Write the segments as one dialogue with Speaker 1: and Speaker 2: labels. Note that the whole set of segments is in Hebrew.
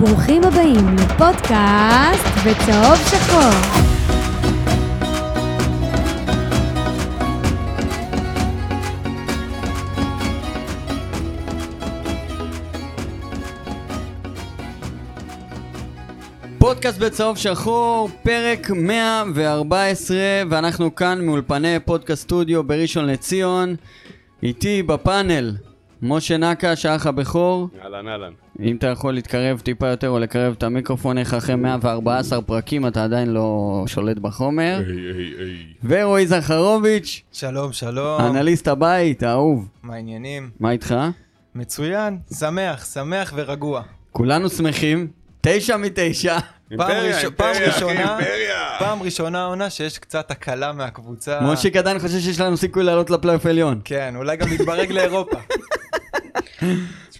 Speaker 1: ברוכים הבאים לפודקאסט בצהוב שחור.
Speaker 2: פודקאסט בצהוב שחור, פרק 114, ואנחנו כאן מאולפני פודקאסט סטודיו בראשון לציון. איתי בפאנל, משה נקה, האח הבכור.
Speaker 3: אהלן אהלן.
Speaker 2: אם אתה יכול להתקרב טיפה יותר או לקרב את המיקרופון איך אחרי 114 פרקים אתה עדיין לא שולט בחומר.
Speaker 3: היי היי היי.
Speaker 2: ורועי זכרוביץ',
Speaker 4: שלום, שלום,
Speaker 2: אנליסט הבית, האהוב.
Speaker 4: מה העניינים?
Speaker 2: מה איתך?
Speaker 4: מצוין, שמח, שמח ורגוע.
Speaker 2: כולנו שמחים, תשע מתשע.
Speaker 4: פעם
Speaker 3: אימפריה,
Speaker 4: ראש- פעם
Speaker 3: אימפריה,
Speaker 4: ראשונה.
Speaker 3: אחי, אימפריה.
Speaker 4: פעם ראשונה עונה שיש קצת הקלה מהקבוצה.
Speaker 2: מושיק עדיין חושב שיש לנו סיכוי לעלות לפלייאוף עליון.
Speaker 4: כן, אולי גם להתברג לאירופה.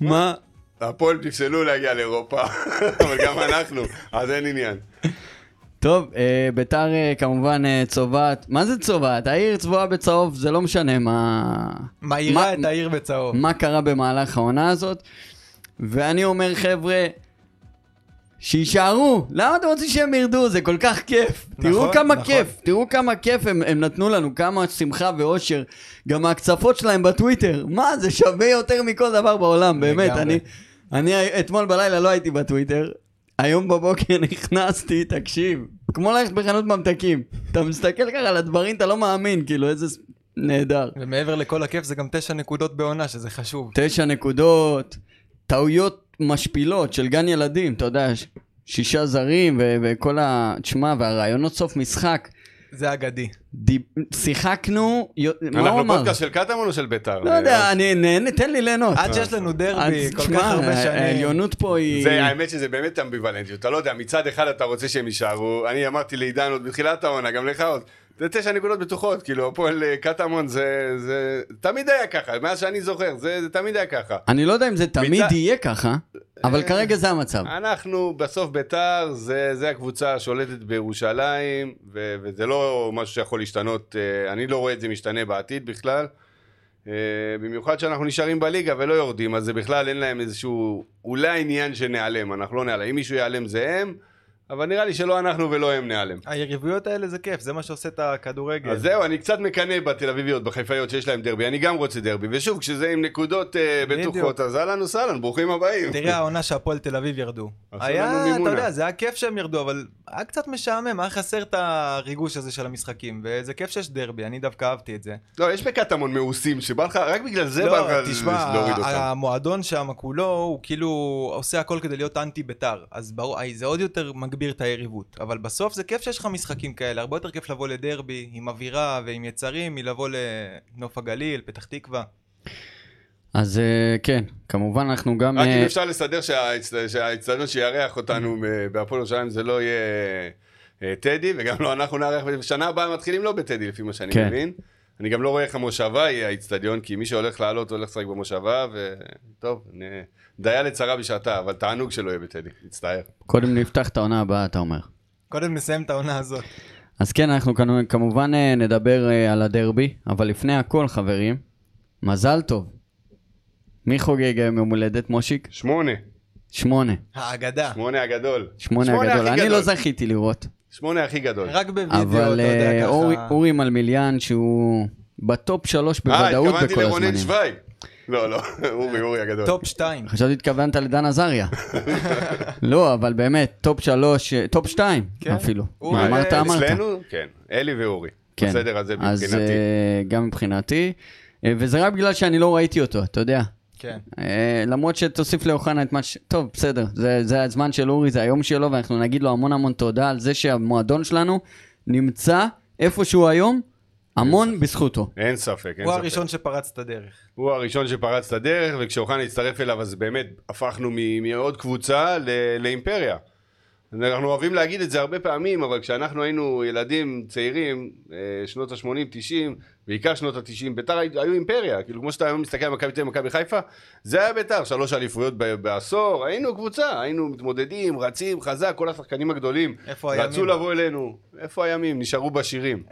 Speaker 2: מה?
Speaker 3: הפועל תפסלו להגיע לאירופה, אבל גם אנחנו, אז אין עניין.
Speaker 2: טוב, אה, ביתר אה, כמובן אה, צובעת, מה זה צובעת? העיר צבועה בצהוב, זה לא משנה מה... מה-
Speaker 4: מאירה את העיר בצהוב.
Speaker 2: מה קרה במהלך העונה הזאת. ואני אומר, חבר'ה, שיישארו, למה אתם רוצים שהם ירדו? זה כל כך כיף.
Speaker 4: נכון,
Speaker 2: תראו כמה
Speaker 4: נכון.
Speaker 2: כיף, תראו כמה כיף הם, הם נתנו לנו, כמה שמחה ואושר. גם ההקצפות שלהם בטוויטר, מה, זה שווה יותר מכל דבר בעולם, באמת.
Speaker 4: לגמרי.
Speaker 2: אני, אני אתמול בלילה לא הייתי בטוויטר. היום בבוקר נכנסתי, תקשיב, כמו ללכת בחנות ממתקים. אתה מסתכל ככה על הדברים, אתה לא מאמין, כאילו, איזה ס- נהדר.
Speaker 4: ומעבר לכל הכיף זה גם תשע נקודות בעונה, שזה חשוב.
Speaker 2: תשע נקודות, טעויות משפילות של גן ילדים, אתה יודע, ש- שישה זרים ו- וכל ה... תשמע, והרעיונות סוף משחק,
Speaker 4: זה אגדי.
Speaker 2: דיב... שיחקנו, י... מה הוא
Speaker 3: אנחנו
Speaker 2: אמר?
Speaker 3: פודקאסט של קטמון או של ביתר?
Speaker 2: לא יודע, אני נהנה, תן לי ליהנות.
Speaker 4: עד שיש לנו דרבי
Speaker 2: אז
Speaker 4: כל
Speaker 2: תשמע,
Speaker 4: כך הרבה
Speaker 2: ה-
Speaker 4: שנים.
Speaker 2: אה, העליונות פה היא...
Speaker 3: זה, האמת שזה באמת אמביוולנטיות, אתה לא יודע, מצד אחד אתה רוצה שהם יישארו, אני אמרתי לעידן עוד בתחילת העונה, גם לך עוד, זה תשע נקודות בטוחות, כאילו הפועל אה, קטמון זה, זה תמיד היה ככה, מאז שאני זוכר, זה, זה תמיד היה ככה.
Speaker 2: אני לא יודע אם זה תמיד
Speaker 3: מצד-
Speaker 2: יהיה ככה, אבל
Speaker 3: אה,
Speaker 2: כרגע זה המצב.
Speaker 3: אנחנו בסוף ביתר, זה, זה הקבוצה השולטת בירושלים, ו, וזה לא משהו שיכול להשתנות, אה, אני לא רואה את זה משתנה בעתיד בכלל. אה, במיוחד שאנחנו נשארים בליגה ולא יורדים, אז זה בכלל אין להם איזשהו, אולי עניין שניעלם, אנחנו לא ניעלם. אם מישהו ייעלם זה הם, אבל נראה לי שלא אנחנו ולא הם ניעלם.
Speaker 4: היריבויות האלה זה כיף, זה מה שעושה את הכדורגל.
Speaker 3: אז זהו, אני קצת מקנא בתל אביביות, בחיפאיות שיש להם דרבי, אני גם רוצה דרבי, ושוב, כשזה עם נקודות אה,
Speaker 4: בדיוק.
Speaker 3: בטוחות, אז אהלן וסהלן, ברוכים הבאים.
Speaker 4: תראה העונה שהפועל תל אביב ירדו.
Speaker 3: עשו לנו
Speaker 4: היה, אתה
Speaker 3: מימונה.
Speaker 4: יודע, זה היה כיף שהם ירדו, אבל היה קצת משעמם, היה חסר את הריגוש הזה של המשחקים, וזה כיף שיש דרבי, אני דווקא אהבתי את זה.
Speaker 3: לא, יש בקטמון מאוסים שבא לך, רק בגלל זה בא
Speaker 4: לא,
Speaker 3: לך
Speaker 4: תשמע,
Speaker 3: להוריד אותם.
Speaker 4: המועדון שם כולו, הוא כאילו עושה הכל כדי להיות אנטי בית"ר, אז ברור, אה, זה עוד יותר מגביר את היריבות, אבל בסוף זה כיף שיש לך משחקים כאלה, הרבה יותר כיף לבוא לדרבי, עם אווירה ועם יצרים, מלבוא לנוף הגליל, פתח תקווה.
Speaker 2: אז אה, כן, כמובן אנחנו גם...
Speaker 3: רק
Speaker 2: אה,
Speaker 3: אם אפשר לסדר שהאצט- שהאצטדיון שיארח
Speaker 4: Mm.
Speaker 3: אותנו ב- בהפועל ירושלים זה לא יהיה אה, טדי, וגם לא אנחנו נארח, בשנה הבאה מתחילים לא בטדי לפי מה שאני
Speaker 2: כן.
Speaker 3: מבין. אני גם לא רואה איך המושבה יהיה האצטדיון, כי מי שהולך לעלות הולך לשחק במושבה, וטוב, נ- דיה לצרה בשעתה, אבל תענוג שלא יהיה בטדי, מצטער.
Speaker 2: קודם נפתח את העונה הבאה, אתה אומר.
Speaker 4: קודם נסיים את העונה הזאת.
Speaker 2: אז כן, אנחנו כנו- כמובן אה, נדבר אה, על הדרבי, אבל לפני הכל, חברים, מזל טוב. מי חוגג היום יום הולדת, מושיק?
Speaker 3: שמונה,
Speaker 2: שמונה.
Speaker 4: האגדה.
Speaker 3: שמונה הגדול.
Speaker 2: שמונה הגדול.
Speaker 3: הכי
Speaker 2: אני
Speaker 3: גדול.
Speaker 2: לא זכיתי לראות,
Speaker 3: שמונה הכי גדול.
Speaker 4: רק בווידאו,
Speaker 2: אבל
Speaker 4: אתה יודע,
Speaker 2: אה,
Speaker 4: ככה...
Speaker 2: אורי- אורי מלמיליאן, שהוא בטופ שלוש בוודאות
Speaker 3: אה, התכוונתי
Speaker 2: בכל
Speaker 3: לרונן
Speaker 2: הזמנים.
Speaker 3: שווייג. לא, לא, אורי, אורי הגדול.
Speaker 4: טופ 2.
Speaker 2: חשבתי התכוונת לדן עזריה. לא, אבל באמת, טופ שלוש, אה, טופ שתיים
Speaker 4: כן.
Speaker 2: אפילו.
Speaker 4: אורי,
Speaker 2: מה אמרת,
Speaker 3: אה,
Speaker 2: אמרת.
Speaker 3: אצלנו? כן, אלי ואורי.
Speaker 2: כן.
Speaker 3: בסדר הזה
Speaker 2: אז
Speaker 3: מבחינתי.
Speaker 2: אה, גם מבחינתי. אה, וזה רק בגלל שאני לא ראיתי אותו, אתה יודע.
Speaker 4: כן.
Speaker 2: אה, למרות שתוסיף לאוחנה את מה ש... טוב, בסדר. זה, זה הזמן של אורי, זה היום שלו, ואנחנו נגיד לו המון המון תודה על זה שהמועדון שלנו נמצא איפה שהוא היום, המון בזכותו.
Speaker 3: אין ספק, אין
Speaker 4: הוא
Speaker 3: ספק.
Speaker 4: הראשון שפרץ את הדרך.
Speaker 3: הוא הראשון שפרץ את הדרך, וכשאוחנה הצטרף אליו אז באמת הפכנו מ- מעוד קבוצה ל- לאימפריה. אנחנו אוהבים להגיד את זה הרבה פעמים, אבל כשאנחנו היינו ילדים צעירים, אה, שנות ה-80-90, בעיקר שנות ה-90, ביתר היו היו אימפריה, כאילו כמו שאתה היום מסתכל על מכבי תל אביב ומכבי חיפה, זה היה ביתר, שלוש אליפויות ב- בעשור, היינו קבוצה, היינו מתמודדים, רצים, חזק, כל השחקנים הגדולים,
Speaker 4: איפה
Speaker 3: רצו
Speaker 4: הימים?
Speaker 3: לבוא אלינו, איפה הימים, נשארו בשירים.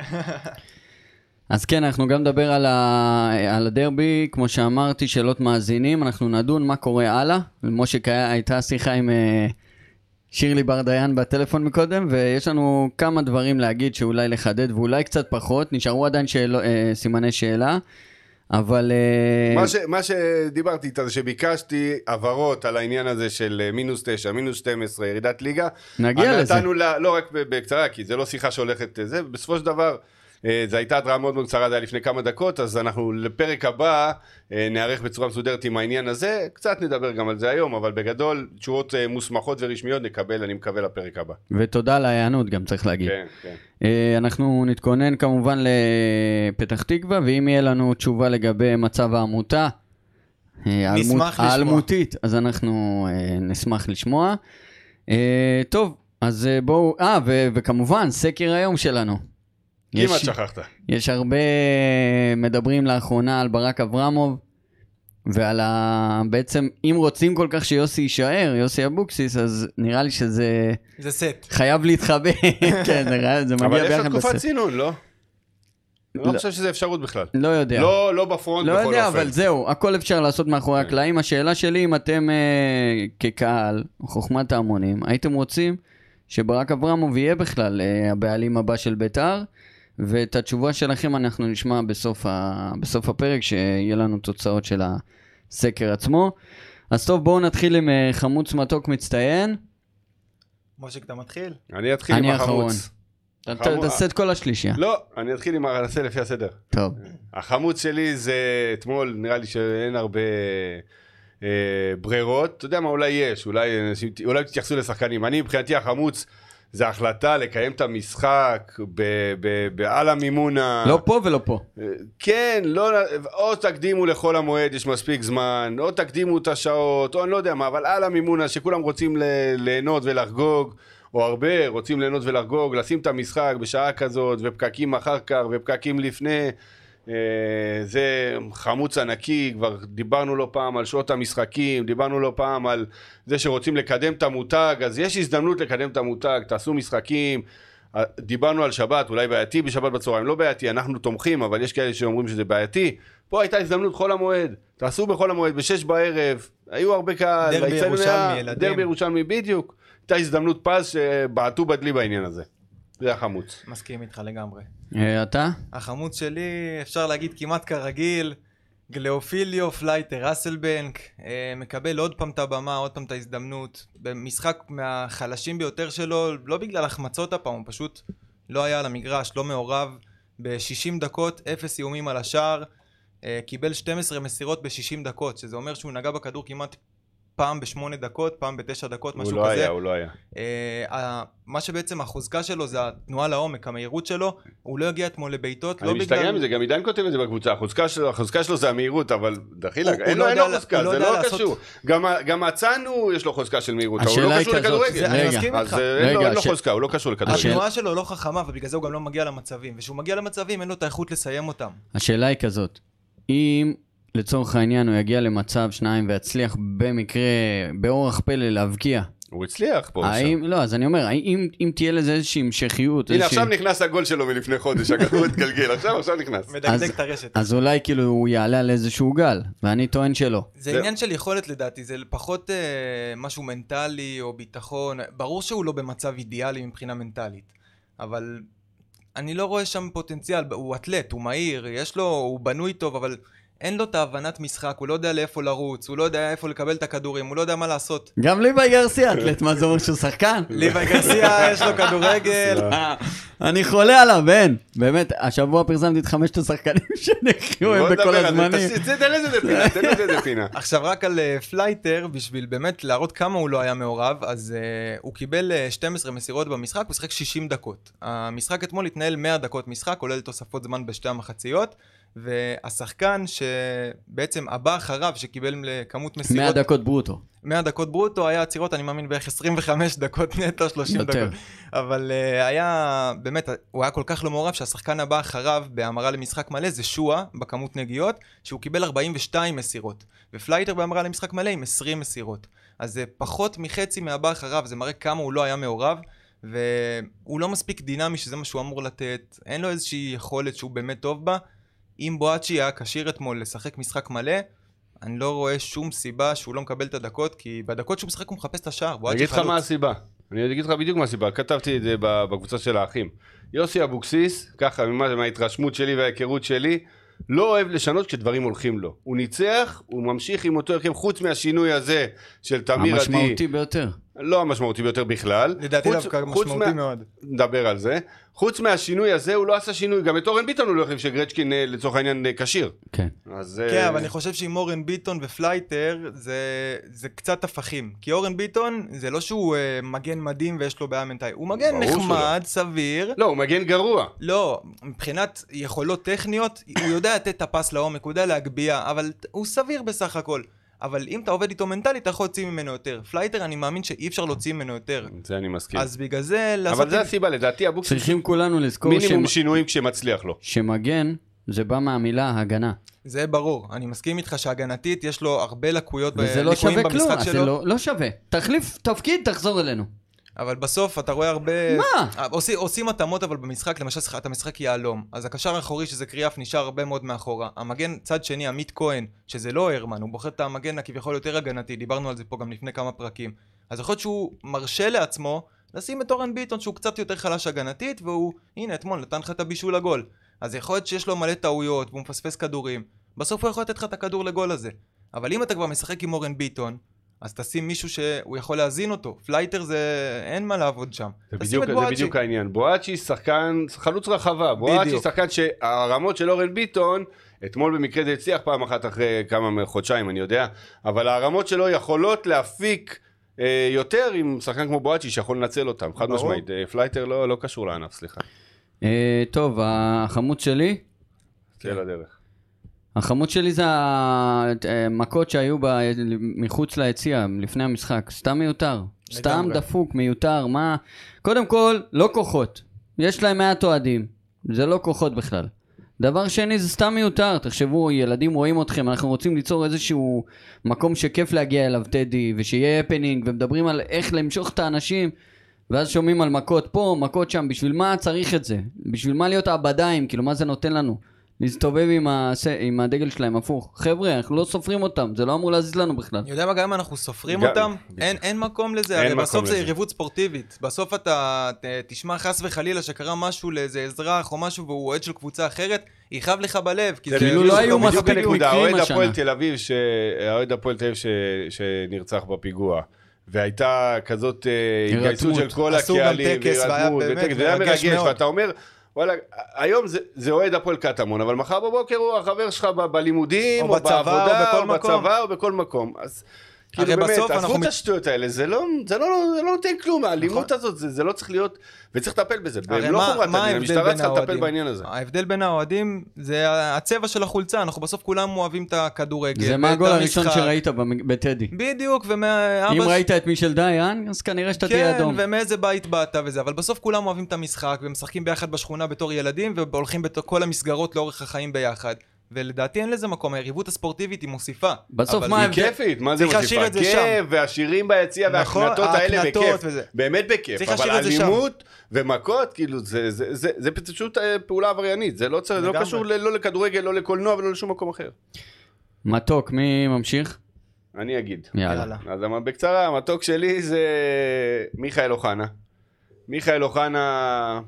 Speaker 2: אז כן, אנחנו גם נדבר על, ה... על הדרבי, כמו שאמרתי, שאלות מאזינים, אנחנו נדון מה קורה הלאה. למשה הייתה שיחה עם... אה, שירלי בר דיין בטלפון מקודם, ויש לנו כמה דברים להגיד שאולי לחדד ואולי קצת פחות, נשארו עדיין שאלו, אה, סימני שאלה, אבל... אה,
Speaker 3: מה, ש, מה שדיברתי איתה זה שביקשתי הבהרות על העניין הזה של אה, מינוס 9, מינוס 12, ירידת ליגה.
Speaker 2: נגיע
Speaker 3: אז
Speaker 2: לזה.
Speaker 3: נתנו לה, לא רק ב- בקצרה, כי זה לא שיחה שהולכת אה, זה, בסופו של דבר, אה, זו הייתה התראה מאוד מאוד קצרה, זה היה לפני כמה דקות, אז אנחנו לפרק הבא אה, נערך בצורה מסודרת עם העניין הזה, קצת נדבר גם על זה היום, אבל בגדול, תשובות אה, מוסמכות ורשמיות נקבל, אני מקווה, לפרק הבא.
Speaker 2: ותודה על ההיענות גם צריך להגיד.
Speaker 3: כן, כן.
Speaker 2: אה, אנחנו נתכונן כמובן לפתח תקווה, ואם יהיה לנו תשובה לגבי מצב העמותה, אה,
Speaker 4: נשמח
Speaker 2: האלמות-
Speaker 4: לשמוע.
Speaker 2: האלמותית, אז אנחנו אה, נשמח לשמוע. אה, טוב, אז אה, בואו, אה, ו- וכמובן, סקר היום שלנו.
Speaker 3: כמעט
Speaker 2: יש-
Speaker 3: שכחת.
Speaker 2: יש הרבה מדברים לאחרונה על ברק אברמוב ועל ה... בעצם, אם רוצים כל כך שיוסי יישאר, יוסי אבוקסיס, אז נראה לי שזה
Speaker 4: זה סט.
Speaker 2: חייב להתחבר. כן, זה, רע- זה מגיע
Speaker 3: אבל
Speaker 2: ביחד
Speaker 3: יש לו תקופת
Speaker 2: בסוף.
Speaker 3: צינון, לא? אני
Speaker 2: לא.
Speaker 3: לא חושב שזה אפשרות בכלל.
Speaker 2: לא יודע.
Speaker 3: לא, לא בפרונט
Speaker 2: לא
Speaker 3: בכל אופן.
Speaker 2: יודע, אבל זהו, הכל אפשר לעשות מאחורי
Speaker 3: כן.
Speaker 2: הקלעים. השאלה שלי, אם אתם אה, כקהל, חוכמת ההמונים, הייתם רוצים שברק אברמוב יהיה בכלל אה, הבעלים הבא של בית"ר, ואת התשובה שלכם אנחנו נשמע בסוף, ה... בסוף הפרק, שיהיה לנו תוצאות של הסקר עצמו. אז טוב, בואו נתחיל עם אה, חמוץ מתוק מצטיין.
Speaker 4: מושיק, אתה מתחיל?
Speaker 3: אני אתחיל עם
Speaker 2: אני האחרון.
Speaker 3: החמוץ.
Speaker 2: ת- ת-
Speaker 3: חמוץ.
Speaker 2: תעשה את כל השלישייה.
Speaker 3: לא, אני אתחיל עם הנושא לפי הסדר.
Speaker 2: טוב.
Speaker 3: החמוץ שלי זה אתמול, נראה לי שאין הרבה אה, ברירות. אתה יודע מה, אולי יש, אולי אנשים, אולי תתייחסו לשחקנים. אני מבחינתי החמוץ זה החלטה לקיים את המשחק ב- ב- בעל המימון ה...
Speaker 2: לא פה ולא פה.
Speaker 3: כן, לא, או תקדימו לחול המועד, יש מספיק זמן, או תקדימו את השעות, או אני לא יודע מה, אבל על המימונה שכולם רוצים ל- ליהנות ולחגוג, או הרבה רוצים ליהנות ולחגוג, לשים את המשחק בשעה כזאת, ופקקים אחר כך, ופקקים לפני, אה, זה חמוץ ענקי, כבר דיברנו לא פעם על שעות המשחקים, דיברנו לא פעם על זה שרוצים לקדם את המותג, אז יש הזדמנות לקדם את המותג, תעשו משחקים. דיברנו על שבת, אולי בעייתי בשבת בצהריים, לא בעייתי, אנחנו תומכים, אבל יש כאלה שאומרים שזה בעייתי. פה הייתה הזדמנות חול המועד, תעשו בחול המועד, בשש בערב, היו הרבה קהל,
Speaker 4: דרבי
Speaker 3: והאיצטדיון
Speaker 4: ירושלמי,
Speaker 3: היה-
Speaker 4: ילדים.
Speaker 3: דרבי ירושלמי, בדיוק. הייתה הזדמנות פז שבעטו בדלי בעניין הזה. זה החמוץ.
Speaker 4: מסכים איתך לגמרי.
Speaker 2: אה, אתה?
Speaker 4: החמוץ שלי, אפשר להגיד כמעט כרגיל, גליאופיליו פלייטר אסלבנק, אה, מקבל עוד פעם את הבמה, עוד פעם את ההזדמנות, במשחק מהחלשים ביותר שלו, לא בגלל החמצות הפעם, הוא פשוט לא היה על המגרש, לא מעורב, ב-60 דקות, אפס איומים על השער, אה, קיבל 12 מסירות ב-60 דקות, שזה אומר שהוא נגע בכדור כמעט פעם בשמונה דקות, פעם בתשע דקות,
Speaker 3: הוא
Speaker 4: משהו
Speaker 3: לא
Speaker 4: כזה.
Speaker 3: היה, הוא לא היה.
Speaker 4: אה, ה- מה שבעצם החוזקה שלו זה התנועה לעומק, המהירות שלו, הוא לא הגיע אתמול לבעיטות, לא
Speaker 3: אני משתגע
Speaker 4: בגלל...
Speaker 3: מזה, גם עידן כותב את זה בקבוצה, החוזקה שלו- החוזקה שלו זה המהירות, אבל דחילק,
Speaker 4: הוא
Speaker 3: אין
Speaker 4: לא
Speaker 3: לו אין לו
Speaker 4: יודע-
Speaker 3: חוזקה,
Speaker 4: הוא לא
Speaker 3: זה
Speaker 4: יודע
Speaker 3: לא
Speaker 4: לעשות-
Speaker 3: קשור. גם ה- גם האצן הוא- יש לו חוזקה של מהירות, אבל הוא
Speaker 2: השאלה
Speaker 3: לא
Speaker 2: היא
Speaker 3: קשור
Speaker 2: כזאת,
Speaker 3: לכדורגל.
Speaker 4: זה- אני
Speaker 2: רגע.
Speaker 4: מסכים איתך.
Speaker 3: אז אה, אין לו-
Speaker 2: רגע,
Speaker 3: אין לו
Speaker 2: הש-
Speaker 3: חוזקה, הוא לא קשור לכדורגל.
Speaker 4: התנועה שלו לא חכמה, ובגלל זה הוא גם לא מגיע למצבים. וכשהוא מגיע למצבים, אין לו את האיכות לסיים אותם.
Speaker 2: השאלה היא כזאת, אם לצורך העניין הוא יגיע למצב שניים ויצליח במקרה, באורח פלא להבקיע,
Speaker 3: הוא הצליח פה. ושם.
Speaker 2: האם, לא, אז אני אומר, האם אם תהיה לזה איזושהי המשכיות,
Speaker 3: הנה
Speaker 2: איזושהי-
Speaker 3: עכשיו נכנס הגול שלו מלפני חודש, הכדור התגלגל, עכשיו עכשיו נכנס.
Speaker 2: אז-
Speaker 4: מדגדג את הרשת.
Speaker 2: אז אולי כאילו הוא יעלה על איזשהו גל, ואני טוען שלא.
Speaker 4: זה
Speaker 3: זהו.
Speaker 4: עניין של יכולת לדעתי, זה פחות אה, משהו מנטלי או ביטחון. ברור שהוא לא במצב אידיאלי מבחינה מנטלית, אבל אני לא רואה שם פוטנציאל. הוא אתלט, הוא מהיר, יש לו, הוא בנוי טוב, אבל אין לו את ההבנת משחק, הוא לא יודע לאיפה לרוץ, הוא לא יודע איפה לקבל את הכדורים, הוא לא יודע מה לעשות.
Speaker 2: גם ליבאי גרסיה אתלט, מה זה אומר שהוא שחקן?
Speaker 4: ליבי גרסיה, יש לו כדורגל.
Speaker 2: אני חולה עליו, אין. באמת, השבוע פרסמתי את חמשת השחקנים שנחיו
Speaker 3: בוא
Speaker 2: הם בכל
Speaker 3: נדבר על-
Speaker 2: הזמנים.
Speaker 3: תעשי- תן לזה פינה, תן לזה פינה.
Speaker 4: עכשיו רק על אה, פלייטר, בשביל באמת להראות כמה הוא לא היה מעורב, אז uh, הוא קיבל אה, 12 מסירות במשחק, הוא שיחק 60 דקות. המשחק אתמול התנהל 100 דקות משחק, כולל תוספות זמן בשתי המחציות, והשחקן שבעצם הבא אחריו, שקיבל לכמות
Speaker 2: 100
Speaker 4: מסירות,
Speaker 2: דקות ברוטו.
Speaker 4: 100 דקות ברוטו, היה עצירות, אני מאמין, בערך 25 דקות נטו, 30
Speaker 2: יותר.
Speaker 4: דקות. אבל uh, היה, באמת, הוא היה כל כך לא מעורב שהשחקן הבא אחריו בהמרה למשחק מלא זה שואה בכמות נגיעות, שהוא קיבל 42 מסירות. ופלייטר בהמרה למשחק מלא עם 20 מסירות. אז זה פחות מחצי מהבא אחריו, זה מראה כמה הוא לא היה מעורב. והוא לא מספיק דינמי שזה מה שהוא אמור לתת, אין לו איזושהי יכולת שהוא באמת טוב בה. אם בואצ'י היה כשיר אתמול לשחק משחק מלא, אני לא רואה שום סיבה שהוא לא מקבל את הדקות, כי בדקות שהוא משחק הוא מחפש את השער,
Speaker 3: אני
Speaker 4: בואצ'י
Speaker 3: אגיד לך
Speaker 4: חלוץ.
Speaker 3: מה הסיבה. אני אגיד לך בדיוק מה הסיבה, כתבתי את זה ב- בקבוצה של האחים. יוסי אבוקסיס, ככה ממה, מההתרשמות שלי וההיכרות שלי, לא אוהב לשנות כשדברים הולכים לו. הוא ניצח, הוא ממשיך עם אותו הרכב, חוץ מהשינוי הזה של תמיר עדי,
Speaker 2: המשמעותי ביותר.
Speaker 3: לא המשמעותי ביותר בכלל.
Speaker 4: לדעתי
Speaker 3: חוץ-
Speaker 4: דווקא
Speaker 3: חוץ
Speaker 4: משמעותי
Speaker 3: מה-
Speaker 4: מאוד.
Speaker 3: נדבר על זה. חוץ מהשינוי הזה, הוא לא עשה שינוי, גם את אורן ביטון הוא לא החליף שגרצ'קין אה, לצורך העניין אה, כשיר.
Speaker 2: כן.
Speaker 3: אז...
Speaker 4: כן,
Speaker 3: אה,
Speaker 4: אבל אני חושב שעם אורן ביטון ופלייטר זה, זה קצת הפכים. כי אורן ביטון זה לא שהוא אה, מגן מדהים ויש לו בעיה מנטאי. הוא מגן
Speaker 3: ברור שהוא
Speaker 4: נחמד, סביר.
Speaker 3: לא, הוא מגן גרוע.
Speaker 4: לא, מבחינת יכולות טכניות, הוא יודע לתת את הפס לעומק, הוא יודע להגביה, אבל ת- הוא סביר בסך הכל. אבל אם אתה עובד איתו מנטלית, אתה יכול להוציא ממנו יותר. פלייטר, אני מאמין שאי אפשר להוציא ממנו יותר.
Speaker 3: זה אני
Speaker 2: כן.
Speaker 3: מסכים.
Speaker 4: אז בגלל זה לעשות...
Speaker 3: אבל זה
Speaker 4: עם-
Speaker 3: הסיבה, לדעתי אבוקסיס
Speaker 2: צריכים כולנו לזכור
Speaker 3: מינימום
Speaker 2: שמ-
Speaker 3: שינויים כשמצליח לו.
Speaker 2: שמגן זה בא מהמילה הגנה.
Speaker 4: זה ברור. אני מסכים איתך שהגנתית, יש לו הרבה לקויות ב-
Speaker 2: וזה לא
Speaker 4: ליקויים
Speaker 2: שווה כלום,
Speaker 4: במשחק
Speaker 2: אז זה
Speaker 4: שלו.
Speaker 2: לא- לא שווה. תחליף תפקיד, תחזור אלינו.
Speaker 4: אבל בסוף אתה רואה הרבה...
Speaker 2: מה?
Speaker 4: אה, עושים, עושים התאמות אבל במשחק, למשל שחק- אתה משחק יהלום, אז הקשר האחורי שזה קריאף נשאר הרבה מאוד מאחורה. המגן צד שני, עמית כהן, שזה לא הרמן, הוא בוחר את המגן הכביכול יותר הגנתי, דיברנו על זה פה גם לפני כמה פרקים. אז יכול להיות שהוא מרשה לעצמו לשים את אורן ביטון שהוא קצת יותר חלש הגנתית, והוא, הנה אתמול נתן לך את הבישול לגול. אז יכול להיות שיש לו מלא טעויות והוא מפספס כדורים, בסוף הוא יכול לתת לך את הכדור לגול הזה. אבל אם אתה כבר משחק עם אורן ביטון, אז תשים מישהו שהוא יכול להזין אותו. פלייטר זה... אין מה לעבוד שם.
Speaker 3: זה
Speaker 4: תשים
Speaker 3: בדיוק,
Speaker 4: את
Speaker 3: זה
Speaker 4: בואצ'י.
Speaker 3: בדיוק העניין. בואצ'י שחקן, חלוץ רחבה. בואצ'י
Speaker 4: בדיוק.
Speaker 3: שחקן שהרמות של אורן ביטון, אתמול במקרה זה הצליח פעם אחת אחרי כמה חודשיים, אני יודע, אבל הרמות שלו יכולות להפיק אה, יותר עם שחקן כמו בואצ'י שיכול לנצל אותם. חד
Speaker 4: ברור.
Speaker 3: משמעית. אה, פלייטר לא לא קשור לענף, סליחה.
Speaker 2: אה, טוב, החמוד שלי,
Speaker 3: תהיה לדרך.
Speaker 2: החמוד שלי זה המכות שהיו ב... מחוץ ליציע, לפני המשחק. סתם מיותר. סתם
Speaker 4: לגמרי.
Speaker 2: דפוק, מיותר, מה... קודם כל, לא כוחות. יש להם מעט אוהדים. זה לא כוחות בכלל. דבר שני, זה סתם מיותר. תחשבו, ילדים רואים אתכם, אנחנו רוצים ליצור איזשהו מקום שכיף להגיע אליו, טדי, ושיהיה הפנינג, ומדברים על איך למשוך את האנשים, ואז שומעים על מכות פה, מכות שם. בשביל מה צריך את זה? בשביל מה להיות עבדיים? כאילו, מה זה נותן לנו? להסתובב עם, הס... עם הדגל שלהם הפוך. חבר'ה, אנחנו לא סופרים אותם, זה לא אמור להזיז לנו בכלל.
Speaker 4: אני יודע מה, גם אם אנחנו סופרים
Speaker 3: גם-
Speaker 4: אותם, אין, אין מקום לזה,
Speaker 3: אין
Speaker 4: הרי
Speaker 3: מקום
Speaker 4: בסוף זה
Speaker 3: לזה.
Speaker 4: יריבות ספורטיבית. בסוף אתה ת, תשמע חס וחלילה שקרה משהו לאיזה אזרח או משהו והוא אוהד של קבוצה אחרת, יכאב לך בלב. כי
Speaker 3: זה
Speaker 2: כאילו לא
Speaker 3: בדיוק-
Speaker 2: היו
Speaker 3: בדיוק
Speaker 2: מספיק
Speaker 3: הנקודה.
Speaker 2: מקרים
Speaker 3: האוהד
Speaker 2: השנה.
Speaker 3: הפועל תל אביב, ש- האוהד הפועל תל אביב ש- שנרצח בפיגוע. והייתה כזאת אה,
Speaker 2: הירתמות.
Speaker 3: התגייסות של כל
Speaker 4: עשו גם
Speaker 3: הקהלים,
Speaker 4: טקס, והיה באמת
Speaker 3: וטקס, זה היה מרגש,
Speaker 4: מרגש מאוד.
Speaker 3: ואתה אומר, וואלה, היום זה- זה אוהד הפועל קטמון, אבל מחר בבוקר הוא החבר שלך ב- בלימודים,
Speaker 4: או
Speaker 3: או
Speaker 4: בצבא,
Speaker 3: בעבודה,
Speaker 4: או
Speaker 3: או
Speaker 4: בכל מקום.
Speaker 3: בצבא, או בכל מקום. אז כאילו
Speaker 4: הרי
Speaker 3: באמת,
Speaker 4: בסוף
Speaker 3: עזבו
Speaker 4: אנחנו
Speaker 3: את
Speaker 4: מת-
Speaker 3: השטויות האלה, זה לא זה לא- זה לא נותן כלום, האלימות הזאת, זה זה לא צריך להיות, וצריך לטפל בזה,
Speaker 4: הרי
Speaker 3: לא
Speaker 4: מה-
Speaker 3: חומרת
Speaker 4: מה
Speaker 3: הדין,
Speaker 4: ההבדל
Speaker 3: המשטרה
Speaker 4: בין
Speaker 3: צריכה לטפל
Speaker 4: האוהדים?
Speaker 3: בעניין הזה.
Speaker 4: ההבדל בין האוהדים זה הצבע של החולצה, אנחנו בסוף כולם אוהבים את הכדורגל.
Speaker 2: זה
Speaker 4: ואת
Speaker 2: מה הגול הראשון
Speaker 4: המשחק.
Speaker 2: שראית במג- בטדי.
Speaker 4: בדיוק, ומה...
Speaker 2: אם
Speaker 4: אבא-
Speaker 2: ראית את מישל דיין, אז כנראה שאתה תהיה
Speaker 4: כן,
Speaker 2: אדום.
Speaker 4: ומאיזה בית באת וזה, אבל בסוף כולם אוהבים את המשחק, ומשחקים ביחד בשכונה בתור ילדים, והולכים בכל המסגרות לאורך החיים ביחד. ולדעתי אין לזה מקום, היריבות הספורטיבית היא מוסיפה.
Speaker 2: בסוף
Speaker 4: אבל כן
Speaker 2: מה
Speaker 3: היא
Speaker 2: ההבדל?
Speaker 3: כיפית, מה זה
Speaker 4: צריך
Speaker 3: מוסיפה?
Speaker 4: להשאיר את זה
Speaker 3: כיף,
Speaker 4: שם.
Speaker 3: והשירים ביציע,
Speaker 4: נכון,
Speaker 3: וההקנטות האלה
Speaker 4: ההקנטות
Speaker 3: בכיף.
Speaker 4: וזה.
Speaker 3: באמת בכיף.
Speaker 4: צריך
Speaker 3: אבל
Speaker 4: להשאיר את זה שם.
Speaker 3: אלימות ומכות, כאילו, זה- זה- זה זה פשוט אה, פעולה עבריינית. זה לא צריך- זה לא
Speaker 4: לגמרי.
Speaker 3: קשור ל- לא לכדורגל, לא לקולנוע ולא לשום מקום אחר.
Speaker 2: מתוק, מי ממשיך?
Speaker 3: אני אגיד.
Speaker 2: יאללה.
Speaker 4: יאללה.
Speaker 3: אז אמר- בקצרה, המתוק שלי זה מיכאל אוחנה. מיכאל אוחנה,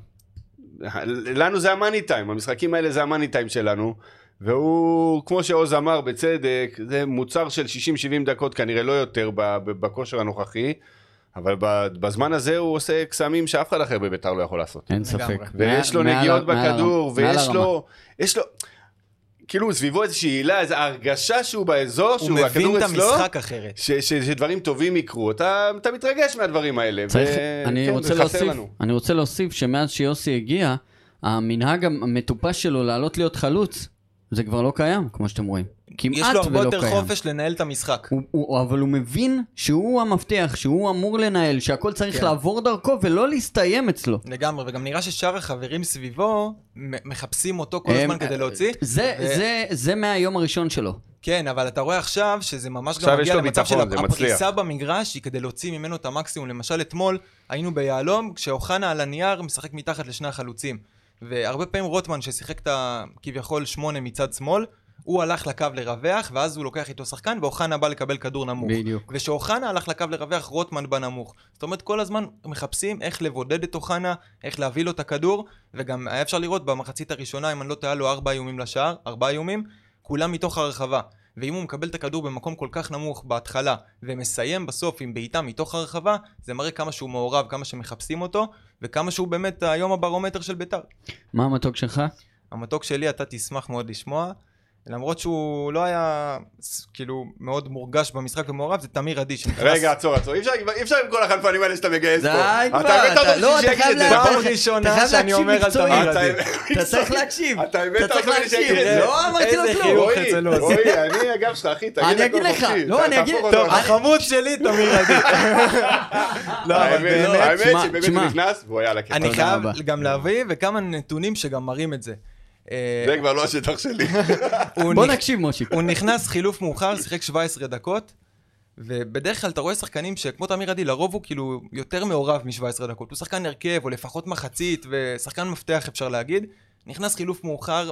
Speaker 3: לנו זה המאני טיים, המשחקים האלה זה המאני טיים שלנו. והוא, כמו שעוז אמר בצדק, זה מוצר של 60-70 דקות, כנראה לא יותר ב- ב- בכושר הנוכחי, אבל ב- בזמן הזה הוא עושה קסמים שאף אחד אחר בביתר לא יכול לעשות.
Speaker 2: אין
Speaker 4: לגמרי.
Speaker 2: ספק.
Speaker 3: ויש לו
Speaker 2: מעל-
Speaker 3: נגיעות
Speaker 2: מעל הרמה.
Speaker 3: בכדור,
Speaker 2: מעל
Speaker 3: ויש
Speaker 2: הרמה.
Speaker 3: לו, יש לו, כאילו סביבו איזושהי הילה, איזו הרגשה שהוא באזור,
Speaker 4: הוא
Speaker 3: שהוא,
Speaker 4: מבין
Speaker 3: הכדור
Speaker 4: את
Speaker 3: אצלו,
Speaker 4: המשחק אחרת.
Speaker 3: ש, ש, שדברים טובים יקרו, אתה, אתה מתרגש מהדברים האלה.
Speaker 2: צריך,
Speaker 3: ו-
Speaker 2: אני,
Speaker 3: כן,
Speaker 2: רוצה
Speaker 3: זה חסר
Speaker 2: להוסיף,
Speaker 3: לנו.
Speaker 2: אני רוצה להוסיף שמאז שיוסי הגיע, המנהג המטופש שלו לעלות להיות חלוץ, זה כבר לא קיים, כמו שאתם רואים. כמעט
Speaker 4: יש לו
Speaker 2: ולא
Speaker 4: הרבה יותר
Speaker 2: קיים.
Speaker 4: חופש לנהל את המשחק.
Speaker 2: הוא, הוא, אבל הוא מבין שהוא המפתח, שהוא אמור לנהל, שהכל צריך
Speaker 4: כן.
Speaker 2: לעבור דרכו ולא להסתיים אצלו.
Speaker 4: לגמרי, וגם נראה ששאר החברים סביבו מ- מחפשים אותו כל
Speaker 2: הם- אה,
Speaker 4: הזמן כדי להוציא.
Speaker 2: זה,
Speaker 4: ו-
Speaker 2: זה, זה מהיום הראשון שלו.
Speaker 4: כן, אבל אתה רואה עכשיו שזה ממש
Speaker 3: עכשיו
Speaker 4: גם
Speaker 3: יש
Speaker 4: מגיע
Speaker 3: לו
Speaker 4: למצב של
Speaker 3: ביטחון, זה מצליח.
Speaker 4: הפריסה במגרש, היא כדי להוציא ממנו את המקסימום. למשל, אתמול היינו ביהלום, כשאוחנה על הנייר משחק מתחת לשני החלוצים. והרבה פעמים רוטמן, ששיחק את ה- כביכול שמונה מצד שמאל, הוא הלך לקו לרווח, ואז הוא לוקח איתו שחקן, ואוחנה בא לקבל כדור נמוך.
Speaker 2: בדיוק.
Speaker 4: ושאוחנה הלך לקו לרווח, רוטמן בנמוך. זאת אומרת, כל הזמן מחפשים איך לבודד את אוחנה, איך להביא לו את הכדור, וגם היה אפשר לראות במחצית הראשונה, אם אני לא טועה, לו ארבע איומים לשער, ארבעה איומים, כולם מתוך הרחבה. ואם הוא מקבל את הכדור במקום כל כך נמוך בהתחלה, ומסיים בסוף עם בעיטה מתוך הרחבה, זה מראה כמה שהוא מעורב, כמה שמחפשים אותו, וכמה שהוא באמת היום הברומטר של בית"ר.
Speaker 2: מה המתוק שלך?
Speaker 4: המתוק שלי, אתה תשמח מאוד לשמוע. למרות שהוא לא היה ס- כאילו מאוד מורגש במשחק ומעורב, זה תמיר עדי שנכנס.
Speaker 3: רגע, עצור, עצור. אי אפשר- אי אפשר עם כל החנפנים האלה שאתה מגייס פה.
Speaker 2: די כבר,
Speaker 3: אתה הבאת
Speaker 2: אתה- לא,
Speaker 3: אותו בשביל
Speaker 2: אתה
Speaker 3: שיגיד
Speaker 2: חייב
Speaker 3: את זה,
Speaker 2: לה-
Speaker 3: נכון?
Speaker 4: פעם
Speaker 2: אתה- אתה
Speaker 4: ראשונה
Speaker 2: חייב
Speaker 4: שאני
Speaker 2: להקשיב
Speaker 4: אומר על
Speaker 2: מקצועי.
Speaker 4: תמיר
Speaker 3: אתה-
Speaker 4: עדי.
Speaker 2: אתה צריך להקשיב.
Speaker 3: אתה הבאת
Speaker 2: אתה צריך
Speaker 3: אותו כדי שיגיד
Speaker 2: להקשיב.
Speaker 3: את זה.
Speaker 2: לא אמרתי לו
Speaker 4: איזה
Speaker 2: כלום.
Speaker 4: חיוך
Speaker 3: רועי,
Speaker 4: אצל עוז.
Speaker 3: רועי, אני הגב שלך, אחי, תגיד
Speaker 2: אני אגיד
Speaker 3: הכל
Speaker 2: לך,
Speaker 3: חופשי.
Speaker 2: לא,
Speaker 3: ת-
Speaker 2: אני אגיד
Speaker 3: תהפוך
Speaker 2: לך.
Speaker 3: אותו.
Speaker 4: טוב, החמוד שלי תמיר עדי. לא, אבל
Speaker 3: האמת,
Speaker 4: באמת,
Speaker 3: האמת
Speaker 2: תשמע,
Speaker 3: שבאמת
Speaker 2: תשמע.
Speaker 3: הוא נכנס, והוא היה על הכיפה.
Speaker 4: אני
Speaker 2: תודה
Speaker 4: חייב
Speaker 2: רבה.
Speaker 4: גם להביא, וכמה נתונים שגם מראים את זה. אה,
Speaker 3: זה כבר לא השטח שלי.
Speaker 4: הוא
Speaker 2: בוא
Speaker 4: נכ-
Speaker 2: נקשיב, מושי.
Speaker 4: הוא נכנס חילוף מאוחר, שיחק 17 דקות, ובדרך כלל אתה רואה שחקנים שכמו תמיר עדי, לרוב הוא כאילו יותר מעורב מ-17 דקות. הוא שחקן הרכב, או לפחות מחצית, ושחקן מפתח אפשר להגיד. נכנס חילוף מאוחר,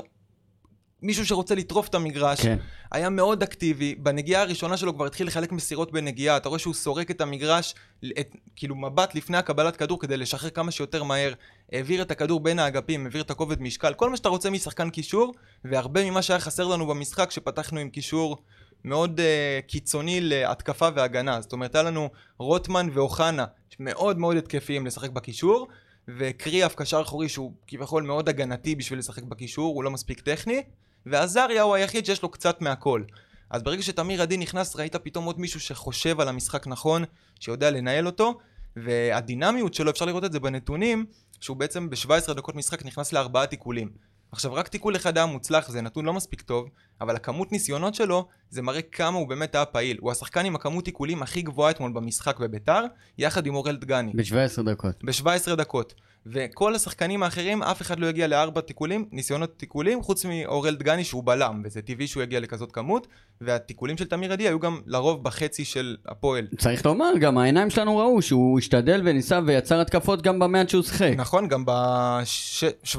Speaker 4: מישהו שרוצה לטרוף את המגרש,
Speaker 2: כן.
Speaker 4: היה מאוד אקטיבי, בנגיעה הראשונה שלו כבר התחיל לחלק מסירות בנגיעה, אתה רואה שהוא סורק את המגרש, את, כאילו מבט לפני הקבלת כדור כדי לשחרר כמה שיותר מהר, העביר את הכדור בין האגפים, העביר את הכובד משקל, כל מה שאתה רוצה משחקן קישור, והרבה ממה שהיה חסר לנו במשחק, שפתחנו עם קישור מאוד uh, קיצוני להתקפה והגנה, זאת אומרת היה לנו רוטמן ואוחנה, מאוד מאוד התקפיים לשחק בקישור, וקריאף קשר אחורי שהוא כביכול מאוד הגנתי בשביל לשחק בקישור, הוא לא מספיק טכני, ועזריה הוא היחיד שיש לו קצת מהכל. אז ברגע שתמיר עדי נכנס ראית פתאום עוד מישהו שחושב על המשחק נכון, שיודע לנהל אותו, והדינמיות שלו אפשר לראות את זה בנתונים, שהוא בעצם ב-17 דקות משחק נכנס לארבעה תיקולים. עכשיו רק תיקול אחד היה מוצלח, זה נתון לא מספיק טוב, אבל הכמות ניסיונות שלו, זה מראה כמה הוא באמת היה פעיל. הוא השחקן עם הכמות תיקולים הכי גבוהה אתמול במשחק בביתר, יחד עם אורל דגני.
Speaker 2: ב-17 דקות.
Speaker 4: ב-17 דקות. וכל השחקנים האחרים, אף אחד לא הגיע לארבע תיקולים, ניסיונות תיקולים, חוץ מאורל דגני שהוא בלם, וזה טבעי שהוא יגיע לכזאת כמות, והתיקולים של תמיר עדי היו גם לרוב בחצי של הפועל.
Speaker 2: צריך לומר, גם העיניים שלנו ראו שהוא השתדל וניסה ויצר התקפות גם במעט שהוא שיחק.
Speaker 4: נכון, גם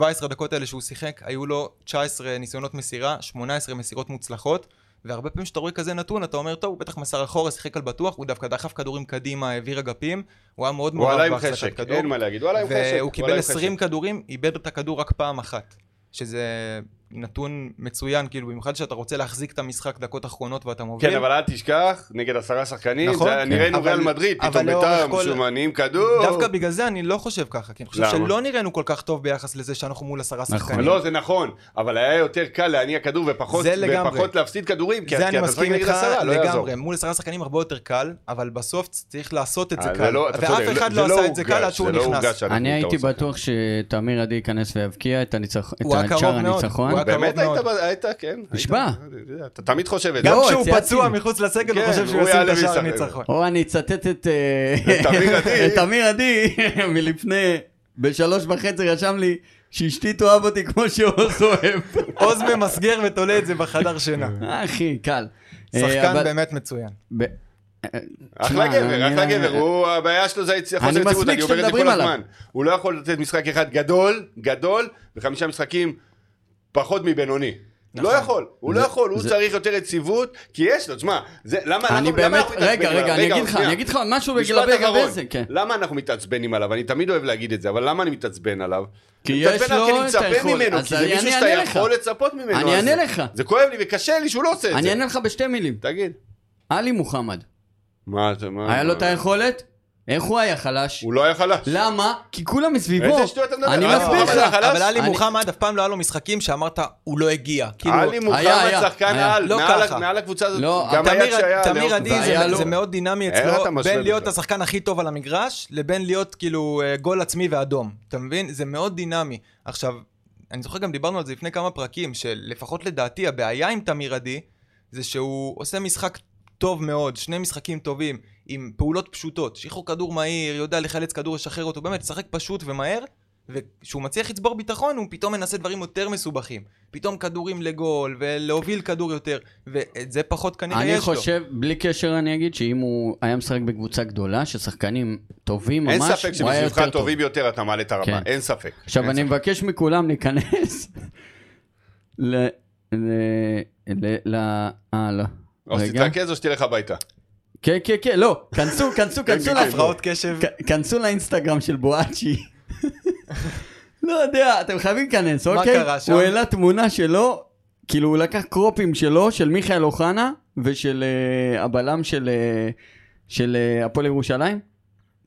Speaker 4: ב-17 דקות האלה שהוא שיחק, היו לו 19 ניסיונות מסירה, 18 מסירות מוצלחות, והרבה פעמים כשאתה רואה כזה נתון, אתה אומר, טוב, הוא בטח מסר אחורה, שיחק על בטוח, הוא דווקא דחף כדורים קדימה, העביר אגפים, הוא היה מאוד
Speaker 3: הוא עלה
Speaker 4: מעורב
Speaker 3: עם
Speaker 4: בהחזקת
Speaker 3: חשק,
Speaker 4: כדור.
Speaker 3: אין מה להגיד, הוא עלה עם חשק.
Speaker 4: והוא
Speaker 3: עלה
Speaker 4: קיבל
Speaker 3: עם חשק. כן,
Speaker 4: 20 כדורים, איבד את הכדור רק פעם אחת. שזה נתון מצוין, כאילו, במיוחד שאתה רוצה להחזיק את המשחק דקות אחרונות ואתה מוביל.
Speaker 3: כן, אבל אל תשכח, נגד עשרה שחקנים,
Speaker 4: נכון,
Speaker 3: זה היה-
Speaker 4: כן.
Speaker 3: נראינו
Speaker 4: אבל-
Speaker 3: ריאל מדריד,
Speaker 4: אבל
Speaker 3: פתאום
Speaker 4: לאורך
Speaker 3: ביתר
Speaker 4: כל-
Speaker 3: משומנים כדור.
Speaker 4: דווקא בגלל זה אני לא חושב ככה, כי אני חושב
Speaker 3: למה?
Speaker 4: שלא נראינו כל כך טוב ביחס לזה שאנחנו מול עשרה
Speaker 2: נכון.
Speaker 4: שחקנים.
Speaker 3: לא, זה נכון, אבל היה יותר קל להניע כדור ופחות
Speaker 4: זה לגמרי.
Speaker 3: ופחות להפסיד כדורים, כי
Speaker 4: זה
Speaker 3: כי
Speaker 4: אני
Speaker 3: כן, אתה משחק
Speaker 4: מסכים
Speaker 3: נגד
Speaker 4: איתך
Speaker 3: עשרה, לא יעזור.
Speaker 4: לגמרי, מול עשרה שחקנים הרבה יותר קל, אבל בסוף צריך לעשות את זה
Speaker 3: אה, זה
Speaker 4: קל.
Speaker 3: לא- אתה צודק,
Speaker 4: ואף אחד
Speaker 3: זה
Speaker 4: לא עשה את זה
Speaker 3: הורגש,
Speaker 4: קל עד שהוא
Speaker 3: זה לא
Speaker 4: נכנס.
Speaker 3: הורגש, אנחנו
Speaker 2: אני הייתי
Speaker 3: מתארסים.
Speaker 2: בטוח שתמיר עדי ייכנס ויבקיע את הניצח- את
Speaker 4: הוא היה
Speaker 2: שער
Speaker 4: קרוב מאוד,
Speaker 2: הניצחון.
Speaker 4: הוא היה קרוב
Speaker 3: באמת היית,
Speaker 4: מאוד.
Speaker 3: ב- היית, כן. היית-
Speaker 2: נשבע.
Speaker 3: אתה תמיד חושב את זה.
Speaker 4: גם
Speaker 2: לא,
Speaker 4: כשהוא
Speaker 2: ציינתי.
Speaker 4: פצוע מחוץ לסגל, הוא
Speaker 3: כן,
Speaker 4: חושב שהוא
Speaker 3: הוא
Speaker 4: ישים את
Speaker 3: יעלה
Speaker 4: השער
Speaker 3: וישחק.
Speaker 4: ניצחון.
Speaker 2: או אני אצטט את אה,
Speaker 3: את תמיר עדי.
Speaker 2: את תמיר עדי מלפני, בשלוש וחצי רשם לי שאשתי תאהב אותי כמו שעוז אוהב.
Speaker 4: עוז ממסגר ותולה את זה בחדר שינה.
Speaker 2: הכי קל. אה,
Speaker 4: שחקן
Speaker 2: אבל-
Speaker 4: באמת מצוין.
Speaker 2: ב- אה, אה,
Speaker 3: אחלה
Speaker 2: תשמע,
Speaker 3: גבר,
Speaker 2: אני-
Speaker 3: אחלה גבר, הוא- הבעיה שלו זה היצ- חוסר
Speaker 2: אני
Speaker 3: יציבות,
Speaker 2: מסמיק
Speaker 3: אני אומר את זה
Speaker 2: שמדברים
Speaker 3: כל
Speaker 2: עליו.
Speaker 3: הזמן. הוא לא יכול לתת משחק אחד גדול, גדול, וחמישה משחקים פחות מבינוני. לא
Speaker 4: נכון.
Speaker 3: יכול, הוא לא יכול, הוא צריך יותר יציבות, כי יש לו, תשמע, זה- למה
Speaker 2: אני
Speaker 3: אנחנו- למה
Speaker 2: באמת,
Speaker 3: אנחנו מתעצבנים
Speaker 2: רגע,
Speaker 3: עליו?
Speaker 2: רגע, אני אגיד
Speaker 3: אבל
Speaker 2: לך,
Speaker 3: שנייה.
Speaker 2: אני אגיד לך משהו
Speaker 3: משפט
Speaker 2: לגבי
Speaker 3: אחרון, לא,
Speaker 2: זה, כן.
Speaker 3: למה אנחנו מתעצבנים עליו? אני תמיד אוהב להגיד את זה, אבל למה אני מתעצבן עליו?
Speaker 2: כי
Speaker 3: אני מתעצבן
Speaker 2: יש
Speaker 3: עליו
Speaker 2: לו
Speaker 3: כי אני
Speaker 2: את
Speaker 3: מצפה
Speaker 2: היכולת.
Speaker 3: ממנו,
Speaker 2: אז
Speaker 3: כי זה
Speaker 2: אני-
Speaker 3: מישהו
Speaker 2: אני
Speaker 3: שאתה
Speaker 2: אענה לך.
Speaker 3: יכול לצפות ממנו.
Speaker 2: אני
Speaker 3: אז
Speaker 2: אענה
Speaker 3: לא, זה-
Speaker 2: לך.
Speaker 3: זה כואב לי וקשה לי שהוא לא עושה את
Speaker 2: אני
Speaker 3: זה. אה,
Speaker 2: אענה לך בשתי מילים.
Speaker 3: תגיד.
Speaker 2: עלי מוחמד,
Speaker 3: מה אתה... מה-
Speaker 2: היה לו את
Speaker 3: מה-
Speaker 2: היכולת? איך הוא היה חלש?
Speaker 3: אה. הוא לא היה חלש.
Speaker 2: למה? כי כולם מסביבו.
Speaker 3: איזה שטויות אתה מדבר?
Speaker 2: אני
Speaker 3: אה,
Speaker 2: מסביר
Speaker 3: אבל
Speaker 2: לך.
Speaker 3: החלש-
Speaker 4: אבל עלי
Speaker 2: אני-
Speaker 4: מוחמד אף פעם לא היה לו משחקים שאמרת הוא לא הגיע. כאילו,
Speaker 3: עלי מוחמד
Speaker 2: היה,
Speaker 3: שחקן
Speaker 2: היה.
Speaker 3: על,
Speaker 4: לא
Speaker 3: מעל-
Speaker 4: ככה.
Speaker 3: מעל הקבוצה הזאת.
Speaker 2: לא,
Speaker 3: גם היה
Speaker 4: תמיר-
Speaker 3: כשהיה...
Speaker 4: תמיר
Speaker 3: לאור-
Speaker 4: עדי
Speaker 2: והיה
Speaker 4: זה-
Speaker 2: לו-
Speaker 4: זה מאוד דינמי
Speaker 3: איך אתה
Speaker 4: אצלו,
Speaker 3: משווה
Speaker 4: בין להיות
Speaker 3: בכלל?
Speaker 4: השחקן הכי טוב על המגרש, לבין להיות כאילו אה, גול עצמי ואדום. אתה מבין? זה מאוד דינמי. עכשיו, אני זוכר גם דיברנו על זה לפני כמה פרקים, שלפחות לדעתי הבעיה עם תמיר עדי, זה שהוא עושה משחק טוב מאוד, שני משחקים טובים, עם פעולות פשוטות, שחרור כדור מהיר, יודע לחלץ כדור, לשחרר אותו, באמת, לשחק פשוט ומהר, וכשהוא מצליח לצבור ביטחון, הוא פתאום מנסה דברים יותר מסובכים. פתאום כדורים לגול, ולהוביל כדור יותר, ואת זה פחות כנראה יש
Speaker 2: אני
Speaker 4: לו.
Speaker 2: חושב, בלי קשר אני אגיד, שאם הוא היה משחק בקבוצה גדולה, ששחקנים טובים ממש,
Speaker 3: אין ספק
Speaker 2: הוא היה
Speaker 3: שבשבילך
Speaker 2: יותר טוב.
Speaker 3: טובים יותר אתה מעלה את הרמה,
Speaker 2: כן.
Speaker 3: אין ספק.
Speaker 2: עכשיו,
Speaker 3: אין
Speaker 2: אני מבקש מכולם להיכנס ל- ל- ל... ל... אה, לא.
Speaker 3: או
Speaker 2: רגע.
Speaker 3: שתתרכז או שתלך הביתה.
Speaker 2: כן, כן, כן, לא. כנסו, כנסו, כנסו
Speaker 3: כן,
Speaker 2: להפרעות.
Speaker 4: הפרעות קשב.
Speaker 2: כ- כנסו לאינסטגרם של בואצ'י. לא יודע, אתם חייבים להיכנס,
Speaker 4: מה
Speaker 2: אוקיי?
Speaker 4: קרה שם?
Speaker 2: הוא העלה תמונה שלו, כאילו הוא לקח קרופים שלו, של מיכאל אוחנה ושל אה, הבלם של אה, של אה, הפועל ירושלים,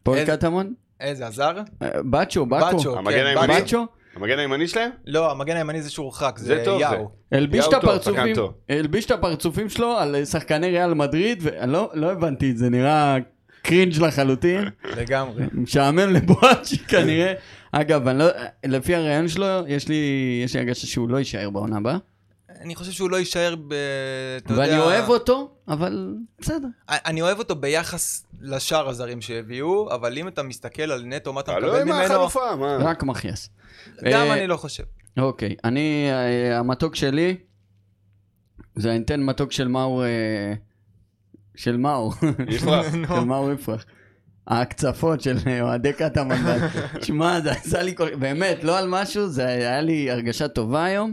Speaker 2: פועל
Speaker 4: איזה-
Speaker 2: קטמון,
Speaker 4: איזה עזר?
Speaker 2: אה, בצ'ו, בקו,
Speaker 4: בצ'ו, כן,
Speaker 3: המגן הימני.
Speaker 4: בצ'ו.
Speaker 2: בצ'ו,
Speaker 3: המגן הימני שלהם?
Speaker 4: לא, המגן הימני זה שהורחק,
Speaker 3: זה
Speaker 4: זה
Speaker 3: טוב,
Speaker 4: יאו.
Speaker 2: הלביש את
Speaker 3: יאו טוב,
Speaker 2: הפרצופים,
Speaker 3: שחקן טוב.
Speaker 2: הלביש את הפרצופים שלו על אה, שחקני ריאל מדריד, ולא לא הבנתי את זה, נראה קרינג' לחלוטין.
Speaker 4: לגמרי.
Speaker 2: משעמם לבואצ'י כנראה. אגב, אני לא, לפי הרעיון שלו, יש לי, יש לי הרגשה שהוא לא יישאר בעונה הבאה.
Speaker 4: אני חושב שהוא לא יישאר ב... אתה יודע...
Speaker 2: ואני אוהב אותו, אבל בסדר.
Speaker 4: אני אוהב אותו ביחס לשאר הזרים שהביאו, אבל אם אתה מסתכל על נטו, מה אתה
Speaker 3: אה, לא
Speaker 4: מקבל
Speaker 3: עם
Speaker 4: ממנו,
Speaker 3: החלופה, מה?
Speaker 2: רק מכעיס.
Speaker 4: גם
Speaker 2: אה,
Speaker 4: אני לא חושב.
Speaker 2: אוקיי, אני, אה, המתוק שלי, זה אני אתן מתוק של מאור, אה, של מאור,
Speaker 3: יפרח.
Speaker 2: של מאור יפרח. ההקצפות של אוהדי קטמנדל. שמע, זה עשה לי כל... באמת, לא על משהו, זה היה לי הרגשה טובה היום.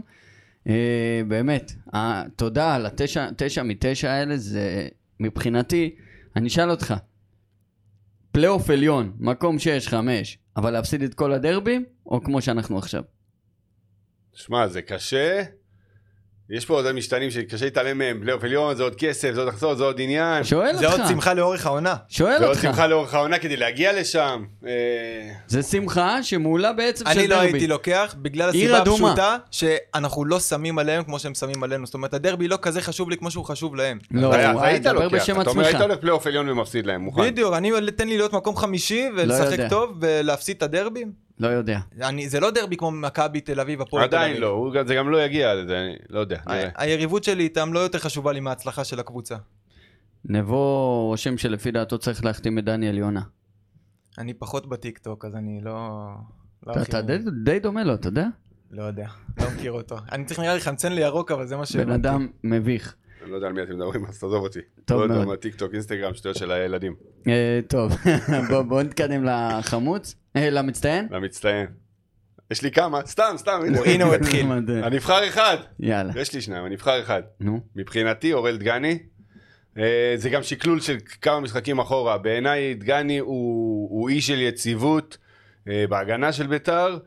Speaker 2: אה, באמת, אה, תודה על התשע תשע מתשע האלה, זה מבחינתי, אני אשאל אותך, פלייאוף עליון, מקום 6-5, אבל להפסיד את כל הדרבים, או כמו שאנחנו עכשיו?
Speaker 3: שמע, זה קשה. יש פה עוד משתנים שקשה להתעלם מהם. פלייאוף עליון, זה עוד כסף, זה עוד הכסות, זה עוד עניין.
Speaker 2: שואל
Speaker 4: זה עוד
Speaker 2: אותך,
Speaker 4: שמחה לאורך העונה.
Speaker 2: שואל
Speaker 3: זה עוד
Speaker 2: אותך,
Speaker 3: שמחה לאורך העונה כדי להגיע לשם. אה,
Speaker 2: זה שמחה שמעולה בעצם של דרבי.
Speaker 4: אני לא הייתי לוקח, בגלל
Speaker 2: עיר
Speaker 4: הסיבה
Speaker 2: אדומה.
Speaker 4: הפשוטה, שאנחנו לא שמים עליהם כמו שהם שמים עלינו. זאת אומרת, הדרבי לא כזה חשוב לי כמו שהוא חשוב להם.
Speaker 2: לא,
Speaker 3: אתה- אתה
Speaker 2: וואי,
Speaker 3: היית
Speaker 2: דבר
Speaker 3: לוקח,
Speaker 2: בשם
Speaker 3: אתה אומר, היית
Speaker 2: עצמך.
Speaker 3: הולך פלייאוף עליון ומפסיד להם, מוכן.
Speaker 4: בדיוק, אני, תן לי להיות מקום חמישי
Speaker 2: נכון. לא יודע.
Speaker 4: ולשחק טוב ולהפסיד את הדרבים.
Speaker 2: לא יודע.
Speaker 4: אני, זה לא דרבי כמו מכבי תל אביב, הפועל תל אביב.
Speaker 3: עדיין לא, הוא גם- זה גם לא יגיע לזה, אני לא יודע.
Speaker 2: אה,
Speaker 3: נראה.
Speaker 4: ה- היריבות שלי איתם לא יותר חשובה לי מההצלחה של הקבוצה.
Speaker 2: נבו רושם שלפי דעתו צריך להחתים את דניאל יונה.
Speaker 4: אני פחות בטיקטוק, אז אני לא... לא
Speaker 2: אתה-
Speaker 4: הכי-
Speaker 2: אתה די- די דומה לו, אתה יודע?
Speaker 4: לא יודע, לא מכיר אותו. אני צריך נראה לי חמצן לירוק, אבל זה מה ש...
Speaker 2: בן אדם מביך.
Speaker 3: אני לא יודע על מי אתם מדברים, אז תעזוב אותי.
Speaker 2: טוב
Speaker 3: לא יודע
Speaker 2: מאוד.
Speaker 3: מה, טיקטוק, אינסטגרם, שטויות של הילדים.
Speaker 2: אה, טוב, בוא- בואו נתקדם לחמוץ, אה, למצטיין.
Speaker 3: למצטיין. יש לי כמה, סתם, סתם,
Speaker 4: הנה הוא התחיל.
Speaker 2: מדהים.
Speaker 3: אני אבחר אחד.
Speaker 2: יאללה,
Speaker 3: יש לי שניים, אני אבחר אחד.
Speaker 2: נו.
Speaker 3: מבחינתי אורל דגני. אה, זה גם שקלול של כמה משחקים אחורה. בעיניי דגני הוא, הוא אי של יציבות אה, בהגנה של ביתר.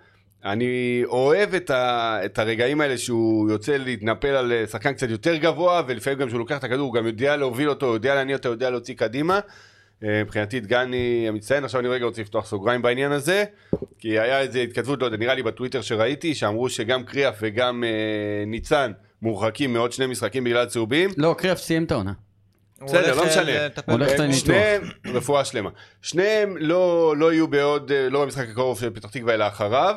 Speaker 3: אני אוהב את, ה, את הרגעים האלה שהוא יוצא להתנפל על אה, שחקן קצת יותר גבוה, ולפעמים גם כשהוא לוקח את הכדור הוא גם יודע להוביל אותו, יודע להניע אותו, יודע להוציא קדימה. אה, מבחינתי דגני המצטיין, עכשיו אני רגע רוצה לפתוח סוגריים בעניין הזה, כי היה איזו התכתבות, לא יודע, נראה לי בטוויטר שראיתי, שאמרו שגם קריאף וגם אה, ניצן מורחקים מעוד שני משחקים בגלל צהובים.
Speaker 2: לא, קרף סיים את העונה.
Speaker 4: הוא
Speaker 3: בסדר,
Speaker 4: הולך,
Speaker 3: לא
Speaker 4: אה,
Speaker 3: משנה.
Speaker 4: לטפל
Speaker 2: הולך
Speaker 4: בעצמו.
Speaker 2: את הניתוח.
Speaker 3: שניהם, רפואה שלמה. שניהם לא, לא יהיו בעוד, אה, לא במשחק הקרוב של פתח תקווה, אלא אחריו.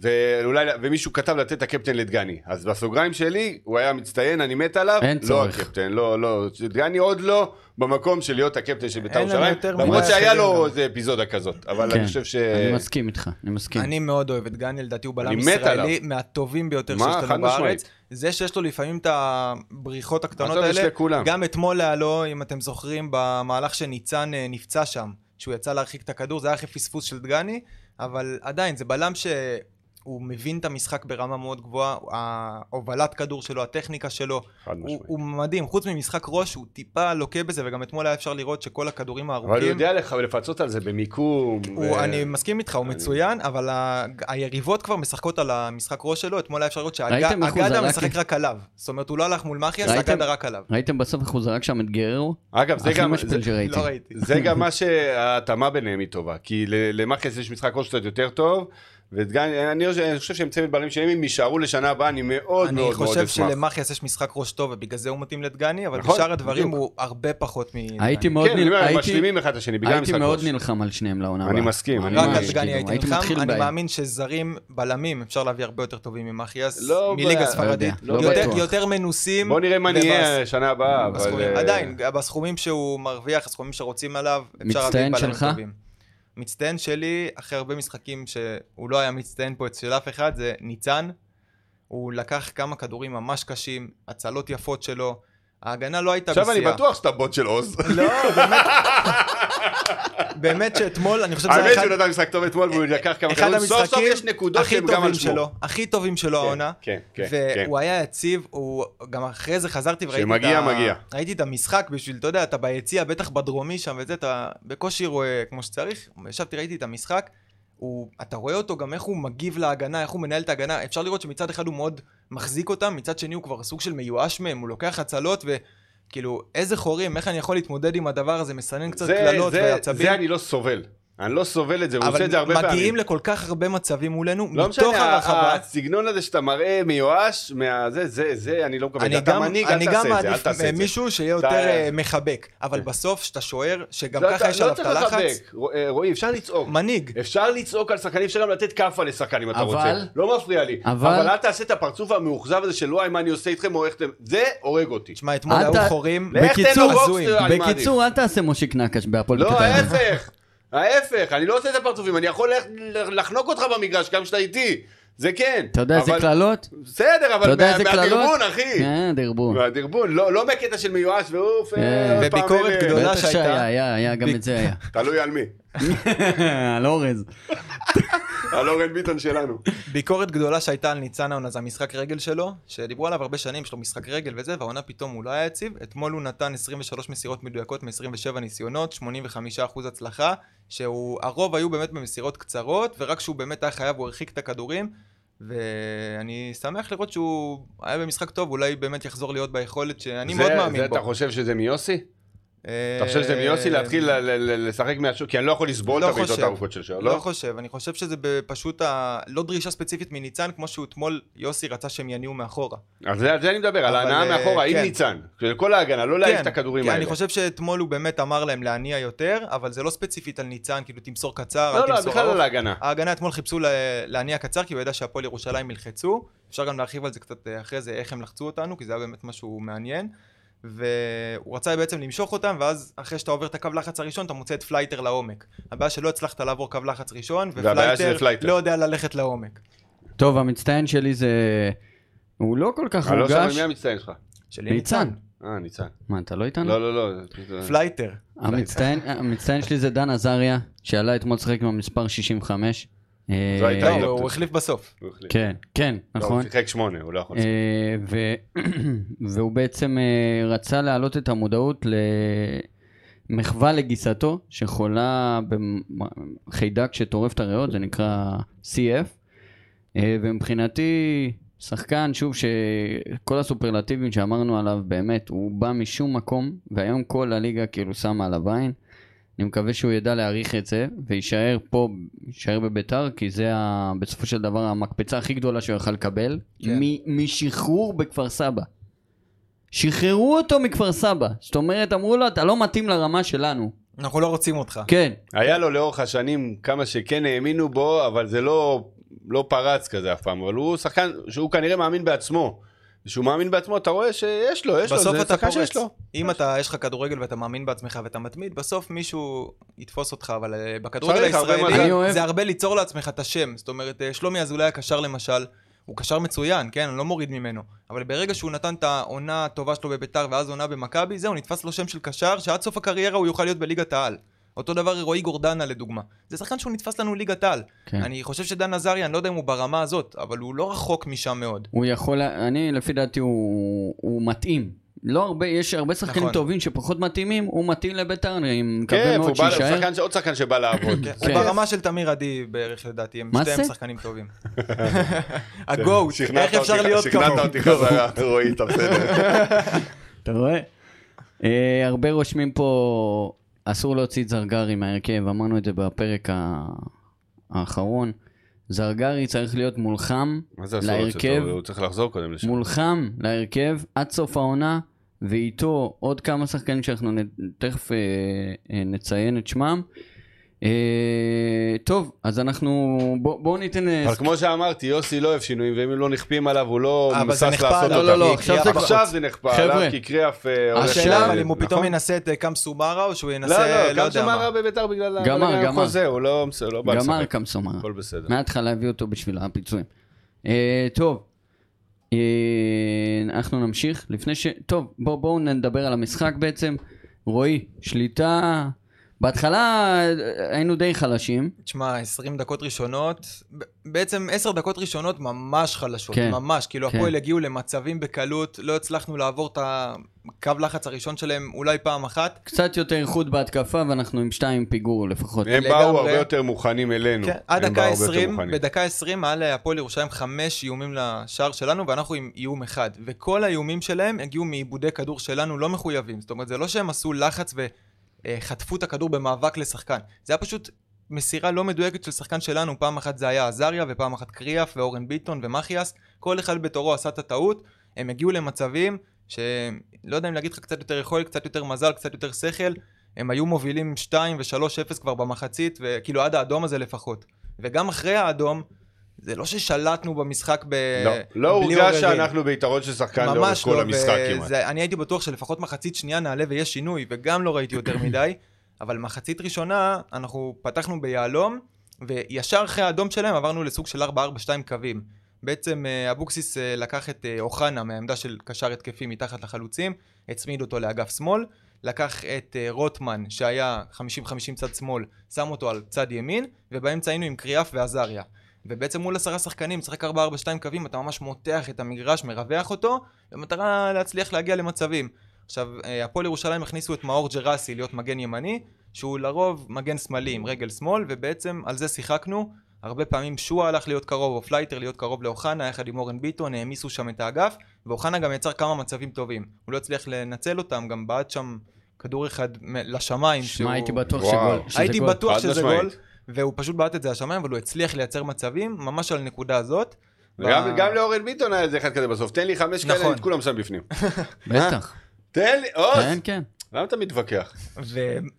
Speaker 3: ואולי, ומישהו כתב לתת את הקפטן לדגני. אז בסוגריים שלי, הוא היה מצטיין, אני מת עליו.
Speaker 2: אין צורך.
Speaker 3: לא הקפטן, לא, לא. דגני עוד לא במקום של להיות הקפטן של בית"ר
Speaker 4: אין לנו
Speaker 3: ירושלים.
Speaker 4: יותר
Speaker 3: למרות
Speaker 4: מדי
Speaker 3: שהיה
Speaker 4: אחרים
Speaker 3: לו
Speaker 4: גם.
Speaker 3: איזה אפיזודה כזאת. אבל
Speaker 2: כן.
Speaker 3: אני חושב ש...
Speaker 2: אני מסכים איתך, אני מסכים.
Speaker 4: אני מאוד אוהב את גני, לדעתי הוא
Speaker 3: כן. אני
Speaker 4: בלם
Speaker 3: מת
Speaker 4: ישראלי
Speaker 3: עליו.
Speaker 4: מהטובים ביותר
Speaker 3: מה?
Speaker 4: שיש
Speaker 3: חד
Speaker 4: לנו בארץ.
Speaker 3: משמעית.
Speaker 4: זה שיש לו לפעמים את הבריחות הקטנות
Speaker 3: עכשיו יש
Speaker 4: האלה,
Speaker 3: לכולם.
Speaker 4: גם אתמול היה לו, אם אתם זוכרים, במהלך שניצן אה, נפצע שם, שהוא יצא להרחיק את הכדור, זה היה אחרי פספוס של דגני, אבל עדיין, זה בלם שהוא מבין את המשחק ברמה מאוד גבוהה, ההובלת כדור שלו, הטכניקה שלו,
Speaker 3: חד
Speaker 4: הוא,
Speaker 3: משמעית.
Speaker 4: הוא מדהים, חוץ ממשחק ראש, הוא טיפה לוקה בזה, וגם אתמול היה אפשר לראות שכל הכדורים
Speaker 3: אבל הוא
Speaker 4: הארוכים...
Speaker 3: יודע לך לפצות על זה במיקום.
Speaker 4: הוא,
Speaker 3: ו-
Speaker 4: אני מסכים איתך, הוא מצוין, אבל ה- היריבות כבר משחקות על המשחק ראש שלו, אתמול היה אפשר לראות
Speaker 2: ראיתם איך הוא
Speaker 4: שהגדה
Speaker 2: זרק?
Speaker 4: משחק רק עליו. זאת אומרת, הוא לא הלך מול מחיאס,
Speaker 2: ראיתם?
Speaker 4: הגדה רק עליו.
Speaker 2: ראיתם בסוף איך הוא זרק שם את גררו?
Speaker 3: אגב, זה
Speaker 2: הכי
Speaker 3: גם... זה-
Speaker 2: משפיל שראיתי.
Speaker 4: לא ראיתי.
Speaker 3: זה גם מה שההתאמה ביניהם היא טובה, כי ל- למאקס יש משחק ראש קצת יותר טוב, וגם, אני חושב- אני חושב שהם צוות בלמים שלהם, אם יישארו לשנה הבאה, אני מאוד
Speaker 4: אני
Speaker 3: מאוד מאוד
Speaker 4: חושב
Speaker 3: אשמח.
Speaker 4: שלמחיאס יש משחק ראש טוב, ובגלל זה הוא מתאים לדגני, אבל
Speaker 3: נכון,
Speaker 4: בשאר הדברים
Speaker 3: בדיוק.
Speaker 4: הוא הרבה פחות מ...
Speaker 2: הייתי מאוד
Speaker 3: כן, אני
Speaker 2: נל-
Speaker 3: אומר, הם
Speaker 2: הייתי-
Speaker 3: משלימים אחד את השני, בגלל
Speaker 2: הייתי
Speaker 3: משחק
Speaker 2: מאוד
Speaker 3: ראש.
Speaker 2: נלחם על שניהם לעונה הבאה.
Speaker 3: אני מסכים, אני
Speaker 4: רק
Speaker 3: ממש,
Speaker 4: על דגני
Speaker 2: כאילו,
Speaker 4: הייתי נלחם,
Speaker 2: מתחיל
Speaker 4: אני
Speaker 2: בהם.
Speaker 4: מאמין שזרים, בלמים, אפשר להביא הרבה יותר טובים ממחיאס,
Speaker 3: לא
Speaker 4: מליגה
Speaker 3: בעיה.
Speaker 4: ספרדית.
Speaker 2: לא יודע,
Speaker 4: יותר-
Speaker 2: לא בטוח.
Speaker 4: יותר מנוסים.
Speaker 3: בוא נראה מה
Speaker 4: ובס-
Speaker 3: נהיה שנה הבאה, אבל...
Speaker 4: בסכומים,
Speaker 3: אה,
Speaker 4: עדיין, בסכומים שהוא מרוויח, הסכומים שרוצים עליו, אפשר
Speaker 2: מצטיין
Speaker 4: להביא בלמים
Speaker 2: שלך?
Speaker 4: טובים. מצטיין שלי, אחרי הרבה משחקים שהוא לא היה מצטיין פה אצל אף אחד, זה ניצן. הוא לקח כמה כדורים ממש קשים, הצלות יפות שלו. ההגנה לא הייתה בשיאה.
Speaker 3: עכשיו אני בטוח שאתה בוט של עוז.
Speaker 4: לא, באמת. באמת שאתמול, אני חושב שזה היה
Speaker 3: האמת
Speaker 4: אחד...
Speaker 3: שהוא נתן משחק טוב אתמול והוא לקח כמה
Speaker 4: אחד
Speaker 3: כדורים. סוף סוף
Speaker 4: המשחקים
Speaker 3: יש נקודות
Speaker 4: הכי
Speaker 3: שהם גם
Speaker 4: טובים
Speaker 3: על שמו.
Speaker 4: שלו, הכי טובים שלו העונה.
Speaker 3: כן, כן, כן.
Speaker 4: והוא היה יציב, הוא גם אחרי זה חזרתי וראיתי
Speaker 3: שמגיע,
Speaker 4: את, ה...
Speaker 3: מגיע.
Speaker 4: ראיתי את המשחק בשביל, אתה יודע, אתה ביציע, בטח בדרומי שם וזה, אתה בקושי רואה כמו שצריך. ישבתי, ראיתי את המשחק, הוא... אתה רואה אותו גם איך הוא מגיב להגנה, איך הוא מנהל את ההגנה. אפשר לראות שמצד אחד הוא מאוד מחזיק אותם, מצד שני הוא כבר סוג של מיואש מהם, הוא לוקח הצלות ו... כאילו, איזה חורים, איך אני יכול להתמודד עם הדבר הזה, מסנן קצת
Speaker 3: זה-
Speaker 4: קללות
Speaker 3: זה-
Speaker 4: ועצבים.
Speaker 3: זה אני לא סובל. אני לא סובל את זה, הוא עושה את זה הרבה
Speaker 4: אבל
Speaker 3: פעמים.
Speaker 4: מגיעים לכל כך הרבה מצבים מולנו,
Speaker 3: לא
Speaker 4: מתוך
Speaker 3: משנה, ה-
Speaker 4: הרחבה.
Speaker 3: הסגנון הזה שאתה מראה מיואש, מהזה, זה, זה, אני לא מקבל.
Speaker 4: אני
Speaker 3: אתה
Speaker 4: גם,
Speaker 3: מנהיג,
Speaker 4: אני
Speaker 3: אל
Speaker 4: גם
Speaker 3: תעשה את זה, אל
Speaker 4: מעדיף
Speaker 3: תעשה את זה.
Speaker 4: מישהו שיהיה
Speaker 3: אתה-
Speaker 4: יותר אה, מחבק, אבל בסוף שאתה שוער, שגם
Speaker 3: לא,
Speaker 4: ככה
Speaker 3: אתה-
Speaker 4: יש
Speaker 3: לא
Speaker 4: עליו את
Speaker 3: צריך
Speaker 4: הלחץ,
Speaker 3: לחבק. אה, רוא- אה, רועי, אפשר לצעוק.
Speaker 4: מנהיג.
Speaker 3: אפשר לצעוק על שחקנים, אפשר גם לתת כאפה לשחקן אם אתה
Speaker 2: אבל-
Speaker 3: רוצה. לא מפריע לי.
Speaker 2: אבל-
Speaker 3: אבל אל תעשה את הפרצוף המאוכזב הזה של וואי, מה אני עושה איתכם או איך אתם... זה הורג אותי.
Speaker 4: תשמע, אתמול
Speaker 2: אתה-
Speaker 4: היו חורים,
Speaker 3: לך תן לו
Speaker 2: בקיצור,
Speaker 3: בוקס,
Speaker 4: הזויים.
Speaker 3: אה, אני
Speaker 2: בקיצור, אל תעשה מושיק נקש בהפועל
Speaker 3: לא,
Speaker 2: בקטן.
Speaker 3: ההפך. ההפך, אני לא עושה את הפרצופים, אני יכול ללכת לחנוק אותך במגרש גם כשאתה איתי. זה כן.
Speaker 2: אתה יודע איזה
Speaker 3: אבל-
Speaker 2: קללות?
Speaker 3: בסדר,
Speaker 2: אתה
Speaker 3: אבל
Speaker 2: יודע איזה
Speaker 3: מה-
Speaker 2: קללות?
Speaker 3: מהדרבון, אחי.
Speaker 2: כן, דרבון.
Speaker 3: מהדרבון, לא לא בקטע של מיואש ואוף.
Speaker 2: כן.
Speaker 3: אה, עוד פעם,
Speaker 4: וביקורת
Speaker 3: אה,
Speaker 4: גדולה.
Speaker 2: בטח
Speaker 4: שהייתה.
Speaker 2: שהיה, היה, היה, גם
Speaker 4: ב-
Speaker 2: את זה היה.
Speaker 3: תלוי על מי.
Speaker 2: על אורז.
Speaker 3: על אורן ביטון שלנו.
Speaker 4: ביקורת גדולה שהייתה על ניצן העונה, זה המשחק רגל שלו, שדיברו עליו הרבה שנים, יש לו משחק רגל וזה, והעונה פתאום הוא לא היה יציב. אתמול הוא נתן 23 מסירות מדויקות מ-27 ניסיונות, 85% הצלחה, שהוא, הרוב היו באמת במסירות קצרות, ורק כשהוא באמת היה חייב הוא הרחיק את הכדורים, ואני שמח לראות שהוא היה במשחק טוב, אולי באמת יחזור להיות ביכולת שאני
Speaker 3: זה-
Speaker 4: מאוד
Speaker 3: זה
Speaker 4: מאמין בו. אה,
Speaker 3: אתה חושב שזה מיוסי? אתה חושב שזה מיוסי להתחיל ל- ל- ל- לשחק מהשוק? כי אני לא יכול לסבול
Speaker 4: לא
Speaker 3: את הבעיטות
Speaker 4: חושב.
Speaker 3: הארוכות של שלו.
Speaker 4: לא חושב, אני חושב שזה פשוט ה... לא דרישה ספציפית מניצן, כמו שהוא אתמול, יוסי רצה שהם יניעו מאחורה.
Speaker 3: על זה על זה אני מדבר, על
Speaker 4: אבל,
Speaker 3: ההנאה
Speaker 4: אה,
Speaker 3: מאחורה, עם
Speaker 4: כן.
Speaker 3: ניצן. של כל ההגנה, לא להעיף את הכדורים
Speaker 4: כן,
Speaker 3: האלה.
Speaker 4: אני חושב שאתמול הוא באמת אמר להם להניע יותר, אבל זה לא ספציפית על ניצן, כאילו תמסור קצר,
Speaker 3: לא,
Speaker 4: אל
Speaker 3: לא,
Speaker 4: תמסור
Speaker 3: בכלל
Speaker 4: ארוך.
Speaker 3: על ההגנה.
Speaker 4: ההגנה אתמול חיפשו לה- להניע קצר, כי הוא ידע שהפועל ירושלים ילחצו. אפשר גם להרחיב על זה קצת אה, אחרי זה, איך הם לחצו אותנו, כי זה היה באמת משהו מעניין. והוא רצה בעצם למשוך אותם, ואז אחרי שאתה עובר את הקו לחץ הראשון, אתה מוצא את פלייטר לעומק. הבעיה שלא הצלחת לעבור קו לחץ ראשון,
Speaker 3: והבעיה שזה פלייטר.
Speaker 4: לא יודע ללכת לעומק.
Speaker 2: טוב, המצטיין שלי זה... הוא לא כל כך
Speaker 3: אני לא שומע
Speaker 2: הורגש.
Speaker 3: מי המצטיין שלך.
Speaker 4: שלי
Speaker 2: ניצן.
Speaker 3: אה, ניצן.
Speaker 2: מה, אתה לא
Speaker 4: כן.
Speaker 2: איתנו?
Speaker 3: לא, לא, לא. זה-
Speaker 4: פלייטר.
Speaker 2: אה. המצטיין, המצטיין שלי זה דן עזריה, שעלה אתמול לשחק עם המספר 65. אה,
Speaker 3: זו הייתה
Speaker 4: לא,
Speaker 3: אה, לא,
Speaker 4: הוא
Speaker 3: טוב.
Speaker 4: החליף בסוף.
Speaker 3: הוא החליט.
Speaker 2: כן, כן,
Speaker 3: לא,
Speaker 2: נכון.
Speaker 3: הוא שיחק שמונה, הוא לא יכול. לשחק.
Speaker 2: אה, ו... והוא בעצם אה, רצה להעלות את המודעות למחווה לגיסתו, שחולה בחיידק שטורף את הריאות, זה נקרא CF. אה, ומבחינתי, שחקן, שוב, שכל הסופרלטיבים שאמרנו עליו, באמת, הוא בא משום מקום, והיום כל הליגה כאילו שמה עליו עין. אני מקווה שהוא ידע להעריך את זה, ויישאר פה, יישאר בביתר, כי זה ה... בסופו של דבר המקפצה הכי גדולה שהוא יכל לקבל,
Speaker 4: כן.
Speaker 2: מ- משחרור בכפר סבא. שחררו אותו מכפר סבא. זאת אומרת, אמרו לו, אתה לא מתאים לרמה שלנו.
Speaker 4: אנחנו לא רוצים אותך.
Speaker 2: כן.
Speaker 3: היה לו לאורך השנים כמה שכן האמינו בו, אבל זה לא, לא פרץ כזה אף פעם, אבל הוא שחקן שהוא כנראה מאמין בעצמו. כשהוא מאמין בעצמו, אתה רואה שיש לו, לא, יש לו,
Speaker 4: בסוף
Speaker 3: זה
Speaker 4: אתה
Speaker 3: שחקן
Speaker 4: פורץ.
Speaker 3: שיש לו.
Speaker 4: אם אתה, יש לך כדורגל ואתה מאמין בעצמך ואתה מתמיד, בסוף מישהו יתפוס אותך, אבל אה, בכדורגל
Speaker 3: לך הרבה
Speaker 4: הישראלי
Speaker 3: מזל.
Speaker 2: אני אוהב-
Speaker 4: זה הרבה ליצור לעצמך את השם. זאת אומרת, אה, שלומי אזולאי הקשר למשל, הוא קשר מצוין, כן? אני לא מוריד ממנו. אבל ברגע שהוא נתן את העונה הטובה שלו בביתר ואז עונה במכבי, זהו, נתפס לו שם של קשר, שעד סוף הקריירה הוא יוכל להיות בליגת העל. אותו דבר רועי גורדנה לדוגמה. זה שחקן שהוא נתפס לנו ליגת העל.
Speaker 2: כן.
Speaker 4: אני חושב שדן עזריה, אני לא יודע אם הוא ברמה הזאת, אבל הוא לא רחוק משם מאוד.
Speaker 2: הוא יכול, אני לפי דעתי הוא, הוא מתאים. לא הרבה, יש הרבה שחקנים
Speaker 4: נכון.
Speaker 2: טובים שפחות מתאימים, הוא מתאים לביתר, אני מקווה
Speaker 3: כיף,
Speaker 2: מאוד
Speaker 3: הוא כן, בא, הוא
Speaker 2: שיישאר.
Speaker 3: שחקן, ש- עוד שחקן שבא לעבוד.
Speaker 4: כן,
Speaker 2: כן.
Speaker 4: הוא ברמה של תמיר עדי בערך לדעתי, הם
Speaker 2: מה
Speaker 4: שתיהם
Speaker 2: זה?
Speaker 4: שחקנים טובים. הגו,
Speaker 3: כן. שכנעת
Speaker 4: איך אפשר
Speaker 3: אותי-
Speaker 4: להיות
Speaker 3: שכנעת
Speaker 4: כמוהו?
Speaker 3: אותי חזרה, רועי, אתה בסדר.
Speaker 2: אתה רואה? אה, הרבה רושמים פה, אסור להוציא את זרגרי מההרכב, אמרנו את זה בפרק ה- האחרון. זרגרי צריך להיות מולחם,
Speaker 3: מה זה אסור לצאת?
Speaker 2: להרכב.
Speaker 3: הוא- הוא צריך לחזור קודם לשם.
Speaker 2: מולחם להרכב עד סוף העונה, ואיתו עוד כמה שחקנים שאנחנו נ- תכף אה, אה, נציין את שמם. אה, טוב, אז אנחנו... בוא- בואו ניתן... אה,
Speaker 3: אבל כמו שאמרתי, יוסי לא אוהב שינויים, ואם הם לא נכפים עליו, הוא לא
Speaker 4: אבל
Speaker 3: מבוסס
Speaker 4: זה נכפה
Speaker 3: לעשות
Speaker 4: עליו,
Speaker 3: אותם.
Speaker 2: לא, לא,
Speaker 4: כי
Speaker 2: עכשיו
Speaker 4: קריאה
Speaker 2: זה
Speaker 4: בחוץ.
Speaker 3: עכשיו זה נכפה
Speaker 2: חבר'ה.
Speaker 3: עליו, כי קריאף אה, הולך...
Speaker 2: השאלה,
Speaker 4: השאלה, אבל אם הוא
Speaker 3: נכון?
Speaker 4: פתאום ינסה את אה, קמסומרה, או שהוא
Speaker 3: לא,
Speaker 4: ינסה, לא
Speaker 3: לא,
Speaker 4: יודע
Speaker 3: קמסומרה
Speaker 4: מה.
Speaker 3: בביתר בגלל...
Speaker 2: גמר,
Speaker 3: הבלגן עם
Speaker 2: גמר.
Speaker 3: חוזה, הוא לא לא בא לשחק.
Speaker 2: גמר קמסומרה.
Speaker 3: הכל בסדר.
Speaker 2: מההתחלה הביאו אותו בשביל הפיצויים. אה, טוב, אה, אנחנו נמשיך. לפני ש... טוב, בואו בוא נדבר על המשחק בעצם. רועי, שליטה בהתחלה אה, היינו די חלשים.
Speaker 4: תשמע, 20 דקות ראשונות, ב- בעצם 10 דקות ראשונות ממש חלשות,
Speaker 2: כן.
Speaker 4: כן. ממש. כאילו,
Speaker 2: כן.
Speaker 4: כן. הפועל הגיעו למצבים בקלות, לא הצלחנו לעבור את הקו לחץ הראשון שלהם אולי פעם אחת.
Speaker 2: קצת יותר איכות בהתקפה, ואנחנו עם שתיים פיגור לפחות.
Speaker 3: הם
Speaker 4: לגמרי.
Speaker 3: באו הרבה יותר מוכנים אלינו.
Speaker 4: כן, עד
Speaker 3: הם באו
Speaker 4: דקה
Speaker 3: הרבה יותר
Speaker 4: 20,
Speaker 3: מוכנים.
Speaker 4: בדקה 20 היה להפועל ירושלים חמש איומים לשער שלנו, ואנחנו עם איום אחד. וכל האיומים שלהם הגיעו מעיבודי כדור שלנו לא מחויבים. זאת אומרת, זה לא שהם עשו לחץ וחטפו את הכדור במאבק לשחקן. זה היה פשוט מסירה לא מדויקת של שחקן שלנו, פעם אחת זה היה עזריה, ופעם אחת קריאף, ואורן ביטון, ומחיאס. כל אחד בתורו עשה את הטעות, הם הגיעו למצבים שלא יודע אם להגיד לך קצת יותר יכולת, קצת יותר מזל, קצת יותר שכל. הם היו מובילים 2 ו-3-0 כבר במחצית, וכאילו עד האדום הזה לפחות. וגם אחרי האדום, זה לא ששלטנו במשחק ב...
Speaker 3: לא, לא
Speaker 4: בלי
Speaker 3: הורגש
Speaker 4: עוררין.
Speaker 3: שאנחנו ביתרון של שחקן לאורך
Speaker 4: ממש
Speaker 3: כל
Speaker 4: לא,
Speaker 3: המשחק
Speaker 4: וזה-
Speaker 3: כמעט.
Speaker 4: אני הייתי בטוח שלפחות מחצית שנייה נעלה ויש שינוי, וגם לא ראיתי יותר מדי, אבל מחצית ראשונה, אנחנו פתחנו ביהלום, וישר אחרי האדום שלהם עברנו לסוג של 4-4-2 קווים. בעצם אה, אבוקסיס אה, לקח את אה, אוחנה מהעמדה של קשר התקפי מתחת לחלוצים, הצמיד אותו לאגף שמאל, לקח את אה, רוטמן שהיה 50-50 צד שמאל, שם אותו על צד ימין, ובאמצע היינו עם קריאף ועזריה. ובעצם מול עשרה שחקנים, משחק 4-4-2 קווים, אתה ממש מותח את המגרש, מרווח אותו, במטרה להצליח להגיע למצבים. עכשיו, אה, הפועל ירושלים הכניסו את מאור ג'רסי להיות מגן ימני, שהוא לרוב מגן שמאלי עם רגל שמאל, ובעצם על זה שיחקנו. הרבה פעמים שועה הלך להיות קרוב, או פלייטר להיות קרוב לאוחנה, יחד עם אורן ביטון, העמיסו שם את האגף, ואוחנה גם יצר כמה מצבים טובים. הוא לא הצליח לנצל אותם, גם בעט שם כדור אחד מ- לשמיים.
Speaker 2: שמע, הייתי בטוח
Speaker 3: וואו.
Speaker 2: שגול. שזה
Speaker 4: הייתי
Speaker 2: גול.
Speaker 4: בטוח
Speaker 3: חד
Speaker 4: שזה
Speaker 3: משמעית.
Speaker 4: גול, והוא פשוט בעט את זה לשמיים, אבל הוא הצליח לייצר מצבים ממש על הנקודה הזאת.
Speaker 3: גם-
Speaker 4: ב-
Speaker 3: גם לאורן ביטון היה איזה אחד כזה בסוף, תן לי חמש כאלה,
Speaker 4: נכון.
Speaker 3: את כולם שם בפנים.
Speaker 4: אה?
Speaker 2: בטח.
Speaker 3: תן לי, עוז,
Speaker 2: כן, כן.
Speaker 3: למה אתה מתווכח?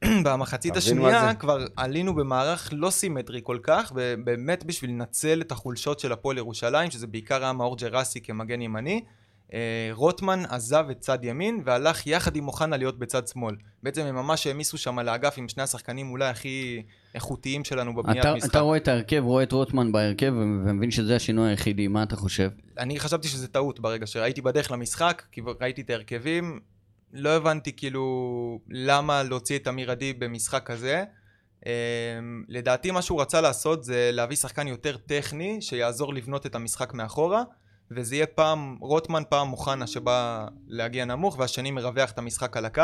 Speaker 4: ובמחצית
Speaker 3: תבין מה
Speaker 4: השנייה
Speaker 3: זה.
Speaker 4: כבר עלינו במערך לא סימטרי כל כך, ובאמת בשביל לנצל את החולשות של הפועל ירושלים, שזה בעיקר היה מאור ג'רסי כמגן ימני. אה, רוטמן עזב את צד ימין והלך יחד עם אוחנה להיות בצד שמאל. בעצם הם ממש העמיסו שם על האגף עם שני השחקנים אולי הכי איכותיים שלנו בבניית
Speaker 2: אתה,
Speaker 4: משחק.
Speaker 2: אתה רואה את ההרכב, רואה את רוטמן בהרכב ו- ומבין שזה השינוי היחידי, מה אתה חושב?
Speaker 4: אני חשבתי שזה טעות ברגע שראיתי בדרך למשחק, כי ראיתי את ההרכבים, לא הבנתי כאילו למה להוציא את אמיר עדי במשחק כזה. אמ, לדעתי מה שהוא רצה לעשות זה להביא שחקן יותר טכני, שיעזור לבנות את המשחק מאחורה, וזה יהיה פעם רוטמן, פעם מוכנה שבא להגיע נמוך, והשני מרווח את המשחק על הקו.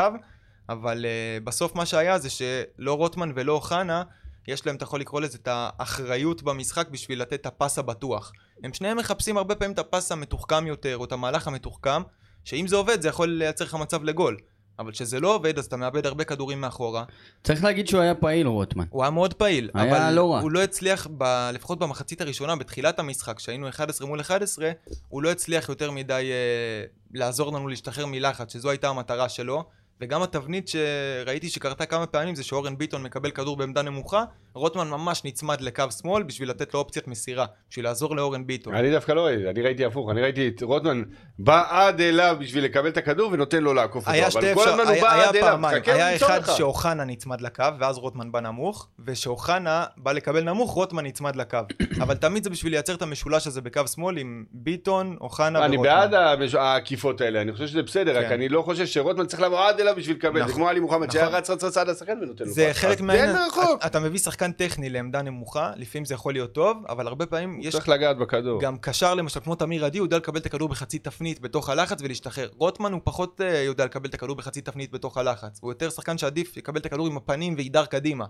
Speaker 4: אבל uh, בסוף מה שהיה זה שלא רוטמן ולא אוחנה, יש להם, אתה יכול לקרוא לזה, את האחריות במשחק בשביל לתת את הפס הבטוח. הם שניהם מחפשים הרבה פעמים את הפס המתוחכם יותר, או את המהלך המתוחכם, שאם זה עובד זה יכול לייצר לך מצב לגול. אבל כשזה לא עובד אז אתה מאבד הרבה כדורים מאחורה.
Speaker 2: צריך להגיד שהוא היה פעיל, רוטמן.
Speaker 4: הוא היה מאוד פעיל,
Speaker 2: היה
Speaker 4: אבל
Speaker 2: לא רע.
Speaker 4: הוא לא הצליח, ב, לפחות במחצית הראשונה, בתחילת המשחק, שהיינו 11 מול 11, הוא לא הצליח יותר מדי אה, לעזור לנו להשתחרר מלחץ, שזו הייתה המטרה שלו. וגם התבנית שראיתי שקרתה כמה פעמים זה שאורן ביטון מקבל כדור בעמדה נמוכה, רוטמן ממש נצמד לקו שמאל בשביל לתת לו אופציית מסירה, בשביל לעזור לאורן ביטון.
Speaker 3: אני דווקא לא ראיתי, אני ראיתי הפוך, אני ראיתי את רוטמן בא עד אליו בשביל לקבל את הכדור ונותן לו לעקוף אותו,
Speaker 4: היה
Speaker 3: אבל
Speaker 4: שתי
Speaker 3: כל הזמן
Speaker 4: אפשר,
Speaker 3: הוא בא
Speaker 4: היה,
Speaker 3: עד
Speaker 4: היה
Speaker 3: אליו,
Speaker 4: פעמיים,
Speaker 3: חכה הוא
Speaker 4: היה
Speaker 3: ימצא
Speaker 4: אחד
Speaker 3: אותך.
Speaker 4: שאוחנה נצמד לקו ואז רוטמן בא נמוך, ושאוחנה בא לקבל נמוך, רוטמן נצמד לקו. אבל תמיד זה בשביל לייצר את המשולש הזה בקו שמאל עם ביטון, אוחנה ורוטמן.
Speaker 3: אני בעד המש- העקיפות האלה, אני חושב שזה בסדר, רק
Speaker 4: כן.
Speaker 3: אני לא חושב שרוטמן צריך לבוא עד אליו בשביל לקבל, זה
Speaker 4: נכון.
Speaker 3: כמו עלי מוחמד
Speaker 4: נכון.
Speaker 3: שהיה רץ רץ רץ עד השחקן ונותן לו
Speaker 4: זה
Speaker 3: פס.
Speaker 4: חלק
Speaker 3: אז
Speaker 4: מהעניין, אה,
Speaker 3: תן לו רחוק.
Speaker 4: אתה- אתה מביא שחקן טכני לעמדה נמוכה, לפעמים זה יכול להיות טוב, אבל הרבה פעמים
Speaker 3: הוא
Speaker 4: יש
Speaker 3: צריך לגעת בכדור.
Speaker 4: גם קשר למשל, כמו תמיר עדי, הוא יודע לקבל את הכדור בחצי תפנית בתוך הלחץ ולהשתחרר. רוטמן הוא פחות אה, יודע לקבל את הכדור בחצי תפנית בתוך הלחץ. הוא יותר שחקן שעדיף יקבל את הכדור עם הפנים וידר קדימה.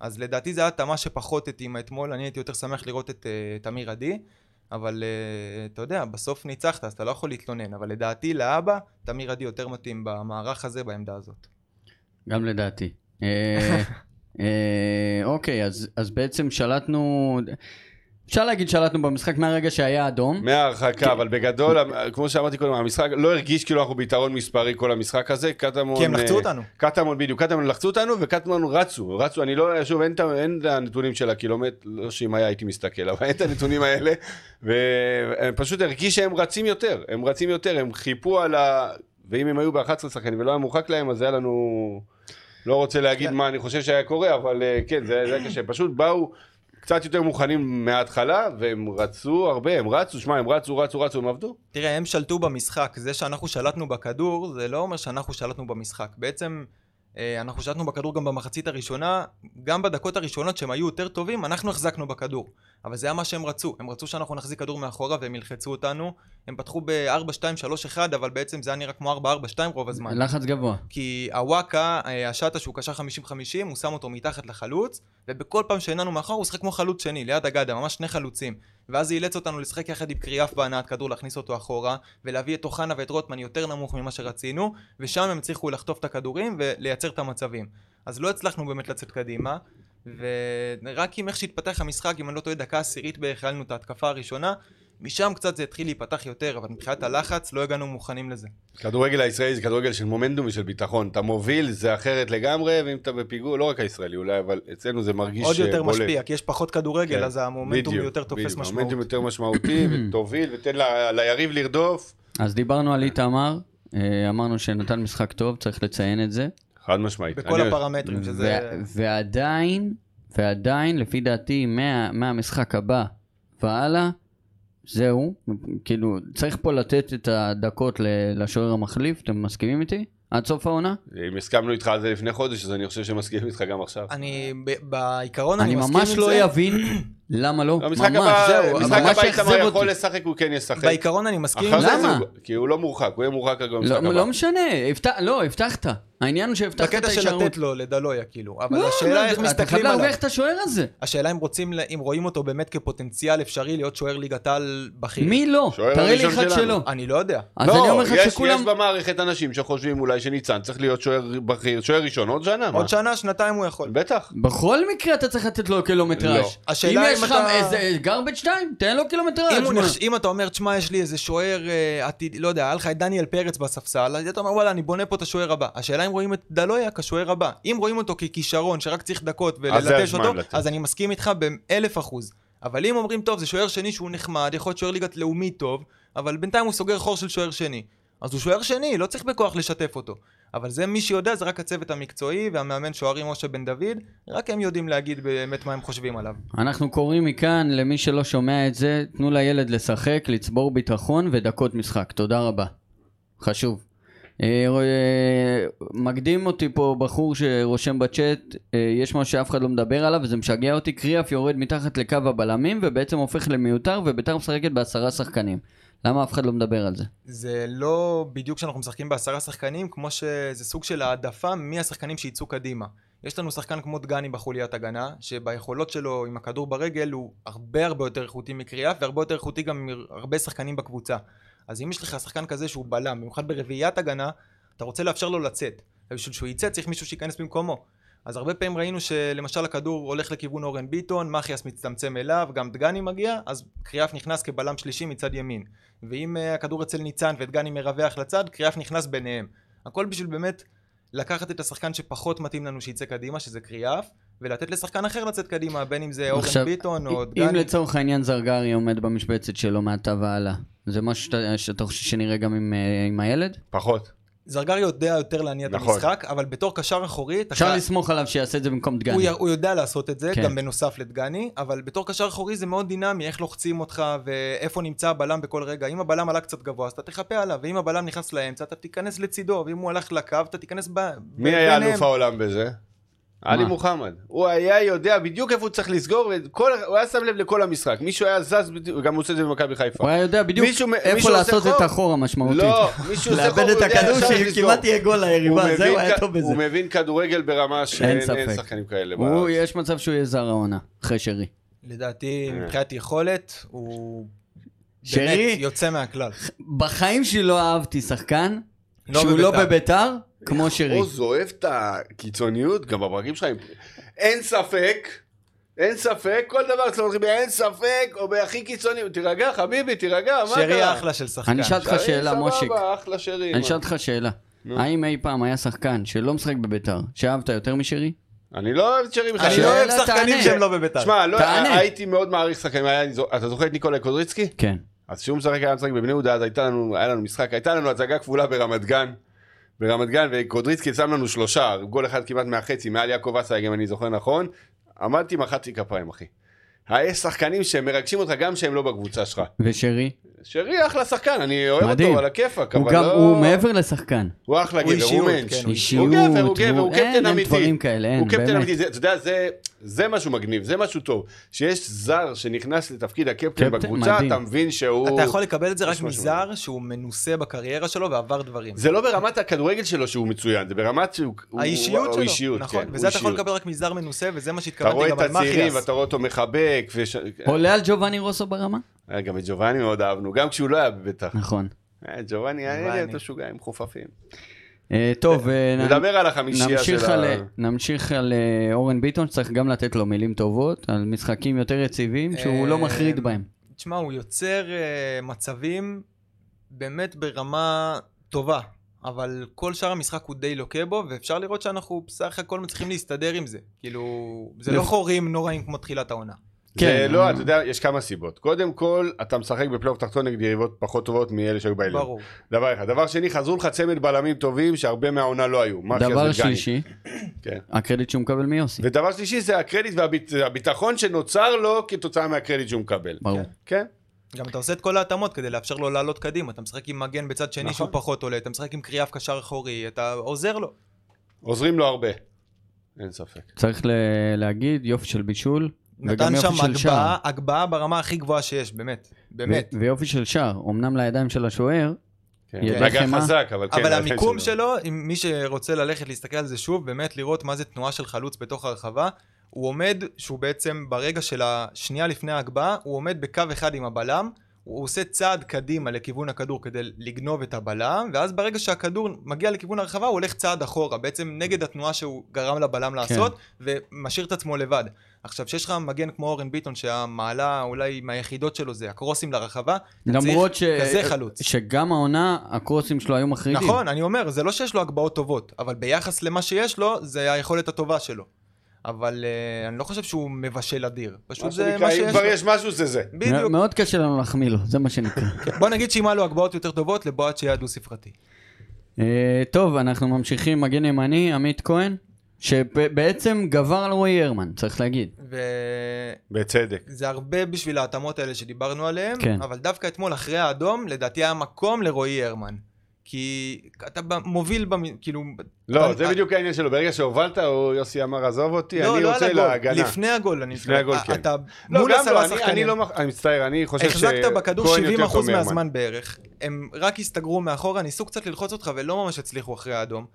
Speaker 4: אז לדעתי זו הייתה התאמה שפחות התאימה אתמול, אני הייתי יותר שמח לראות את אה, תמיר עדי, אבל אה, אתה יודע, בסוף ניצחת, אז אתה לא יכול להתלונן. אבל לדעתי, לאבא, תמיר עדי יותר מתאים במערך הזה, בעמדה הזאת.
Speaker 2: גם לדעתי. אה, אה, אוקיי, אז, אז בעצם שלטנו... אפשר להגיד שלטנו במשחק מהרגע שהיה אדום.
Speaker 3: מההרחקה, אבל בגדול, המ- כמו שאמרתי קודם, המשחק לא הרגיש כאילו אנחנו ביתרון מספרי כל המשחק הזה, קטמון...
Speaker 4: כי הם לחצו
Speaker 3: אה,
Speaker 4: אותנו.
Speaker 3: קטמון, בדיוק, קטמון לחצו אותנו וקטמון רצו, רצו, אני לא, שוב, אין את ה- אין את הנתונים של הקילומטר, לא שאם היה הייתי מסתכל, אבל אין את הנתונים האלה, והם פשוט הרגיש שהם רצים יותר, הם רצים יותר, הם חיפו על ה... ואם הם היו ב-11 שחקנים ולא היה מורחק להם, אז היה לנו... לא רוצה להגיד
Speaker 4: כן.
Speaker 3: מה אני חושב שהיה קורה, אבל אה, כן, זה זה היה קשה, פשוט באו... קצת יותר מוכנים מההתחלה, והם רצו הרבה, הם רצו, שמע, הם רצו, רצו, רצו, הם עבדו.
Speaker 4: תראה, הם שלטו במשחק. זה שאנחנו שלטנו בכדור, זה לא אומר שאנחנו שלטנו במשחק. בעצם, אה, אנחנו שלטנו בכדור גם במחצית הראשונה, גם בדקות הראשונות שהם היו יותר טובים, אנחנו החזקנו בכדור. אבל זה היה מה שהם רצו, הם רצו שאנחנו נחזיק כדור מאחורה והם ילחצו אותנו. הם פתחו ב-4-2-3-1, אבל בעצם זה היה נראה כמו 4-4-2 רוב הזמן.
Speaker 2: לחץ גבוה.
Speaker 4: כי הוואקה, אה, השטה שהוא קשר 50-50, הוא שם אותו מתחת לחלוץ, ובכל פעם שהנענו מאחור הוא שיחק כמו חלוץ שני, ליד הגדה, ממש שני חלוצים. ואז זה אילץ אותנו לשחק יחד עם קריאף בהנעת כדור, להכניס אותו אחורה, ולהביא את אוחנה ואת רוטמן יותר נמוך ממה שרצינו, ושם הם הצליחו לחטוף את הכדורים ולייצר את המצבים. אז לא הצלחנו באמת לצאת קדימה, ורק עם איך שהתפתח המשחק, אם אני לא טועה, דקה עשירית בערך, היה לנו את ההתקפה הראשונה, משם קצת זה התחיל להיפתח יותר, אבל מבחינת הלחץ לא הגענו מוכנים לזה.
Speaker 3: כדורגל הישראלי זה כדורגל של מומנדום ושל ביטחון. אתה מוביל, זה אחרת לגמרי, ואם אתה בפיגור, לא רק הישראלי אולי, אבל אצלנו זה מרגיש
Speaker 4: עוד יותר
Speaker 3: בולט.
Speaker 4: משפיע, כי יש פחות כדורגל,
Speaker 3: כן,
Speaker 4: אז המומנטום
Speaker 3: בדיוק,
Speaker 4: יותר תופס
Speaker 3: בדיוק.
Speaker 4: משמעות.
Speaker 3: המומנטום יותר משמעותי, ותוביל, ותן ל- ליריב לרדוף.
Speaker 2: אז דיברנו על איתמר, אה, אמרנו שנתן משחק טוב, צריך לציין את זה.
Speaker 3: חד משמעית.
Speaker 4: בכל
Speaker 3: אני-
Speaker 4: הפרמטרים, שזה...
Speaker 2: ו- ועדיין, ועדיין, לפי דעתי, מה- מהמשחק הבא והלאה, זהו. כאילו, צריך פה לתת את הדקות ל- לשוער המחליף, אתם מסכימים איתי? עד סוף העונה?
Speaker 3: אם הסכמנו איתך על זה לפני חודש, אז אני חושב שמסכים איתך גם עכשיו.
Speaker 4: אני, ב- בעיקרון
Speaker 2: אני
Speaker 4: אני מסכים עם
Speaker 2: ממש
Speaker 4: זה.
Speaker 2: לא אבין למה לא.
Speaker 3: המשחק
Speaker 2: ממש,
Speaker 3: הבא,
Speaker 2: זהו,
Speaker 3: המשחק
Speaker 2: ממש
Speaker 3: הבא
Speaker 2: אכזב
Speaker 3: איתמר
Speaker 2: אותי.
Speaker 3: יכול לשחק, הוא כן ישחק.
Speaker 4: בעיקרון אני מסכים עם
Speaker 3: אחר
Speaker 4: זה.
Speaker 3: זה
Speaker 2: למה?
Speaker 3: הוא- כי הוא לא מורחק, הוא יהיה מורחק רק במשחק
Speaker 2: לא,
Speaker 3: הבא.
Speaker 2: לא משנה, הבט- לא, הבטחת. העניין הוא שהבטחת את
Speaker 4: בקטע של
Speaker 2: ההישארות.
Speaker 4: לתת לו, לדלויה, כאילו. אבל
Speaker 2: לא,
Speaker 4: השאלה
Speaker 2: לא,
Speaker 4: איך
Speaker 2: אתה חייב
Speaker 4: מסתכלים עליו.
Speaker 2: להרוויח את השוער הזה.
Speaker 4: השאלה אם רוצים, ל- אם רואים אותו באמת כפוטנציאל אפשרי להיות שוער ליגת על בכיר.
Speaker 2: מי לא? אה,
Speaker 3: שוער
Speaker 2: תראה לי
Speaker 3: הראשון
Speaker 2: אחד
Speaker 3: שלנו.
Speaker 2: שלא.
Speaker 4: אני לא יודע.
Speaker 2: אז
Speaker 3: לא,
Speaker 2: אני אומר לך
Speaker 3: יש-
Speaker 2: שכולם...
Speaker 3: יש במערכת אנשים שחושבים אולי שניצן צריך להיות שוער בכיר, שוער ראשון עוד שנה,
Speaker 2: אה.
Speaker 3: מה?
Speaker 4: עוד שנה, שנתיים הוא יכול.
Speaker 3: בטח.
Speaker 2: בכל מקרה אתה צריך לתת לו
Speaker 3: לא.
Speaker 2: קילומטראז'. אם
Speaker 4: השאלה
Speaker 2: יש
Speaker 4: אם
Speaker 2: לך
Speaker 4: אתה-
Speaker 2: איזה גרבג' 2, תן לו
Speaker 4: אם,
Speaker 2: קילומטראז'.
Speaker 4: הוא
Speaker 2: מה?
Speaker 4: נחש... אם אתה אומר, תשמע, יש לי איזה שוער אה, עתיד, לא יודע, היה לך את דניאל פרץ בספסל, אז אתה אומר, וואלה, אני בונה פה את השוער הבא. השאלה אם רואים את דלויה כשוער הבא. אם רואים אותו ככישרון שרק צריך דקות
Speaker 3: אז זה
Speaker 4: וללטש
Speaker 3: הזמן
Speaker 4: אותו,
Speaker 3: לתת.
Speaker 4: אז אני מסכים איתך באלף אחוז. אבל אם אומרים, טוב, זה שוער שני שהוא נחמד, יכול להיות שוער ליגת לאומי טוב, אבל בינתיים הוא סוגר חור של שוער שני. אז הוא שוער שני, לא צריך בכוח לשתף אותו. אבל זה מי שיודע, זה רק הצוות המקצועי והמאמן שוערים משה בן דוד, רק הם יודעים להגיד באמת מה הם חושבים עליו.
Speaker 2: אנחנו קוראים מכאן למי שלא שומע את זה, תנו לילד לשחק, לצבור ביטחון ודקות משחק. תודה רבה. חשוב. אה, ר- אה, מקדים אותי פה בחור שרושם בצ'אט, אה, יש משהו שאף אחד לא מדבר עליו וזה משגע אותי, קריאף יורד מתחת לקו הבלמים ובעצם הופך למיותר וביתר משחקת בעשרה שחקנים. למה אף אחד לא מדבר על זה?
Speaker 4: זה לא בדיוק שאנחנו משחקים בעשרה שחקנים, כמו שזה סוג של העדפה מהשחקנים שיצאו קדימה. יש לנו שחקן כמו דגני בחוליית הגנה, שביכולות שלו עם הכדור ברגל הוא הרבה הרבה יותר איכותי מקריאף, והרבה יותר איכותי גם מהרבה שחקנים בקבוצה. אז אם יש לך שחקן כזה שהוא בלם, במיוחד ברביעיית הגנה, אתה רוצה לאפשר לו לצאת. ובשביל שהוא יצא צריך מישהו שייכנס במקומו. אז הרבה פעמים ראינו שלמשל הכדור הולך לכיוון אורן ביטון, מחיאס מצטמצם אליו, גם דגני מגיע, אז קריאף נכנס כבלם שלישי מצד ימין. ואם אה, הכדור אצל ניצן ודגני מרווח לצד, קריאף נכנס ביניהם. הכל בשביל באמת לקחת את השחקן שפחות מתאים לנו שיצא קדימה, שזה קריאף, ולתת לשחקן אחר לצאת קדימה, בין אם זה אורן
Speaker 2: עכשיו,
Speaker 4: ביטון או
Speaker 2: אם
Speaker 4: דגני.
Speaker 2: לצורך העניין זרגרי עומד במשבצת שלו מעתה והלאה, זה משהו שאתה- שאתה חושב שנראה גם עם, אה, עם הילד?
Speaker 3: פחות.
Speaker 4: זרגרי יודע יותר להניע את
Speaker 3: נכון.
Speaker 4: המשחק, אבל בתור קשר אחורי, אתה
Speaker 2: אפשר
Speaker 4: חי-
Speaker 2: לסמוך עליו שיעשה את זה במקום דגני.
Speaker 4: הוא, י... הוא יודע לעשות את זה,
Speaker 2: כן.
Speaker 4: כן. גם בנוסף לדגני, אבל בתור קשר אחורי זה מאוד דינמי, איך לוחצים אותך ואיפה נמצא הבלם בכל רגע. אם הבלם עלה קצת גבוה, אז אתה תחפה עליו, ואם הבלם נכנס לאמצע, אתה תיכנס לצידו, ואם הוא הלך לקו, אתה תיכנס ב...
Speaker 3: מי היה אלוף העולם בזה? עלי
Speaker 2: מה?
Speaker 3: מוחמד. הוא היה יודע בדיוק איפה הוא צריך לסגור, וכל- הוא היה שם לב לכל המשחק. מישהו היה זז, בדיוק- גם הוא עושה את זה במכבי חיפה.
Speaker 2: הוא היה יודע בדיוק
Speaker 3: מישהו מ-
Speaker 2: איפה
Speaker 3: מישהו עושה
Speaker 2: לעשות את
Speaker 3: חור?
Speaker 2: החור המשמעותית.
Speaker 3: לא, מישהו עושה חור,
Speaker 2: לאבד את
Speaker 3: הוא יודע
Speaker 2: הכדור
Speaker 3: ישר לסגור.
Speaker 2: שכמעט תהיה גול ליריבה,
Speaker 3: הוא
Speaker 2: זהו,
Speaker 3: מבין
Speaker 2: היה
Speaker 3: כ-
Speaker 2: טוב בזה.
Speaker 3: הוא מבין כדורגל ברמה שאין אין
Speaker 2: ספק.
Speaker 3: שחקנים כאלה.
Speaker 2: הוא,
Speaker 3: בארץ.
Speaker 2: יש מצב שהוא יהיה זר העונה, אחרי שרי.
Speaker 3: אה.
Speaker 4: לדעתי, מבחינת יכולת, הוא...
Speaker 2: שרי?
Speaker 4: באמת יוצא מהכלל.
Speaker 2: בחיים שלי לא אהבתי שחקן,
Speaker 4: לא
Speaker 2: שהוא לא
Speaker 4: בבית"ר.
Speaker 2: בביתר, כמו שרי.
Speaker 3: עוז אוהב את הקיצוניות גם בברקים שלך. אין ספק, אין ספק, כל דבר אצלנו הולכים באין ספק, או בהכי קיצוני, תירגע חביבי, תירגע, מה קרה?
Speaker 4: שרי לא, אחלה של שחקן.
Speaker 2: אני אשאל אותך
Speaker 3: שרי,
Speaker 2: שאלה,
Speaker 3: סבבה,
Speaker 2: מושיק.
Speaker 3: אחלה שרי.
Speaker 2: אני
Speaker 3: מה?
Speaker 2: אשאל אותך שאלה. האם אי פעם היה שחקן שלא משחק בביתר, שאהבת יותר משרי?
Speaker 3: אני לא אוהב את שרי בכלל.
Speaker 4: אני
Speaker 2: שאלה
Speaker 4: לא אוהב
Speaker 2: תענה.
Speaker 4: שחקנים שהם לא בבית"ר.
Speaker 3: שמע, לא,
Speaker 2: תענה.
Speaker 3: הייתי מאוד מעריך שחקנים, היה לי זו- אתה זוכר את ניקולאי קודריצקי?
Speaker 2: כן.
Speaker 3: אז כשהוא משחק היה משחק בבני יהודה, אז הייתה לנו, היה לנו משחק, הייתה לנו הצגה כפולה ברמת גן. ברמת גן, וקודריצקי שם לנו שלושה, גול אחד כמעט מהחצי, מעל יעקב אסייג, אם אני זוכר נכון. עמדתי, מחאתי כפיים, אחי. יש שחקנים שמרגשים אותך גם שהם לא בקבוצה שלך.
Speaker 2: ושרי?
Speaker 3: שרי אחלה שחקן, אני אוהב
Speaker 2: מדהים.
Speaker 3: אותו, על הכיפאק,
Speaker 2: הוא
Speaker 3: אבל
Speaker 2: גם,
Speaker 3: לא...
Speaker 2: הוא מעבר לשחקן.
Speaker 3: הוא אחלה
Speaker 4: הוא
Speaker 3: גבר, הוא
Speaker 4: אישיות,
Speaker 3: מענץ'.
Speaker 4: כן, הוא
Speaker 2: אישיות,
Speaker 3: הוא גבר, הוא גבר,
Speaker 2: הוא-
Speaker 3: הוא
Speaker 2: אין,
Speaker 3: קפטן
Speaker 2: אין
Speaker 3: אמיתי.
Speaker 2: דברים כאלה, אין,
Speaker 3: הוא קפטן
Speaker 2: באמת.
Speaker 3: אמיתי, זה- אתה יודע, זה- זה משהו מגניב, זה משהו טוב. שיש זר שנכנס לתפקיד הקפטן
Speaker 2: קפטן,
Speaker 3: בקבוצה,
Speaker 2: מדהים.
Speaker 3: אתה מבין שהוא...
Speaker 4: אתה יכול לקבל את זה רק
Speaker 3: יש משהו.
Speaker 4: מזר שהוא מנוסה בקריירה שלו ועבר דברים.
Speaker 3: זה לא ברמת הכדורגל שלו שהוא מצוין, זה ברמת שהוא... הוא-
Speaker 4: האישיות
Speaker 3: הוא-
Speaker 4: שלו,
Speaker 3: האישיות,
Speaker 4: נכון,
Speaker 3: כן,
Speaker 4: וזה
Speaker 3: הוא
Speaker 4: אתה יכול
Speaker 3: אישיות.
Speaker 4: לקבל רק מזר מנוסה, וזה מה
Speaker 3: אתה
Speaker 4: שהתכוונתי
Speaker 3: רואה
Speaker 4: גם
Speaker 3: את
Speaker 4: על
Speaker 3: הצעירים,
Speaker 4: מאחיאס.
Speaker 3: ואתה רואה אותו מחבק, וש...
Speaker 2: עולה על ג'ובאני רוסו ברמה?
Speaker 3: אה, גם את ג'ובאני מאוד אהבנו, גם כשהוא לא היה בביתר.
Speaker 2: נכון.
Speaker 3: אה, ג'ובאני היה
Speaker 4: ג'ובאני.
Speaker 3: לי אותו שוגע עם חופפים.
Speaker 2: אה, טוב, אה, נ-
Speaker 3: נדבר על החמישייה של
Speaker 2: נמשיך על,
Speaker 3: ה...
Speaker 2: נמשיך על אה, אורן ביטון, שצריך גם לתת לו מילים טובות, על משחקים יותר יציבים, שהוא
Speaker 4: אה,
Speaker 2: לא מחריד בהם.
Speaker 4: תשמע, הוא יוצר אה, מצבים באמת ברמה טובה, אבל כל שאר המשחק הוא די לוקה בו, ואפשר לראות שאנחנו בסך הכל מצליחים להסתדר עם זה. כאילו, זה לא
Speaker 2: לפ-
Speaker 4: חורים נוראים כמו תחילת העונה.
Speaker 2: כן.
Speaker 3: כן. לא, אתה יודע, יש כמה סיבות. קודם כל, אתה משחק בפלייאוף תחתון נגד יריבות פחות טובות מאלה שהיו בעליון.
Speaker 4: ברור.
Speaker 3: דבר אחד. דבר שני, חזרו לך צמד בלמים טובים שהרבה מהעונה לא היו. מאחיאס
Speaker 2: דבר
Speaker 3: ודגני.
Speaker 2: שלישי,
Speaker 3: כן.
Speaker 2: הקרדיט שהוא מקבל מיוסי.
Speaker 3: ודבר שלישי זה הקרדיט והביטחון שנוצר לו כתוצאה מהקרדיט שהוא מקבל.
Speaker 2: ברור.
Speaker 3: כן.
Speaker 4: כן. גם אתה עושה את כל ההתאמות כדי לאפשר לו לעלות קדימה. אתה משחק עם מגן בצד שני
Speaker 3: נכון.
Speaker 4: שהוא פחות עולה, אתה משחק עם קריאף קשר אחורי, אתה עוזר לו.
Speaker 3: עוזרים לו הרבה. אין ספק.
Speaker 2: צריך ל- להגיד, יופי של בישול, וגם
Speaker 4: נתן
Speaker 2: יופי
Speaker 4: שם
Speaker 2: של שער.
Speaker 4: הגבהה, הגבהה ברמה הכי גבוהה שיש, באמת. באמת.
Speaker 2: ו- ויופי של שער, אמנם לידיים של השוער,
Speaker 3: כן.
Speaker 2: ידע
Speaker 3: רגע
Speaker 2: חמאה.
Speaker 3: חזק, אבל כן.
Speaker 4: אבל
Speaker 3: הידיים
Speaker 4: המיקום שלו, אם מי שרוצה ללכת להסתכל על זה שוב, באמת לראות מה זה תנועה של חלוץ בתוך הרחבה, הוא עומד, שהוא בעצם ברגע של השנייה לפני ההגבהה, הוא עומד בקו אחד עם הבלם, הוא עושה צעד קדימה לכיוון הכדור כדי לגנוב את הבלם, ואז ברגע שהכדור מגיע לכיוון הרחבה, הוא הולך צעד אחורה, בעצם נגד התנועה שהוא גרם לבלם לעשות, ומשאיר את עצמו לבד. עכשיו, כשיש לך מגן כמו אורן ביטון, שהמעלה אולי מהיחידות שלו זה הקרוסים לרחבה, אתה צריך
Speaker 2: למרות ש...
Speaker 4: כזה חלוץ.
Speaker 2: שגם העונה, הקרוסים שלו היו מחרידים.
Speaker 4: נכון, אני אומר, זה לא שיש לו הגבהות טובות, אבל ביחס למה שיש לו, זה היכולת הטובה שלו. אבל uh, אני לא חושב שהוא מבשל אדיר,
Speaker 3: מה
Speaker 4: פשוט זה
Speaker 3: שנקרא,
Speaker 4: מה
Speaker 3: אם
Speaker 4: שיש
Speaker 3: כבר
Speaker 4: לו.
Speaker 3: יש משהו זה זה.
Speaker 2: מא-
Speaker 4: בדיוק.
Speaker 2: מאוד קשה לנו להחמיא לו, זה מה שנקרא.
Speaker 4: בוא נגיד שאם היה לו הגבהות יותר טובות, לבועט שיהיה דו ספרתי.
Speaker 2: אה, טוב, אנחנו ממשיכים, מגן ימני, עמית כהן, שבעצם גבר על רועי הרמן, צריך להגיד.
Speaker 4: וזה
Speaker 3: בצדק.
Speaker 4: הרבה בשביל ההתאמות האלה שדיברנו עליהן,
Speaker 2: כן.
Speaker 4: אבל דווקא אתמול אחרי האדום, לדעתי היה מקום לרועי הרמן. כי אתה ב- מוביל, במ... כאילו...
Speaker 3: לא,
Speaker 4: אבל-
Speaker 3: זה בדיוק העניין שלו. ברגע שהובלת, הוא- יוסי אמר, עזוב אותי, אני
Speaker 4: לא על
Speaker 3: רוצה
Speaker 4: הגול,
Speaker 3: להגנה.
Speaker 4: לפני הגול. אני
Speaker 3: לפני הגול, כן.
Speaker 4: אתה
Speaker 3: לא,
Speaker 4: מול
Speaker 3: גם לא,
Speaker 4: עשרה
Speaker 3: אני- אני
Speaker 4: שחקנים.
Speaker 3: לא מח- אני מצטער, אני חושב שכהן יותר
Speaker 4: החזקת
Speaker 3: טוב
Speaker 4: בכדור
Speaker 3: מהרמן.
Speaker 4: 70% מהזמן בערך, הם רק הסתגרו מאחורה, ניסו קצת ללחוץ אותך ולא ממש הצליחו אחרי האדום.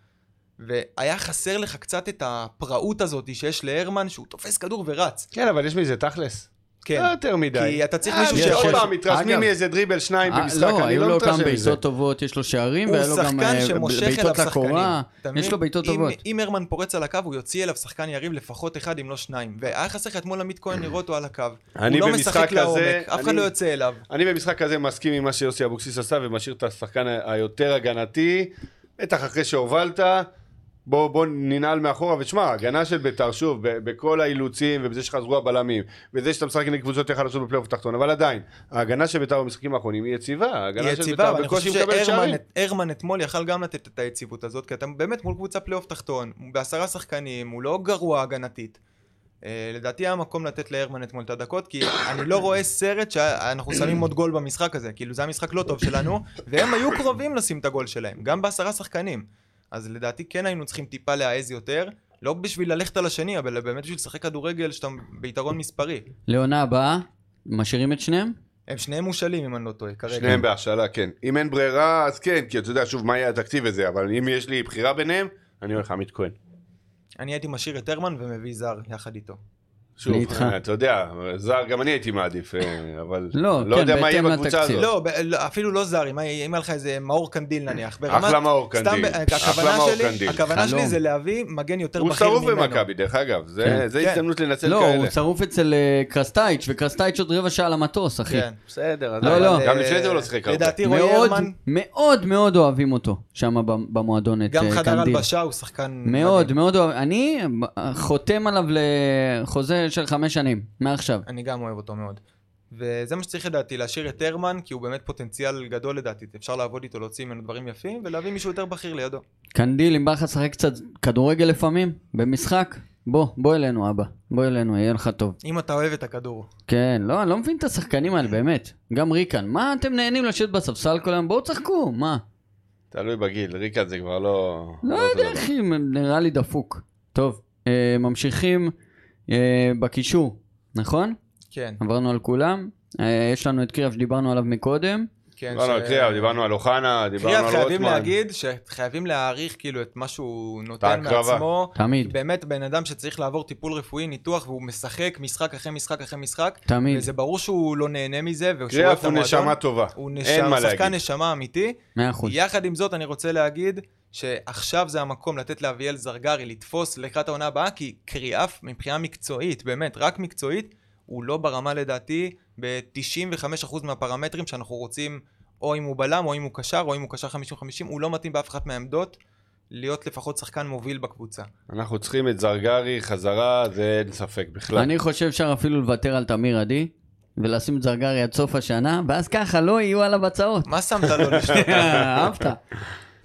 Speaker 4: והיה חסר לך קצת את הפראות הזאת שיש להרמן, שהוא תופס כדור ורץ.
Speaker 3: כן, אבל יש מזה תכלס.
Speaker 4: כן.
Speaker 2: אה,
Speaker 3: לא יותר מדי.
Speaker 4: כי אתה צריך
Speaker 3: אה,
Speaker 4: מישהו
Speaker 3: יש,
Speaker 4: שיכול...
Speaker 3: עוד פעם מתרשמים
Speaker 2: אגב-
Speaker 3: מאיזה דריבל שניים
Speaker 2: אה,
Speaker 3: במשחק,
Speaker 2: לא,
Speaker 3: אני
Speaker 2: היו
Speaker 3: לא
Speaker 2: לו כמה
Speaker 3: מתרשם מזה.
Speaker 2: בעיטות טובות, יש לו שערים,
Speaker 4: הוא
Speaker 2: והיה לו גם
Speaker 4: שחקן
Speaker 2: אה,
Speaker 4: שמושך אליו
Speaker 2: בעיטות
Speaker 4: שחקנים.
Speaker 2: לקורה,
Speaker 4: אתה מבין?
Speaker 2: יש לו בעיטות
Speaker 4: אם-
Speaker 2: טובות.
Speaker 4: אם הרמן פורץ על הקו, הוא יוציא אליו שחקן יריב לפחות אחד, אם לא שניים. והיה חסר לך אתמול עמית כהן לראות אותו על הקו. הוא
Speaker 3: אני
Speaker 4: לא
Speaker 3: במשחק
Speaker 4: משחק
Speaker 3: הזה,
Speaker 4: לעומק, אף אחד
Speaker 3: אני-
Speaker 4: לא יוצא אליו.
Speaker 3: אני במשחק הזה מסכים עם מה שיוסי אבוקסיס עשה ומשאיר את השחקן ה- היותר הגנתי, בטח אחרי שהובלת. בוא, בוא ננעל מאחורה, ותשמע, הגנה של ביתר, שוב, ב- בכל האילוצים, ובזה שחזרו הבלמים, וזה שאתה משחק נגד קבוצות יותר חלשות בפלייאוף התחתון, אבל עדיין, ההגנה של ביתר במשחקים האחרונים היא יציבה,
Speaker 4: היא
Speaker 3: ההגנה של
Speaker 4: יציבה,
Speaker 3: ביתר
Speaker 4: ואני
Speaker 3: בקושי
Speaker 4: חושב
Speaker 3: מקבלת שערים.
Speaker 4: שהרמן אתמול יכל גם לתת את היציבות הזאת, כי אתה באמת מול קבוצה פלייאוף תחתון, הוא בעשרה שחקנים, הוא לא גרוע הגנתית. אה, לדעתי היה מקום לתת להרמן אתמול את הדקות, כי אני לא רואה סרט שאנחנו שמים עוד גול במשחק הזה, כאילו זה המשחק לא טוב שלנו, והם היו קרובים לשים את הגול שלהם, גם בעשרה שחקנים. אז לדעתי כן היינו צריכים טיפה להעז יותר, לא בשביל ללכת על השני, אבל באמת בשביל לשחק כדורגל שאתה ביתרון מספרי.
Speaker 2: לעונה הבאה, משאירים את שניהם?
Speaker 4: הם שניהם מושאלים אם אני לא טועה, כרגע.
Speaker 3: שניהם בהשאלה, כן. אם אין ברירה, אז כן, כי אתה יודע, שוב, מה יהיה התקציב וזה, אבל אם יש לי בחירה ביניהם, אני הולך עמית כהן.
Speaker 4: אני הייתי משאיר את הרמן ומביא זר יחד איתו.
Speaker 3: שוב,
Speaker 2: אני איתך.
Speaker 3: אה, אתה יודע, זר גם אני הייתי מעדיף, אה, אבל
Speaker 2: לא,
Speaker 3: לא
Speaker 2: כן,
Speaker 3: יודע מה יהיה
Speaker 2: בהתאם
Speaker 3: בקבוצה
Speaker 2: לתקציב.
Speaker 3: הזאת.
Speaker 4: לא, ב- לא, אפילו לא זר, אם היה אם היה לך איזה מאור קנדיל נניח. ברמת-
Speaker 3: אחלה מאור
Speaker 4: סתם
Speaker 3: קנדיל,
Speaker 4: ב-
Speaker 3: אחלה
Speaker 4: הכוונה
Speaker 3: מאור
Speaker 4: שלי,
Speaker 3: קנדיל.
Speaker 4: הכוונה שלי
Speaker 2: חלום.
Speaker 4: זה להביא מגן יותר
Speaker 3: הוא
Speaker 4: בכיר ממנו.
Speaker 3: שרוף במכבי, דרך אגב, זה-
Speaker 2: כן.
Speaker 3: זה
Speaker 4: כן.
Speaker 3: הזדמנות לנצל
Speaker 2: לא, הוא
Speaker 3: כאלה.
Speaker 2: שרוף אצל אה, קרסטייץ', וקרסטייץ' עוד רבע שעה למטוס, אחי.
Speaker 4: כן, בסדר. אז
Speaker 2: לא,
Speaker 4: אבל,
Speaker 2: לא.
Speaker 4: אה,
Speaker 3: גם לפני זה הוא לא שיחק הרבה.
Speaker 4: לדעתי רועי
Speaker 2: מאוד,
Speaker 4: הרמן,
Speaker 2: מאוד מאוד אוהבים אותו, שם במועדון את
Speaker 4: גם
Speaker 2: אה,
Speaker 4: חדר
Speaker 2: קנדיל.
Speaker 4: הלבשה הוא שחקן...
Speaker 2: מאוד,
Speaker 4: מדהים.
Speaker 2: מאוד אוהב. אני אה, חותם עליו לחוזה של חמש שנים, מעכשיו.
Speaker 4: אני גם אוהב אותו מאוד. וזה מה שצריך לדעתי, להשאיר את הרמן, כי הוא באמת פוטנציאל גדול לדעתי. אפשר לעבוד איתו, להוציא ממנו דברים יפים, ולהביא מישהו יותר בכיר לידו.
Speaker 2: קנדיל, אם בא לך לשחק קצת כדורגל לפעמים, במשחק, בוא, בוא אלינו אבא. בוא אלינו, יהיה לך טוב.
Speaker 4: אם אתה אוהב את הכדור.
Speaker 2: כן, לא, אני לא מבין את השחקנים האלה, באמת. גם ריקן, מה אתם נהנים לשבת בספסל כל היום? בואו תשחקו, מה?
Speaker 3: תלוי בגיל, ריקן זה כבר לא...
Speaker 2: לא
Speaker 3: אותו
Speaker 2: יודע,
Speaker 3: דבר.
Speaker 2: אחי, נראה לי דפוק. טוב, אה, ממשיכים אה, בקישור, נכון?
Speaker 4: כן,
Speaker 2: עברנו על כולם. אה, יש לנו את קריאף שדיברנו עליו מקודם.
Speaker 4: כן.
Speaker 3: דיברנו
Speaker 4: ש-
Speaker 3: על קריאב, לא, דיברנו על אוחנה, דיברנו על
Speaker 4: קריאף
Speaker 3: רוטמן.
Speaker 4: חייבים להגיד שחייבים להעריך כאילו את מה שהוא נותן
Speaker 3: את ההקרבה.
Speaker 4: מעצמו. כי
Speaker 2: תמיד,
Speaker 4: באמת בן אדם שצריך לעבור טיפול רפואי, ניתוח, והוא משחק משחק אחרי משחק אחרי משחק.
Speaker 2: תמיד.
Speaker 4: וזה ברור שהוא לא נהנה מזה, ושהוא אוהב
Speaker 3: קריאף
Speaker 4: את
Speaker 3: הוא
Speaker 4: המועדון.
Speaker 3: נשמה טובה.
Speaker 4: הוא
Speaker 3: אין
Speaker 4: נשמה,
Speaker 3: מה
Speaker 4: הוא שחקן
Speaker 3: להגיד.
Speaker 4: נשמה אמיתי.
Speaker 2: מאה אחוז.
Speaker 4: יחד עם זאת, אני רוצה להגיד שעכשיו זה המקום לתת לאביאל זרגרי לתפוס לקראת העונה הבאה, כי קריאף מבחינה מקצועית, באמת, רק מקצועית, הוא לא ברמה לדעתי ב-95% מהפרמטרים שאנחנו רוצים, או אם הוא בלם, או אם הוא קשר, או אם הוא קשר 50-50, הוא לא מתאים באף אחת מהעמדות להיות לפחות שחקן מוביל בקבוצה.
Speaker 3: אנחנו צריכים את זרגרי חזרה, זה אין ספק בכלל.
Speaker 2: אני חושב שאפשר אפילו לוותר על תמיר עדי, ולשים את זרגרי עד סוף השנה, ואז ככה לא יהיו עליו הצעות.
Speaker 4: מה שמת לו לשתות?
Speaker 2: אהבת?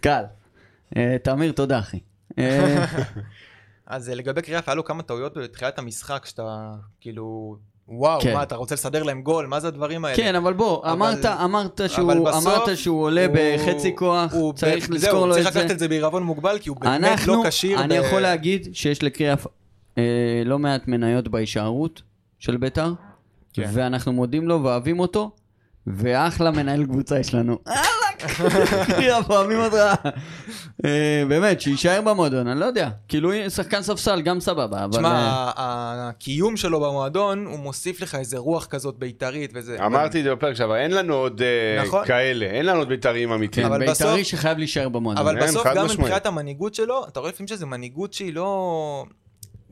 Speaker 2: קל. אה, תמיר, תודה אחי. אה,
Speaker 4: אז אה, לגבי קריאף, היה לו כמה טעויות בתחילת המשחק, שאתה כאילו, וואו,
Speaker 2: כן.
Speaker 4: מה, אתה רוצה לסדר להם גול? מה זה הדברים האלה?
Speaker 2: כן, אבל בוא,
Speaker 4: אבל-
Speaker 2: אמרת, אמרת שהוא,
Speaker 4: אבל בסוף
Speaker 2: אמרת שהוא עולה
Speaker 4: הוא-
Speaker 2: בחצי כוח,
Speaker 4: הוא
Speaker 2: צריך
Speaker 4: ב-
Speaker 2: לזכור לו
Speaker 4: זהו,
Speaker 2: את
Speaker 4: צריך לקחת
Speaker 2: זה.
Speaker 4: את זה בעירבון מוגבל, כי הוא באמת
Speaker 2: אנחנו,
Speaker 4: לא כשיר.
Speaker 2: אני
Speaker 4: ב-
Speaker 2: יכול להגיד שיש לקריאף אה, לא מעט מניות בהישארות של ביתר,
Speaker 4: כן.
Speaker 2: ואנחנו מודים לו ואוהבים אותו, ואחלה מנהל קבוצה יש לנו. אהלן, קריאף, אוהבים אותך. אה, באמת, שיישאר במועדון, אני לא יודע. כאילו, הנה, שחקן ספסל גם סבבה, אבל...
Speaker 4: תשמע,
Speaker 2: אה,
Speaker 4: ה- ה- הקיום שלו במועדון, הוא מוסיף לך איזה רוח כזאת בית"רית וזה.
Speaker 3: אמרתי את זה בפרק שעבר, אין לנו עוד אה,
Speaker 4: נכון.
Speaker 3: כאלה, אין לנו עוד בית"רים אמיתיים.
Speaker 2: כן,
Speaker 4: אבל
Speaker 2: בית"רי
Speaker 4: בסוף-
Speaker 2: שחייב להישאר במועדון.
Speaker 4: אבל
Speaker 3: כן,
Speaker 4: בסוף,
Speaker 3: חד
Speaker 4: גם
Speaker 3: משמעית.
Speaker 4: מבחינת המנהיגות שלו, אתה רואה לפעמים שזו מנהיגות שהיא לא...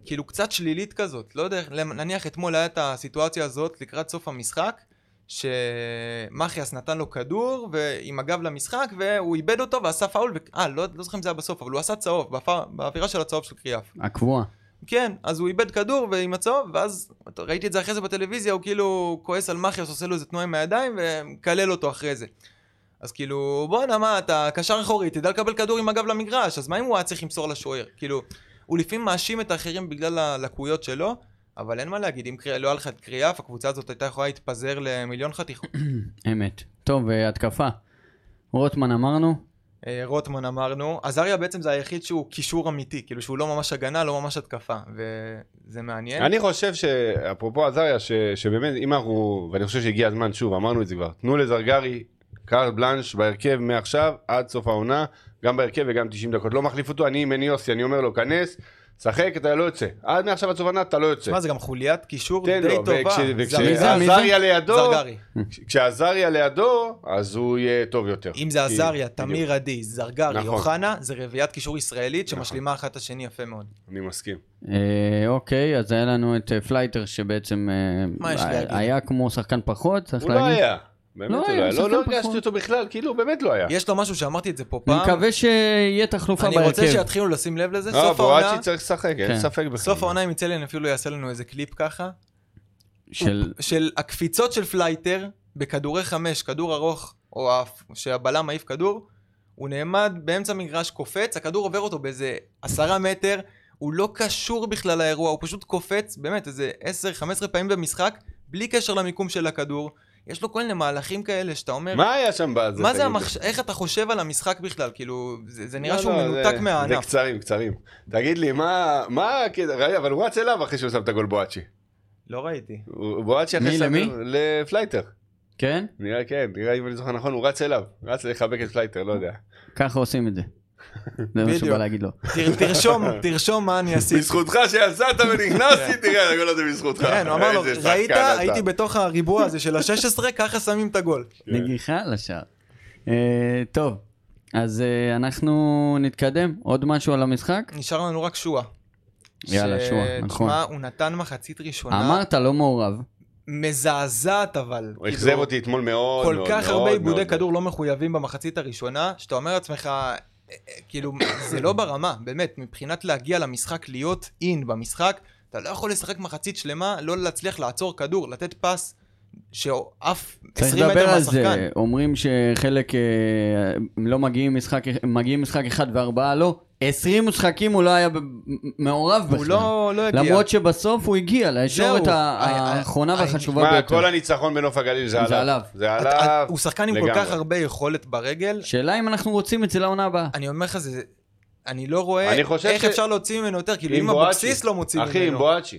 Speaker 4: כאילו קצת שלילית כזאת. לא יודע, נניח אתמול היה את הסיטואציה הזאת לקראת סוף המשחק, שמחיאס נתן לו כדור, ועם הגב למשחק, והוא איבד אותו ועשה פאול, ו... אה, לא, לא זוכר אם זה היה בסוף, אבל הוא עשה צהוב, באפר- באווירה של הצהוב של קריאף.
Speaker 2: הקבועה.
Speaker 4: כן, אז הוא איבד כדור ועם הצהוב, ואז אתה- ראיתי את זה אחרי זה בטלוויזיה, הוא כאילו כועס על מאחיוס, עושה לו איזה תנועה עם הידיים ומקלל אותו אחרי זה. אז כאילו, בואנה מה, אתה קשר אחורי, תדע לקבל כדור עם הגב למגרש, אז מה אם הוא היה צריך למסור לשוער? כאילו, הוא לפעמים מאשים את האחרים בגלל הלקויות שלו, אבל אין מה להגיד, אם קרי- לא היה לך את קריאף, הקבוצה הזאת הייתה יכולה להתפזר למיליון חתיכות.
Speaker 2: אמת. טוב, אה, התקפה. רוטמן אמרנו,
Speaker 4: אה, רוטמן אמרנו, עזריה בעצם זה היחיד שהוא קישור אמיתי, כאילו שהוא לא ממש הגנה, לא ממש התקפה, וזה מעניין.
Speaker 3: אני חושב שאפרופו עזריה, ש- שבאמת אם אנחנו, ואני חושב שהגיע הזמן, שוב, אמרנו את זה כבר, תנו לזרגרי קארל בלנש בהרכב מעכשיו עד סוף העונה, גם בהרכב וגם 90 דקות, לא מחליף אותו, אני עם יוסי, אני אומר לו, כנס, שחק, אתה לא יוצא, עד מעכשיו עד סוף העונה אתה לא יוצא.
Speaker 4: תשמע, זה גם חוליית קישור
Speaker 3: תן
Speaker 4: די
Speaker 3: לו,
Speaker 4: טובה.
Speaker 3: וכש- לא-
Speaker 4: זרגרי.
Speaker 2: זה? מי
Speaker 3: וכשעזריה לידו,
Speaker 4: זרגרי.
Speaker 3: כשעזריה לידו, אז הוא יהיה טוב יותר.
Speaker 4: אם זה
Speaker 3: כי-
Speaker 4: עזריה,
Speaker 3: בדיוק.
Speaker 4: תמיר עדי, זרגרי,
Speaker 3: נכון.
Speaker 4: אוחנה, זה רביעיית קישור ישראלית שמשלימה אחת את השני יפה מאוד.
Speaker 3: אני מסכים.
Speaker 2: אה, אוקיי, אז היה לנו את אה, פלייטר שבעצם אה,
Speaker 4: מה יש להגיד?
Speaker 2: היה כמו שחקן פחות, צריך
Speaker 3: הוא לא
Speaker 2: להגיד.
Speaker 3: היה. באמת
Speaker 2: לא
Speaker 3: הוא
Speaker 2: היה,
Speaker 3: לא היה,
Speaker 2: הוא
Speaker 3: לא לא
Speaker 2: שחקן
Speaker 3: הרגשתי
Speaker 2: פחות.
Speaker 3: אותו בכלל, כאילו הוא באמת לא היה.
Speaker 4: יש לו משהו שאמרתי את זה פה
Speaker 2: אני
Speaker 4: פעם.
Speaker 2: מקווה שיהיה תחלופה
Speaker 4: אני רוצה
Speaker 2: בהרכב.
Speaker 4: שיתחילו לשים לב לזה.
Speaker 3: אה,
Speaker 4: סוף העונה,
Speaker 3: בואצ'י צריך לשחק,
Speaker 2: כן.
Speaker 3: אין ספק בכלל.
Speaker 4: סוף העונה אם יצא לי, אני אפילו יעשה לנו איזה קליפ ככה.
Speaker 2: של...
Speaker 4: של הקפיצות של פלייטר בכדורי חמש, כדור ארוך, או האף, שהבלם מעיף כדור, הוא נעמד באמצע מגרש, קופץ, הכדור עובר אותו באיזה עשרה מטר, הוא לא קשור בכלל לאירוע, הוא פשוט קופץ, באמת, איזה 10-15 פעמים במשחק, בלי קשר למיקום של הכדור. יש לו כל מיני מהלכים כאלה שאתה אומר,
Speaker 3: מה היה שם בזה?
Speaker 4: מה
Speaker 3: תגיד?
Speaker 4: זה המחש... איך אתה חושב על המשחק בכלל? כאילו, זה, זה נראה
Speaker 3: לא,
Speaker 4: שהוא
Speaker 3: לא,
Speaker 4: מנותק
Speaker 3: זה- זה
Speaker 4: מהענף.
Speaker 3: קצרים, קצרים. תגיד לי, מה... מה... הקטע- ראי, אבל הוא רץ אליו אחרי שהוא שם את הגול בואצ'י.
Speaker 4: לא ראיתי.
Speaker 3: הוא- בואצ'י אחרי
Speaker 2: מי,
Speaker 3: שם-
Speaker 2: למי?
Speaker 3: לפלייטר.
Speaker 2: כן?
Speaker 3: נראה, כן, נראה אם אני זוכר נכון, הוא רץ אליו. רץ לחבק את פלייטר, לא יודע.
Speaker 2: ככה עושים את זה. זה מה שהוא
Speaker 4: בדיוק.
Speaker 2: בא להגיד לו.
Speaker 3: כן.
Speaker 4: תר, תרשום, תרשום מה אני עשיתי.
Speaker 3: בזכותך שיצאת
Speaker 2: כן.
Speaker 3: ונכנסתי, תראה, הגול הזה בזכותך.
Speaker 4: כן, הוא אמר לו,
Speaker 3: איזה שחקן
Speaker 4: ראית?
Speaker 3: אתה."
Speaker 4: הייתי בתוך הריבוע הזה של ה-16, ככה שמים את הגול.
Speaker 2: נגיחה לשער. אה, טוב, אז אה, אנחנו נתקדם. עוד משהו על המשחק?
Speaker 4: נשאר לנו רק שועה.
Speaker 2: יאללה,
Speaker 4: ש-
Speaker 2: שועה, נכון.
Speaker 4: תשמע, הוא נתן מחצית ראשונה.
Speaker 2: אמרת לא מעורב.
Speaker 4: מזעזעת אבל.
Speaker 3: הוא
Speaker 4: כאילו,
Speaker 3: אכזב אותי אתמול מאוד,
Speaker 4: כל
Speaker 3: מאוד,
Speaker 4: כך
Speaker 3: מאוד,
Speaker 4: הרבה עיבודי
Speaker 3: מאוד.
Speaker 4: כדור לא מחויבים במחצית הראשונה, שאתה אומר לעצמך, אה, אה, כאילו, זה לא ברמה, באמת, מבחינת להגיע למשחק, להיות אין במשחק, אתה לא יכול לשחק מחצית שלמה, לא להצליח לעצור כדור, לתת פס שעף
Speaker 2: צריך
Speaker 4: 20 מטר
Speaker 2: לדבר על זה,
Speaker 4: מהשחקן.
Speaker 2: אומרים שחלק אה, לא מגיעים משחק, מגיעים משחק אחד וארבעה לא, 20 משחקים הוא לא היה ב- מעורב בכלל.
Speaker 4: הוא לא לא הגיע.
Speaker 2: למרות שבסוף הוא הגיע לישורת ה-
Speaker 4: זהו.
Speaker 3: אה,
Speaker 4: ה-
Speaker 2: האחרונה
Speaker 4: ה-
Speaker 2: והחשובה
Speaker 3: מה,
Speaker 2: ביותר.
Speaker 3: כל הניצחון בנוף הגליל זה
Speaker 2: זה
Speaker 3: עליו.
Speaker 2: עליו.
Speaker 3: זה
Speaker 4: את-
Speaker 3: עליו.
Speaker 4: את- הוא שחקן עם כל
Speaker 3: לגמרי.
Speaker 4: כך הרבה יכולת ברגל,
Speaker 2: שאלה אם אנחנו רוצים את זה לעונה הבאה.
Speaker 4: אני אומר לך, זה... אני לא רואה
Speaker 3: אני חושב
Speaker 4: איך
Speaker 3: ש-
Speaker 4: אפשר להוציא ממנו יותר, כאילו אם
Speaker 3: עם בואצ'י.
Speaker 4: אבוקסיס לא מוציא
Speaker 3: אחי, עם
Speaker 4: ממנו.
Speaker 3: בואצ'י.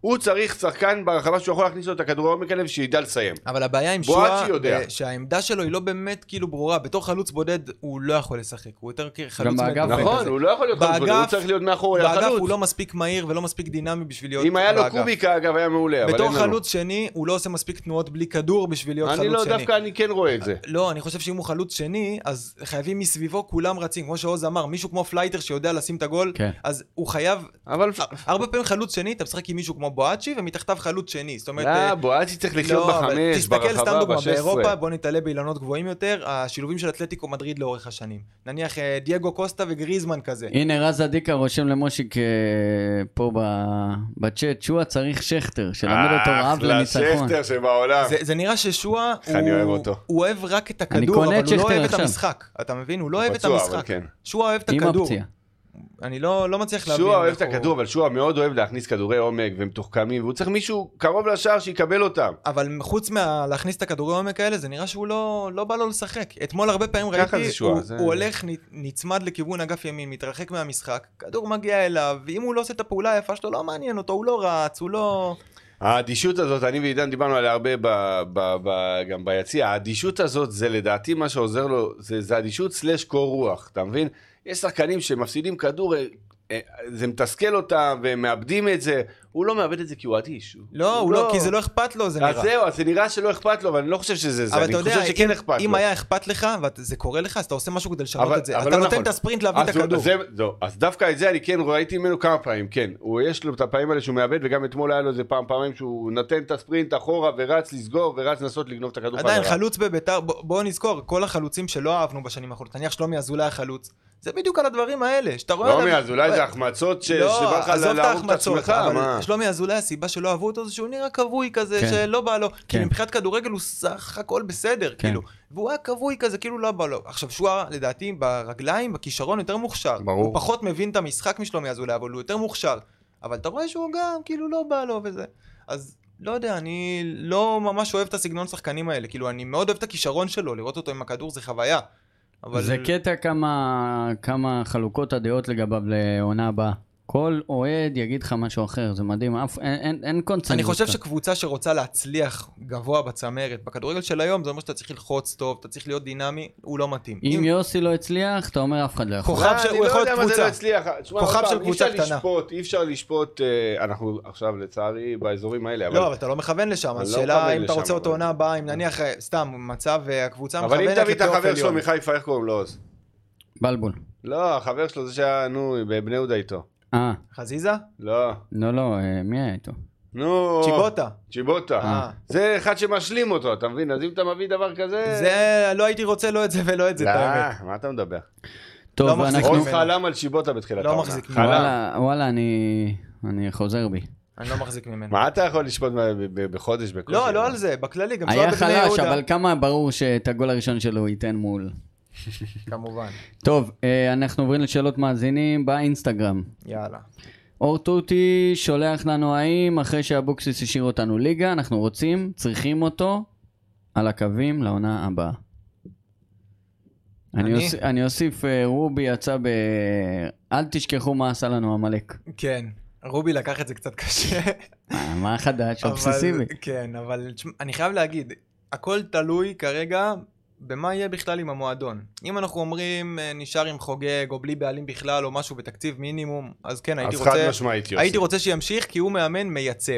Speaker 3: הוא צריך שחקן ברחבה שהוא יכול להכניס לו את הכדור העומק הלב שידע לסיים.
Speaker 4: אבל הבעיה עם
Speaker 3: בואצ'י
Speaker 4: שואה,
Speaker 3: יודע.
Speaker 4: אה, שהעמדה שלו היא לא באמת כאילו ברורה. בתור חלוץ בודד הוא לא יכול לשחק, הוא יותר כחלוץ
Speaker 2: באגף
Speaker 4: מדובר
Speaker 3: נכון,
Speaker 4: כזה.
Speaker 3: הוא לא יכול להיות חלוץ, בודד, הוא צריך להיות מאחורי
Speaker 4: באגף
Speaker 3: החלוץ.
Speaker 4: הוא לא מספיק מהיר ולא מספיק דינמי בשביל להיות
Speaker 3: אם היה לו
Speaker 4: באגף.
Speaker 3: קוביקה אגב היה מעולה, אבל אין לנו.
Speaker 4: בתור חלוץ שני, הוא לא עושה מספיק תנועות בלי כדור בשביל להיות חלוץ
Speaker 3: אני לא,
Speaker 4: שני.
Speaker 3: דווקא אני כן רואה את זה.
Speaker 4: לא, אני חושב שאם הוא חלוץ שני, אז חייבים מסביבו כולם רצים. כמו שעוז אמר, מישהו כמו פלייטר שיודע לשים את הגול,
Speaker 2: כן.
Speaker 4: אז הוא חייב...
Speaker 3: אבל...
Speaker 4: הרבה פעמים חלוץ שני, אתה משחק עם מישהו כמו בואצ'י, ומתחתיו חלוץ שני. זאת אומרת... אה,
Speaker 3: לא, בואצ'י צריך לחיות
Speaker 4: לא, אבל
Speaker 3: בחמש,
Speaker 4: תסתכל סתם
Speaker 3: ברחבה,
Speaker 4: דוגמה,
Speaker 3: בשש עשרה.
Speaker 4: באירופה, בוא נתעלה באילנות גבוהים יותר, השילובים של אתלטיקו מדריד לאורך השנים. נניח אה, דייגו קוסטה וגריזמן כזה.
Speaker 2: הנה רז אדיקה רושם למושיק אה, פה ב- בצ'אט, שועה צריך שכטר, שלמד אותו רעב לניצחון.
Speaker 3: אה, אחלה שכטר שבעולם.
Speaker 4: זה, זה נראה ששועה,
Speaker 3: איך אני אוהב
Speaker 4: הוא,
Speaker 3: אותו.
Speaker 4: הוא אוהב רק את
Speaker 2: אני
Speaker 4: הכדור,
Speaker 2: קונה
Speaker 4: אבל
Speaker 2: את
Speaker 4: הוא לא
Speaker 2: שכטר
Speaker 4: אוהב את
Speaker 2: עכשיו.
Speaker 4: המשחק. אתה מבין? הוא לא אוהב את
Speaker 3: פצוע, אבל
Speaker 4: המשחק.
Speaker 3: כן.
Speaker 4: שועה אוהב את
Speaker 2: עם
Speaker 4: הכדור.
Speaker 2: הפציעה.
Speaker 4: אני לא, לא מצליח להבין.
Speaker 3: שועה אוהב
Speaker 4: איך
Speaker 3: את הכדור,
Speaker 4: הוא-
Speaker 3: אבל שועה מאוד אוהב להכניס כדורי עומק ומתוחכמים, והוא צריך מישהו קרוב לשער שיקבל אותם.
Speaker 4: אבל חוץ מלהכניס את הכדורי עומק האלה, זה נראה שהוא לא, לא בא לו לשחק. אתמול הרבה פעמים
Speaker 3: ככה
Speaker 4: ראיתי,
Speaker 3: זה שועה,
Speaker 4: הוא,
Speaker 3: זה-
Speaker 4: הוא הולך, נ- נצמד לכיוון אגף ימין, מתרחק מהמשחק, כדור מגיע אליו, ואם הוא לא עושה את הפעולה היפה שלו, לא מעניין אותו, הוא לא רץ, הוא לא...
Speaker 3: האדישות הזאת, אני ועידן דיברנו עליה הרבה ב, ב, ב, גם ביציע, האדישות הזאת זה לדעתי מה שעוזר לו, זה, זה אדישות סלש קור רוח, אתה מבין? יש שחקנים שמפסידים כדור, אה, אה, זה מתסכל אותם והם מאבדים את זה, הוא לא מאבד את זה כי הוא אדיש.
Speaker 4: לא, הוא לא, כי זה לא אכפת לו, זה
Speaker 3: אז
Speaker 4: נראה.
Speaker 3: זהו, אז זה נראה שלא אכפת לו, אבל אני לא חושב שזה זה,
Speaker 4: אבל
Speaker 3: אני
Speaker 4: אתה יודע,
Speaker 3: חושב
Speaker 4: אם,
Speaker 3: שכן אכפת
Speaker 4: אם
Speaker 3: לו.
Speaker 4: היה אכפת לך, וזה קורה לך, אז אתה עושה משהו כדי לשנות
Speaker 3: אבל-
Speaker 4: את זה.
Speaker 3: אבל
Speaker 4: אתה
Speaker 3: לא
Speaker 4: נותן
Speaker 3: נכון.
Speaker 4: את הספרינט להביא את
Speaker 3: אז הוא-
Speaker 4: הכדור.
Speaker 3: זה, זהו, אז דווקא את זה אני כן ראיתי ממנו כמה פעמים, כן. הוא, יש לו את הפעמים האלה שהוא מאבד, וגם אתמול היה לו איזה פעם, פעמיים שהוא נתן את הספרינט אחורה ורץ לסגור ורץ לנסות לגנוב את הכדור
Speaker 4: עדיין
Speaker 3: חזרה.
Speaker 4: חלוץ בביתר, בוא- בואו נזכור, כל החלוצים שלא אהבנו בשנים האחרונות, נניח שלומי אזולאי החלוץ, זה בדיוק על הדברים האלה, שאתה רואה...
Speaker 3: לא,
Speaker 4: עליו-
Speaker 3: אז אולי זה החמצות ש- שבא
Speaker 4: לא,
Speaker 3: לך
Speaker 4: עזוב את
Speaker 3: להרוג את
Speaker 4: ההחמצות,
Speaker 3: עצמך, מה?
Speaker 4: אבל שלומי אזולאי, הסיבה שלא אהבו אותו זה שהוא נראה כבוי כזה,
Speaker 2: כן.
Speaker 4: שלא בא לו. כי
Speaker 2: כן.
Speaker 4: מבחינת כדורגל הוא סך הכל בסדר,
Speaker 2: כן.
Speaker 4: כאילו. והוא היה כבוי כזה, כאילו לא בא לו. עכשיו, שועה, לדעתי, ברגליים, בכישרון, יותר מוכשר.
Speaker 3: ברור.
Speaker 4: הוא פחות מבין את המשחק משלומי אזולאי, אבל הוא יותר מוכשר. אבל אתה רואה שהוא גם, כאילו, לא בא לו וזה. אז... לא יודע, אני לא ממש אוהב את הסגנון שחקנים האלה. כאילו, אני מאוד אוהב את הכישרון שלו, לראות אותו עם הכדור זה חוויה. אבל...
Speaker 2: זה קטע כמה, כמה חלוקות הדעות לגביו לעונה הבאה. כל אוהד יגיד לך משהו אחר, זה מדהים, אף, אין, אין, אין קונצנזוס.
Speaker 4: אני חושב
Speaker 2: כאן.
Speaker 4: שקבוצה שרוצה להצליח גבוה בצמרת, בכדורגל של היום, זה אומר שאתה צריך ללחוץ טוב, אתה צריך להיות דינמי, הוא לא מתאים.
Speaker 2: אם יוסי לא הצליח, אתה אומר אף אחד לא יכול.
Speaker 4: כוכב
Speaker 3: לא,
Speaker 4: של-
Speaker 3: אני
Speaker 4: הוא
Speaker 3: לא
Speaker 4: יכול
Speaker 3: יודע
Speaker 4: להיות
Speaker 3: מה זה לא
Speaker 4: קבוצה.
Speaker 3: הצליח. תשמע,
Speaker 4: כוכב
Speaker 3: עוד
Speaker 4: של
Speaker 3: פעם, אי
Speaker 4: קבוצה
Speaker 3: אפשר
Speaker 4: קטנה.
Speaker 3: לשפוט, אי אפשר לשפוט, אה, אנחנו עכשיו לצערי באזורים האלה, אבל...
Speaker 4: לא, אבל אתה לא מכוון לשם,
Speaker 3: אני
Speaker 4: אז
Speaker 3: לא
Speaker 4: שאלה
Speaker 3: מכוון
Speaker 4: אם אתה
Speaker 3: לשם,
Speaker 4: רוצה אותו
Speaker 3: אבל-
Speaker 4: עונה הבאה, אם נניח, אה, סתם, מצב, אה, הקבוצה
Speaker 3: אבל אם
Speaker 4: מכוונת
Speaker 3: תביא את
Speaker 4: לפלייאוף
Speaker 3: החבר שלו
Speaker 4: עליון.
Speaker 3: מחיפה, איך קוראים לו עוז?
Speaker 2: בלבול.
Speaker 3: לא, החבר שלו זה שהיה, נו, בבני יהודה איתו.
Speaker 2: אה,
Speaker 4: חזיזה?
Speaker 3: לא.
Speaker 2: לא, לא, אה, מי היה איתו?
Speaker 3: נו.
Speaker 4: צ'יבוטה.
Speaker 3: צ'יבוטה.
Speaker 4: אה.
Speaker 3: זה אחד שמשלים אותו, אתה מבין? אז אם אתה מביא דבר כזה...
Speaker 4: זה, לא הייתי רוצה לא את זה ולא את זה, את האמת.
Speaker 3: לא, מה אתה מדבר?
Speaker 2: טוב,
Speaker 4: לא מחזיק
Speaker 2: אנחנו...
Speaker 3: רון
Speaker 4: ממנו.
Speaker 3: חלם על צ'יבוטה בתחילת
Speaker 4: לא
Speaker 3: העונה.
Speaker 4: מחזיק ממנו.
Speaker 3: חלם.
Speaker 2: וואלה, וואלה, אני, אני חוזר בי.
Speaker 4: אני לא מחזיק ממנו.
Speaker 3: מה אתה יכול לשפוט ב- ב- ב- בחודש בקושי?
Speaker 4: לא, לא על זה, בכללי, גם
Speaker 2: היה
Speaker 4: בבני
Speaker 2: חלש,
Speaker 4: יהודה.
Speaker 2: אבל כמה ברור שאת הגול הראשון שלו הוא ייתן מול...
Speaker 4: כמובן,
Speaker 2: טוב, אה, אנחנו עוברים לשאלות מאזינים באינסטגרם.
Speaker 4: יאללה.
Speaker 2: אור תותי שולח לנו האם אחרי שאבוקסיס השאיר אותנו ליגה, אנחנו רוצים, צריכים אותו על הקווים לעונה הבאה. אני,
Speaker 4: אני?
Speaker 2: אוס, אני אוסיף, אה, רובי יצא ב... אל תשכחו מה עשה לנו עמלק.
Speaker 4: כן, רובי לקח את זה קצת קשה.
Speaker 2: מה מה חדש?
Speaker 4: אבל-
Speaker 2: אובססיבי.
Speaker 4: כן, אבל תשמע, אני חייב להגיד, הכל תלוי כרגע במה יהיה בכלל עם המועדון. אם אנחנו אומרים אה, נשאר עם חוגג או בלי בעלים בכלל או משהו בתקציב מינימום, אז כן, הייתי
Speaker 3: אז חד
Speaker 4: רוצה,
Speaker 3: משמעית, יוסי.
Speaker 4: הייתי רוצה שימשיך כי הוא מאמן מייצב.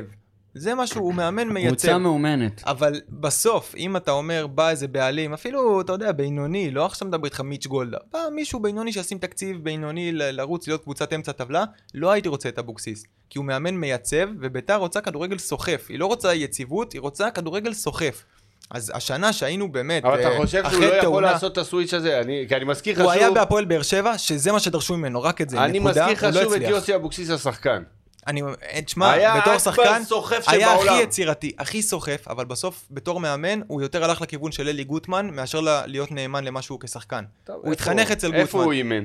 Speaker 4: זה משהו, הוא מאמן
Speaker 2: קבוצה
Speaker 4: מייצב.
Speaker 2: מאומנת.
Speaker 4: אבל בסוף, אם אתה אומר, בא איזה בעלים, אפילו, אתה יודע, בינוני, לא עכשיו מדבר איתך מיץ' גולדה, בא מישהו בינוני שישים תקציב בינוני ל- לרוץ להיות קבוצת אמצע טבלה, לא הייתי רוצה את אבוקסיס. כי הוא מאמן מייצב, וביתר רוצה כדורגל סוחף. היא לא רוצה יציבות, היא רוצה כדורגל סוחף. אז השנה שהיינו באמת,
Speaker 3: אבל
Speaker 4: אה,
Speaker 3: אתה חושב שהוא
Speaker 4: אחרי
Speaker 3: לא יכול
Speaker 4: תאונה-
Speaker 3: לעשות את הסוויץ' הזה, אני- כי אני מזכיר לך
Speaker 4: הוא היה
Speaker 3: שוב,
Speaker 4: בהפועל באר שבע, שזה מה שדרשו ממנו, רק את זה,
Speaker 3: אני
Speaker 4: נקודה,
Speaker 3: מזכיר
Speaker 4: הוא
Speaker 3: לך
Speaker 4: לא
Speaker 3: שוב את
Speaker 4: הצליח.
Speaker 3: יוסי אבוקסיס השחקן.
Speaker 4: אני, אה, תשמע,
Speaker 3: היה
Speaker 4: בתור
Speaker 3: האצבע
Speaker 4: שחקן,
Speaker 3: הסוחף
Speaker 4: היה הכי
Speaker 3: שבעולם.
Speaker 4: יצירתי, הכי סוחף, אבל בסוף, בתור מאמן, הוא יותר הלך לכיוון של אלי גוטמן, מאשר ל- להיות נאמן למה שהוא כשחקן. הוא התחנך אצל
Speaker 3: איפה הוא
Speaker 4: גוטמן,
Speaker 3: אימן?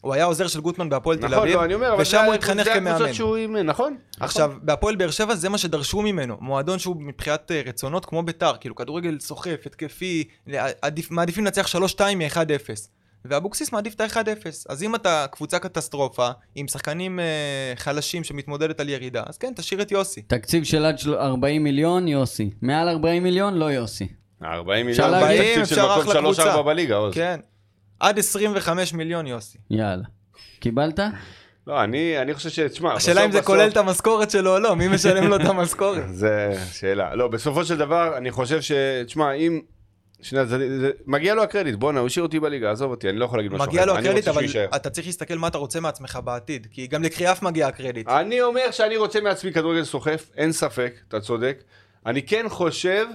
Speaker 4: הוא היה עוזר של גוטמן בהפועל תל
Speaker 3: נכון,
Speaker 4: אביב,
Speaker 3: לא, אני אומר, אבל זה
Speaker 4: ושם הוא
Speaker 3: ה-
Speaker 4: התחנך
Speaker 3: זה
Speaker 4: כמאמן.
Speaker 3: הקבוצות שהוא אימן, נכון?
Speaker 4: עכשיו, בהפועל באר שבע זה מה שדרשו ממנו, מועדון שהוא מבחינת אה, רצונות כמו ביתר, כאילו כדורגל סוחף, התקפי, לה- עדיף- מעדיפים לנצח 3-2 מ-1-0. ואבוקסיס מעדיף את ה-1-0. אז אם אתה קבוצה קטסטרופה, עם שחקנים אה, חלשים שמתמודדת על ירידה, אז כן, תשאיר את יוסי.
Speaker 2: תקציב של עד של- 40 מיליון, יוסי. מעל 40 מיליון, לא יוסי.
Speaker 3: 40
Speaker 2: אפשר
Speaker 3: מיליון זה
Speaker 2: להגיד,
Speaker 3: תקציב של
Speaker 4: אפשר אחלה
Speaker 3: מקום
Speaker 4: קבוצה.
Speaker 3: 3-4 בליגה, עוז.
Speaker 4: כן. עד 25 מיליון יוסי.
Speaker 2: יאללה. קיבלת?
Speaker 3: לא, אני אני חושב ש... תשמע,
Speaker 4: השאלה
Speaker 3: בסוף-
Speaker 4: אם זה
Speaker 3: בסוף-
Speaker 4: כולל את המשכורת שלו או לא, מי משלם לו את המשכורת?
Speaker 3: זה שאלה. לא, בסופו של דבר, אני חושב ש... תשמע, אם... שני הצדדים, זה- מגיע לו הקרדיט, בואנה, הוא השאיר אותי בליגה, עזוב אותי, אני לא יכול להגיד משהו
Speaker 4: מגיע לו
Speaker 3: אחר. אני
Speaker 4: הקרדיט,
Speaker 3: רוצה שהוא
Speaker 4: אבל
Speaker 3: יישאר.
Speaker 4: אתה צריך להסתכל מה אתה רוצה מעצמך בעתיד, כי גם לקריאף מגיע הקרדיט.
Speaker 3: אני אומר שאני רוצה מעצמי כדורגל סוחף, אין ספק, אתה צודק. אני כן חושב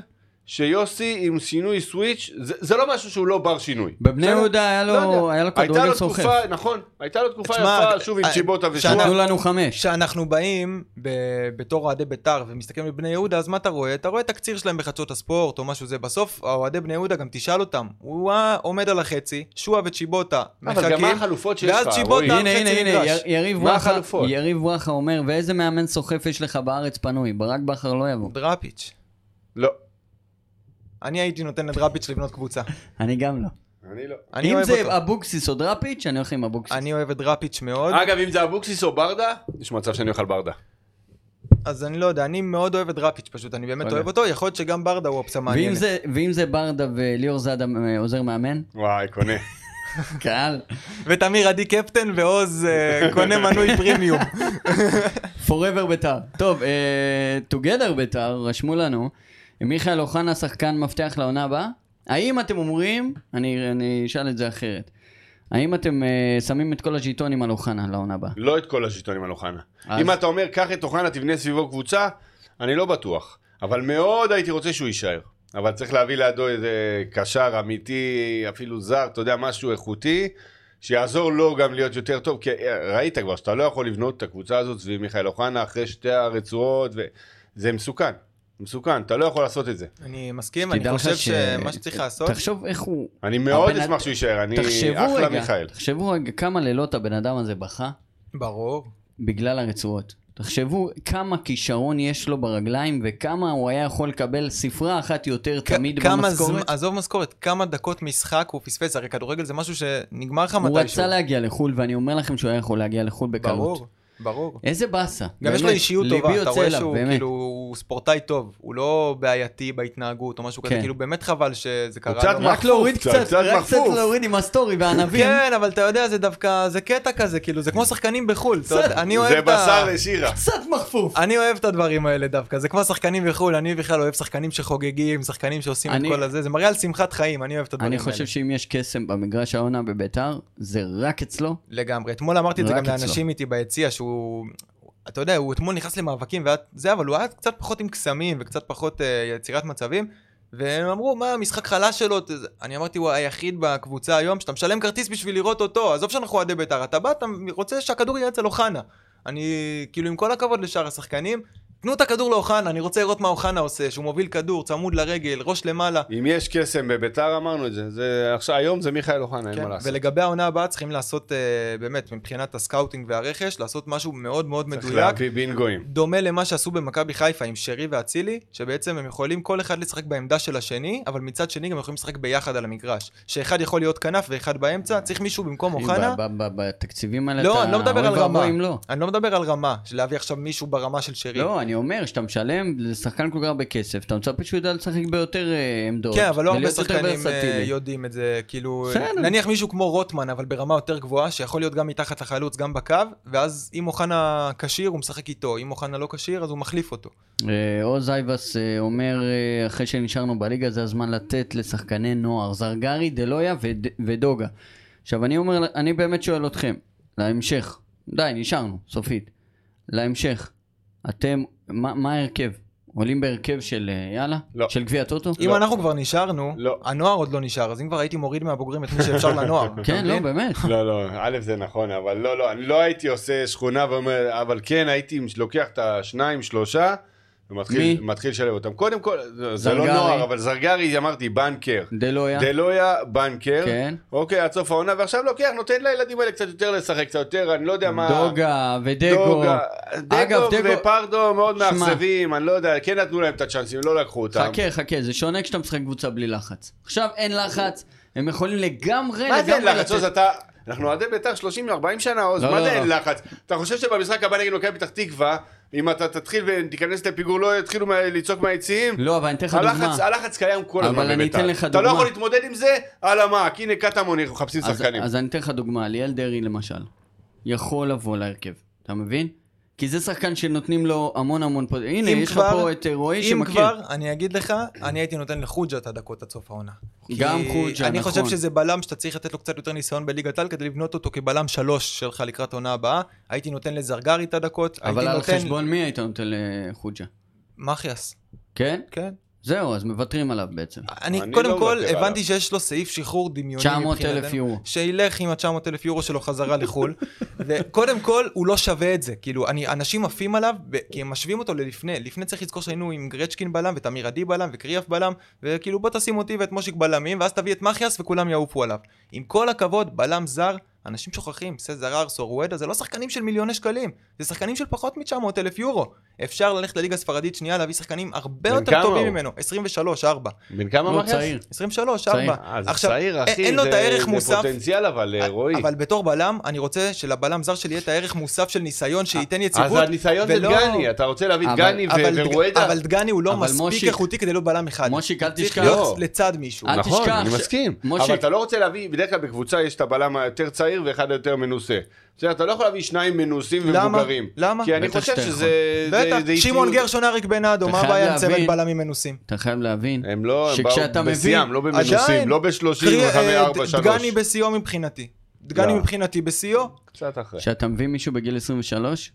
Speaker 3: שיוסי עם שינוי סוויץ', זה, זה לא משהו שהוא לא בר שינוי.
Speaker 2: בבני
Speaker 3: בסדר?
Speaker 2: יהודה היה לו-
Speaker 3: לא יודע.
Speaker 2: היה לו
Speaker 3: הייתה
Speaker 2: כדורגל
Speaker 3: לו
Speaker 2: סוחף.
Speaker 3: תקופה- נכון, הייתה לו תקופה
Speaker 4: תשמע,
Speaker 3: יפה, שוב עם
Speaker 4: אה,
Speaker 3: צ'יבוטה ושואה.
Speaker 4: שנה-
Speaker 2: נתנו לנו חמש.
Speaker 4: כשאנחנו באים ב- בתור אוהדי בית"ר ומסתכלים על בני יהודה, אז מה אתה רואה? אתה רואה תקציר שלהם בחצות הספורט או משהו זה. בסוף, האוהדי בני יהודה, גם תשאל אותם. הוא ה- עומד על החצי, שועה וצ'יבוטה מחכים.
Speaker 3: אבל גם מה החלופות שיש לך,
Speaker 4: ואז צ'יבוטה-
Speaker 3: רועי?
Speaker 4: פעם
Speaker 2: הנה,
Speaker 4: חצי
Speaker 2: הנה, הנה,
Speaker 4: מגרש.
Speaker 2: יר- יריב
Speaker 3: מה
Speaker 2: ברכה-
Speaker 3: החלופות?
Speaker 2: יריב ברכה אומר, ואיזה מאמן סוחף יש לך בארץ פנוי? ברק בכר לא יבוא.
Speaker 4: דראפיץ'.
Speaker 3: לא,
Speaker 4: אני הייתי נותן לדראפיץ' לבנות קבוצה.
Speaker 2: אני גם לא.
Speaker 3: אני לא.
Speaker 4: אני
Speaker 2: אם
Speaker 4: אוהב
Speaker 2: זה
Speaker 4: אותו.
Speaker 2: אבוקסיס או דראפיץ', אני הולך עם אבוקסיס.
Speaker 4: אני אוהב את דראפיץ' מאוד,
Speaker 3: אגב, אם זה אבוקסיס או ברדה, יש מצב שאני אוכל ברדה.
Speaker 4: אז אני לא יודע, אני מאוד אוהב את דראפיץ' פשוט, אני באמת
Speaker 2: אוקיי.
Speaker 4: אוהב אותו, יכול להיות שגם ברדה הוא אופציה
Speaker 2: ואם
Speaker 4: מעניינת.
Speaker 2: זה- ואם זה ברדה וליאור זאדה אה, עוזר מאמן?
Speaker 3: וואי, קונה.
Speaker 2: קהל.
Speaker 4: ותמיר עדי קפטן ועוז אה, קונה מנוי פרימיום.
Speaker 2: forever בית"ר. טוב, אה, together בית"ר, רשמו לנו. מיכאל אוחנה שחקן מפתח לעונה הבאה. האם אתם אומרים, אני, אני אשאל את זה אחרת, האם אתם אה, שמים את כל הז'יטונים על אוחנה לעונה הבאה?
Speaker 3: לא את כל השלטונים על אוחנה.
Speaker 2: אז-
Speaker 3: אם אתה אומר, קח את אוחנה, תבנה סביבו קבוצה, אני לא בטוח. אבל מאוד הייתי רוצה שהוא יישאר. אבל צריך להביא לידו איזה קשר אמיתי, אפילו זר, אתה יודע, משהו איכותי, שיעזור לו גם להיות יותר טוב. כי אה, ראית כבר שאתה לא יכול לבנות את הקבוצה הזאת סביב מיכאל אוחנה אחרי שתי הרצועות, וזה מסוכן. מסוכן, אתה לא יכול לעשות את זה.
Speaker 4: אני מסכים, אני
Speaker 2: תדע לך
Speaker 4: חושב
Speaker 2: ש- אה,
Speaker 4: שמה שצריך לעשות...
Speaker 2: תחשוב איך הוא...
Speaker 3: אני מאוד
Speaker 2: הבן-
Speaker 3: אשמח שהוא יישאר, אני
Speaker 2: תחשבו
Speaker 3: אחלה
Speaker 2: רגע,
Speaker 3: מיכאל.
Speaker 2: תחשבו רגע כמה לילות הבן אדם הזה בכה
Speaker 4: ברור.
Speaker 2: בגלל הרצועות. תחשבו כמה כישרון יש לו ברגליים וכמה הוא היה יכול לקבל ספרה אחת יותר
Speaker 4: כ-
Speaker 2: תמיד
Speaker 4: כמה
Speaker 2: במשכורת.
Speaker 4: זמן- עזוב משכורת, כמה דקות משחק הוא פספס, הרי כדורגל זה משהו שנגמר לך מתישהו.
Speaker 2: הוא רצה להגיע לחו"ל ואני אומר לכם שהוא היה יכול להגיע לחו"ל בקלות.
Speaker 4: ברור, ברור.
Speaker 2: איזה באסה.
Speaker 4: גם יש לו
Speaker 2: באמת,
Speaker 4: אישיות
Speaker 2: ליבי
Speaker 4: טובה, אתה
Speaker 2: יוצא
Speaker 4: רואה
Speaker 2: אליו,
Speaker 4: שהוא
Speaker 2: באמת.
Speaker 4: כאילו הוא ספורטאי טוב, הוא לא בעייתי בהתנהגות או משהו כזה,
Speaker 2: כן.
Speaker 4: כאילו באמת חבל שזה קרה
Speaker 3: קצת
Speaker 4: לו.
Speaker 3: מה-
Speaker 2: רק להוריד
Speaker 3: קצת,
Speaker 2: קצת,
Speaker 3: קצת
Speaker 2: רק קצת
Speaker 3: מכפוף.
Speaker 2: להוריד עם הסטורי והענבים.
Speaker 4: כן, אבל אתה יודע, זה דווקא, זה קטע כזה, כאילו, זה כמו שחקנים בחו"ל, אתה יודע, אני אוהב
Speaker 3: זה
Speaker 4: את ה-
Speaker 3: בשר לשירה.
Speaker 2: קצת מכפוף.
Speaker 4: אני אוהב את הדברים האלה דווקא, זה כמו שחקנים בחו"ל, אני בכלל אוהב שחקנים שחוגגים, שחקנים שעושים את
Speaker 2: אני-
Speaker 4: כל הזה, זה מראה על שמחת חיים, אני אוהב את הדברים
Speaker 2: כן, אני
Speaker 4: האלה.
Speaker 2: חושב שאם יש קסם במגרש העונה בביתר, זה רק אצלו.
Speaker 4: לגמרי. אתמול אמרתי את זה
Speaker 2: רק
Speaker 4: גם
Speaker 2: אצלו.
Speaker 4: לאנשים איתי ביציע, שהוא... אתה יודע, הוא אתמול נכנס למאבקים, והיה- זה, אבל הוא היה קצת פחות עם קסמים וקצת פחות אה, יצירת מצבים. והם אמרו, מה, המשחק חלש שלו? ת- זה- אני אמרתי, הוא היחיד בקבוצה היום שאתה משלם כרטיס בשביל לראות אותו. עזוב שאנחנו אוהדי בית"ר, אתה בא, אתה רוצה שהכדור יהיה אצל אוחנה. אני, כאילו, עם כל הכבוד לשאר השחקנים, תנו את הכדור לאוחנה, אני רוצה לראות מה אוחנה עושה, שהוא מוביל כדור, צמוד לרגל, ראש למעלה.
Speaker 3: אם יש קסם בביתר אמרנו את זה, זה עכשיו היום זה מיכאל אוחנה, אין
Speaker 4: כן,
Speaker 3: מה לעשות.
Speaker 4: ולגבי העונה הבאה צריכים לעשות, אה, באמת, מבחינת הסקאוטינג והרכש, לעשות משהו מאוד מאוד
Speaker 3: צריך
Speaker 4: מדויק.
Speaker 3: להביא בינגואים.
Speaker 4: דומה למה שעשו במכבי חיפה עם שרי ואצילי, שבעצם הם יכולים כל אחד לשחק בעמדה של השני, אבל מצד שני גם יכולים לשחק ביחד על המגרש. שאחד יכול להיות כנף ואחד באמצע, צריך מישהו במקום אוחנה.
Speaker 2: ב- ב- ב- בתקציבים האלה
Speaker 4: לא,
Speaker 2: אתה...
Speaker 4: אני לא מדבר על
Speaker 2: אוי ואבוי
Speaker 4: רמה.
Speaker 2: אם לא.
Speaker 4: אני לא מדבר על רמה, של להביא עכשיו מישהו ברמה של שרי.
Speaker 2: לא, אני אומר, שאתה משלם לשחקן כל כך הרבה כסף, אתה מצפה שהוא ידע לשחק ביותר אה, עמדות.
Speaker 4: כן, אבל לא הרבה
Speaker 2: ולהיות יותר
Speaker 4: שחקנים אה,
Speaker 2: ורסטילי.
Speaker 4: יודעים את זה, כאילו,
Speaker 2: בסדר.
Speaker 4: נניח מישהו כמו רוטמן, אבל ברמה יותר גבוהה, שיכול להיות גם מתחת לחלוץ, גם בקו, ואז אם אוחנה כשיר, הוא משחק איתו, אם אוחנה לא כשיר, אז הוא מחליף אותו.
Speaker 2: אה, עוז אייבס אה, אומר, אה, אחרי שנשארנו בליגה, זה הזמן לתת לשחקני נוער, זרגרי, דלויה וד- ודוגה. עכשיו, אני אומר, אני באמת שואל אתכם, להמשך, די, נשארנו, סופית. להמשך, אתם, מה מה ההרכב? עולים בהרכב של אה, יאללה?
Speaker 3: לא.
Speaker 2: של גביע טוטו?
Speaker 4: אם
Speaker 3: לא.
Speaker 4: אנחנו כבר נשארנו,
Speaker 3: לא.
Speaker 4: הנוער עוד לא נשאר, אז אם כבר הייתי מוריד מהבוגרים את מי שאפשר לנוער. אתה
Speaker 2: כן, לא,
Speaker 4: מבין?
Speaker 2: באמת.
Speaker 3: לא, לא, א' זה נכון, אבל לא, לא, אני לא הייתי עושה שכונה ואומר, אבל כן הייתי לוקח את השניים, שלושה,
Speaker 2: מי?
Speaker 3: ומתחיל מתחיל לשלב אותם. קודם כל, זה- זה לא
Speaker 2: זרגרי.
Speaker 3: נוער, אבל זרגרי, אמרתי, בנקר.
Speaker 2: דלויה.
Speaker 3: דלויה, בנקר.
Speaker 2: כן.
Speaker 3: אוקיי, עד סוף העונה, ועכשיו לוקח, נותן לילדים האלה קצת יותר לשחק, קצת יותר, אני לא יודע מה...
Speaker 2: דוגה ודגו.
Speaker 3: דוגה.
Speaker 2: אגב,
Speaker 3: דגו
Speaker 2: דגו-
Speaker 3: ופרדו מאוד
Speaker 2: שמע.
Speaker 3: מאכזבים, אני לא יודע, כן נתנו להם את הצ'אנסים, לא לקחו אותם.
Speaker 2: חכה, חכה, זה שונה כשאתה משחק קבוצה בלי לחץ. עכשיו אין לחץ, הם יכולים לגמרי, לגמרי
Speaker 3: מה זה אין לחץ?
Speaker 2: לתת-
Speaker 3: עוז, אתה... אנחנו אוהדי בית"ר 30-40 שנה, עוז,
Speaker 2: לא,
Speaker 3: מה
Speaker 2: לא,
Speaker 3: זה
Speaker 2: לא.
Speaker 3: אין לחץ? אתה חושב שבמשחק הבא נגד מכבי פתח תקווה, אם אתה תתחיל ותיכנס לפיגור, לא יתחילו מה- לצעוק מהיציעים?
Speaker 2: לא, אבל אני אתן לך דוגמה.
Speaker 3: הלחץ, הלחץ קיים כל
Speaker 2: אבל
Speaker 3: הזמן בבית"ר.
Speaker 2: אני אתן לך
Speaker 3: אתה לא
Speaker 2: דוגמה.
Speaker 3: יכול להתמודד עם זה, על המעק. הנה קטמון, אנחנו מחפשים
Speaker 2: אז-
Speaker 3: שחקנים.
Speaker 2: אז אני אתן לך דוגמה, ליאל דרעי למשל, יכול לבוא להרכב, אתה מבין? כי זה שחקן שנותנים לו המון המון פוד... הנה,
Speaker 4: אם
Speaker 2: יש לך
Speaker 4: כבר-
Speaker 2: פה את אה, רועי
Speaker 4: אם
Speaker 2: שמכיר.
Speaker 4: כבר, אני אגיד לך, אני הייתי נותן לחוג'ה את הדקות עד סוף העונה.
Speaker 2: גם
Speaker 4: כי
Speaker 2: חוג'ה,
Speaker 4: אני
Speaker 2: נכון.
Speaker 4: חושב שזה בלם שאתה צריך לתת לו קצת יותר ניסיון בליגת העל כדי לבנות אותו כבלם שלוש שלך לקראת העונה הבאה. הייתי נותן לזרגרי את הדקות,
Speaker 2: אבל
Speaker 4: הייתי
Speaker 2: על
Speaker 4: נותן...
Speaker 2: חשבון מי היית נותן לחוג'ה?
Speaker 4: מחיאס,
Speaker 2: כן?
Speaker 4: כן.
Speaker 2: זהו, אז מוותרים עליו בעצם.
Speaker 4: אני
Speaker 3: אני
Speaker 4: קודם
Speaker 3: לא
Speaker 4: כל
Speaker 3: מוותר
Speaker 4: הבנתי
Speaker 3: עליו.
Speaker 4: שיש לו סעיף שחרור דמיוני
Speaker 2: 900,000
Speaker 4: מבחינתנו,
Speaker 2: יורו.
Speaker 4: שילך עם ה-900 אלף יורו שלו חזרה לחו"ל. וקודם כל, הוא לא שווה את זה. כאילו, אני, אנשים עפים עליו, ב- כי הם משווים אותו ללפני. לפני צריך לזכור שהיינו עם גרצ'קין בלם, ותמיר עדי בלם, וקריאף בלם, וכאילו בוא תשים אותי ואת מושיק בלמים, ואז תביא את מחיאס וכולם יעופו עליו. עם כל הכבוד, בלם זר, אנשים שוכחים, סזרר, סורואדה, זה לא שחקנים של מיליוני שקלים, זה שחקנים של פחות מ-900 אלף יורו. אפשר ללכת לליגה הספרדית שנייה, להביא שחקנים הרבה
Speaker 3: בן
Speaker 4: יותר
Speaker 3: כמה
Speaker 4: טובים
Speaker 3: הוא?
Speaker 4: ממנו, 23-4.
Speaker 3: בן כמה
Speaker 2: הוא לא צעיר.
Speaker 4: 23,
Speaker 2: צעיר.
Speaker 4: 4.
Speaker 3: אה,
Speaker 4: עכשיו, אין- אין לו את הערך מוסף,
Speaker 3: פוטנציאל, אבל אה,
Speaker 4: א- אבל בתור בלם, אני רוצה שלבלם זר שלי יהיה את הערך מוסף של ניסיון שייתן
Speaker 3: אה, אז
Speaker 4: יציבות.
Speaker 3: הניסיון זה
Speaker 4: ולא-
Speaker 3: דגני, אתה רוצה להביא את
Speaker 2: אבל-
Speaker 3: דגני ו-
Speaker 4: אבל דג-
Speaker 3: ורואדה?
Speaker 4: אבל דגני הוא לא
Speaker 2: אבל
Speaker 4: מספיק
Speaker 2: מושיק-
Speaker 4: איכותי כדי להיות בלם אחד.
Speaker 2: מושיק, אל
Speaker 4: צריך
Speaker 2: תשכח. אה,
Speaker 4: להיות
Speaker 3: לא.
Speaker 4: לצד מישהו.
Speaker 2: אל
Speaker 3: נכון,
Speaker 2: תשכח
Speaker 3: אני
Speaker 2: ש-
Speaker 3: מסכים.
Speaker 2: מושיק-
Speaker 3: אבל אתה לא רוצה להביא, בדרך כלל בקבוצה יש את הבלם היותר צעיר ואחד היותר מנוסה. בסדר, אתה לא יכול להביא שניים מנוסים
Speaker 4: למה?
Speaker 3: ומבוגרים.
Speaker 4: למה?
Speaker 3: כי אני
Speaker 2: בטח
Speaker 3: חושב
Speaker 2: שאתה יכול.
Speaker 3: שזה... זה-
Speaker 4: בטח,
Speaker 3: זה
Speaker 4: שמעון
Speaker 3: אישיות.
Speaker 4: גרשון אריק בנאדו,
Speaker 2: אתה
Speaker 4: מה
Speaker 2: חייב
Speaker 4: הבעיה עם צוות
Speaker 2: להבין-
Speaker 4: בלמים מנוסים?
Speaker 2: אתה חייב להבין,
Speaker 3: הם לא, הם
Speaker 2: שכשאתה
Speaker 3: באו
Speaker 2: מביא-
Speaker 3: בשיאם, לא במנוסים,
Speaker 4: עדיין.
Speaker 3: לא בשלושים,
Speaker 4: קרי-
Speaker 3: בחמי
Speaker 4: אה,
Speaker 3: ארבע,
Speaker 4: ד-
Speaker 3: שלוש.
Speaker 4: דגני בשיאו מבחינתי. דגני
Speaker 3: לא.
Speaker 4: מבחינתי בשיאו,
Speaker 3: קצת אחרי.
Speaker 2: כשאתה מביא מישהו בגיל 23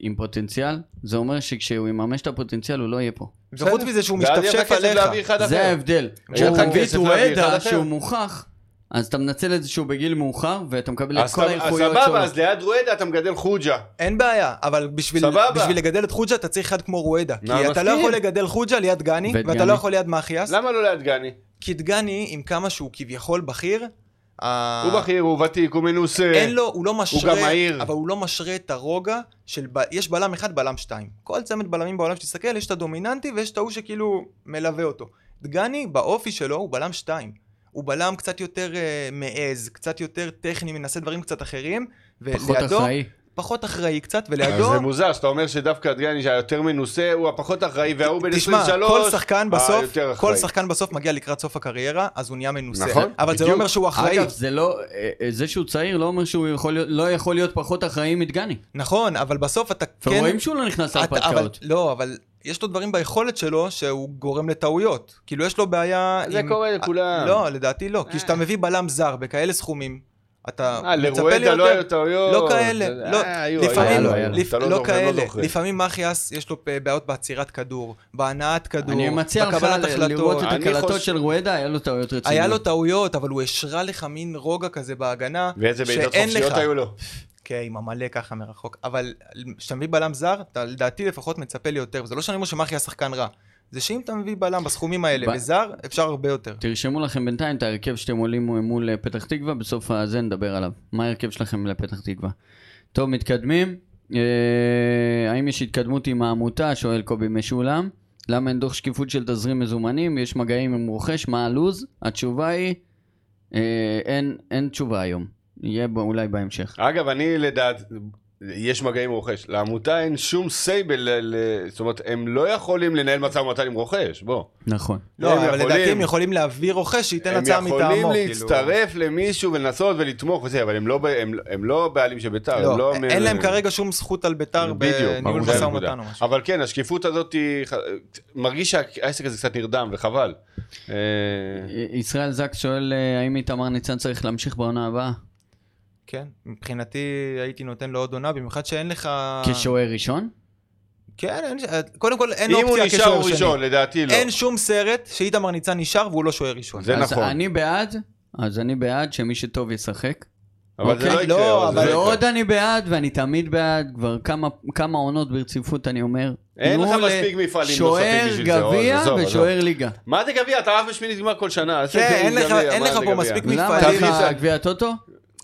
Speaker 2: עם פוטנציאל, זה אומר שכשהוא יממש את הפוטנציאל הוא לא יהיה פה.
Speaker 4: וחוץ מזה שהוא
Speaker 3: ואז יהיה לך
Speaker 4: משתפשף
Speaker 3: כסף להביא
Speaker 4: עליך.
Speaker 3: אחד אחר.
Speaker 2: זה ההבדל.
Speaker 3: אין לך
Speaker 2: כשאתה מביא את
Speaker 3: כסף להביא אחד
Speaker 2: רואדה
Speaker 3: אחר.
Speaker 2: שהוא מוכח, אז אתה מנצל את זה שהוא בגיל מאוחר, ואתה מקבל את
Speaker 3: אז
Speaker 2: כל
Speaker 3: אתה- אז
Speaker 2: האיכויות שלו.
Speaker 3: סבבה, אז ליד רואדה אתה מגדל חוג'ה.
Speaker 4: אין בעיה, אבל בשביל,
Speaker 3: סבבה.
Speaker 4: בשביל לגדל את חוג'ה אתה צריך אחד כמו רואדה. כי
Speaker 3: מה,
Speaker 4: אתה לא
Speaker 3: מסכים.
Speaker 4: יכול לגדל חוג'ה ליד גני,
Speaker 2: ואת
Speaker 4: ואתה
Speaker 2: גני.
Speaker 4: לא יכול ליד מאחיאס.
Speaker 3: למה לא ליד דגני?
Speaker 4: כי דגני, עם כמה שהוא כביכול בכיר,
Speaker 3: הוא בכיר, הוא ותיק, הוא מנוסה.
Speaker 4: אין לו, הוא לא משרה,
Speaker 3: גם מהיר.
Speaker 4: אבל הוא לא משרה את הרוגע של, ב... יש בלם אחד, בלם שתיים. כל צמד בלמים בעולם שתסתכל, יש את הדומיננטי ויש את ההוא שכאילו מלווה אותו. דגני, באופי שלו, הוא בלם שתיים. הוא בלם קצת יותר uh, מעז, קצת יותר טכני, מנסה דברים קצת אחרים, ולידו...
Speaker 2: פחות אחראי.
Speaker 4: פחות אחראי קצת,
Speaker 3: אז
Speaker 4: ולידו...
Speaker 3: זה מוזר שאתה אומר שדווקא דגני שהיותר מנוסה הוא הפחות אחראי וההוא בן 23.
Speaker 4: תשמע, כל שחקן בסוף,
Speaker 3: היותר
Speaker 4: כל
Speaker 3: אחראי.
Speaker 4: שחקן בסוף מגיע לקראת סוף הקריירה, אז הוא נהיה מנוסה.
Speaker 3: נכון,
Speaker 4: אבל זה לא
Speaker 3: בדיוק.
Speaker 4: אומר שהוא אחראי.
Speaker 2: אגב, זה לא, אה, אה, זה שהוא צעיר לא אומר שהוא יכול להיות, לא יכול להיות פחות אחראי מדגני.
Speaker 4: נכון, אבל בסוף אתה
Speaker 2: אתם
Speaker 4: כן...
Speaker 2: רואים שהוא לא נכנס
Speaker 4: אתה- אבל,
Speaker 2: להרפתקאות.
Speaker 4: לא, אבל יש לו דברים ביכולת שלו שהוא גורם לטעויות. כאילו, יש לו בעיה
Speaker 3: זה קורה לכולם.
Speaker 4: לא, לדעתי לא. כי כשאתה מביא בלם זר בכאלה סכומים, אתה
Speaker 3: אה,
Speaker 4: מצפה
Speaker 3: לרואדה לא
Speaker 4: ליותר.
Speaker 3: היו טעויות.
Speaker 4: לא כאלה, לא,
Speaker 3: אה, היו, היו,
Speaker 4: לפעמים,
Speaker 3: היו, היו.
Speaker 4: לפ-
Speaker 3: אתה
Speaker 4: לא
Speaker 3: זוכר,
Speaker 4: כאלה,
Speaker 3: זוכר.
Speaker 4: לפעמים מחיאס יש לו פ- בעיות בעצירת כדור, בהנעת כדור,
Speaker 2: אני מציע לך
Speaker 4: בקבלת
Speaker 2: ל- לראות את
Speaker 4: החלטות,
Speaker 3: אני
Speaker 2: הקלטות
Speaker 3: חושב-
Speaker 2: של רואדה, היה לו טעויות רציניות.
Speaker 4: היה לו טעויות, אבל הוא השרה לך מין רוגע כזה בהגנה,
Speaker 3: ואיזה בעיטות
Speaker 4: שאין
Speaker 3: חופשיות
Speaker 4: לך.
Speaker 3: היו לו.
Speaker 4: כן, עם המלא ככה מרחוק. אבל כשאתה מביא בלם זר, אתה לדעתי לפחות מצפה לי יותר. וזה לא שאני אומר שמחי השחקן רע. זה שאם אתה מביא בלם בסכומים האלה
Speaker 2: ב-
Speaker 4: בזר, אפשר הרבה יותר.
Speaker 2: תרשמו לכם בינתיים את ההרכב שאתם עולים מול אה, פתח תקווה, בסוף הזה נדבר עליו. מה ההרכב שלכם לפתח תקווה? טוב, מתקדמים. אה, האם יש התקדמות עם העמותה? שואל קובי משולם. למה אין דוח שקיפות של תזרים מזומנים? יש מגעים עם רוכש? מה הלו"ז? התשובה היא, אה, אין, אין תשובה היום. יהיה בו- אולי בהמשך.
Speaker 3: אגב, אני לדעת, יש מגעים עם רוכש. לעמותה אין שום סייבל, ל- ל- זאת אומרת, הם לא יכולים לנהל משא ומתן עם רוכש, בוא.
Speaker 2: נכון.
Speaker 4: לא,
Speaker 3: הם
Speaker 4: אבל
Speaker 3: יכולים.
Speaker 4: לדעתי הם יכולים להביא רוכש שייתן
Speaker 3: הם
Speaker 4: הצעה
Speaker 3: יכולים
Speaker 4: מטעמו. כאילו.
Speaker 3: להצטרף למישהו ולנסות ולתמוך וזה, אבל הם לא, ב- הם, הם לא בעלים של בית"ר.
Speaker 4: כאילו.
Speaker 3: הם
Speaker 4: לא,
Speaker 3: לא
Speaker 4: אין
Speaker 3: מ-
Speaker 4: להם כרגע שום זכות על ביתר
Speaker 3: בדיוק,
Speaker 4: בניהול
Speaker 3: ברור, זה
Speaker 4: משא
Speaker 3: הנקודה.
Speaker 4: ומתן או משהו.
Speaker 3: אבל כן, השקיפות הזאת, היא ח- מרגיש שהעסק הזה קצת נרדם, וחבל. אה,
Speaker 2: אה, י- ישראל זק שואל אה, האם איתמר ניצן צריך להמשיך בעונה הבאה?
Speaker 4: כן, מבחינתי הייתי נותן לו עוד עונה, במיוחד שאין לך...
Speaker 3: אה.
Speaker 2: כשוער ראשון?
Speaker 4: כן, אין... קודם כל אין
Speaker 3: אם הוא
Speaker 4: אופציה
Speaker 3: נשאר
Speaker 4: כשוער
Speaker 3: הוא
Speaker 4: שני.
Speaker 3: ראשון, לדעתי לא.
Speaker 4: אין שום סרט שאיתמר ניצן נשאר והוא לא שוער ראשון.
Speaker 3: זה
Speaker 2: אז
Speaker 3: נכון.
Speaker 2: אני בעד, אז אני בעד שמי שטוב ישחק.
Speaker 3: אבל זה
Speaker 2: אוקיי.
Speaker 3: לא
Speaker 4: לא,
Speaker 3: יקרה. אבל זה
Speaker 4: אבל
Speaker 3: לא יקרה.
Speaker 2: ועוד אני בעד, ואני תמיד בעד, כבר כמה, כמה עונות ברציפות אני אומר.
Speaker 3: אין
Speaker 2: תנו
Speaker 3: לך
Speaker 2: ל-
Speaker 3: מספיק מפעלים
Speaker 2: שוער
Speaker 3: נוספים בשביל זה, עוז,
Speaker 2: גביע
Speaker 3: עזוב, עזוב.
Speaker 2: ושוער ליגה.
Speaker 3: מה זה גביע? אתה עף בשמינית גמר כל שנה. אז
Speaker 4: כן,
Speaker 3: זה
Speaker 4: אין לך-
Speaker 3: גביע,
Speaker 4: אין
Speaker 3: מה
Speaker 4: לך
Speaker 3: זה
Speaker 4: פה
Speaker 3: גביע?
Speaker 4: מספיק
Speaker 2: למה?
Speaker 4: מפעלים,
Speaker 2: אין לך
Speaker 3: תכניס-
Speaker 2: גביע טוטו?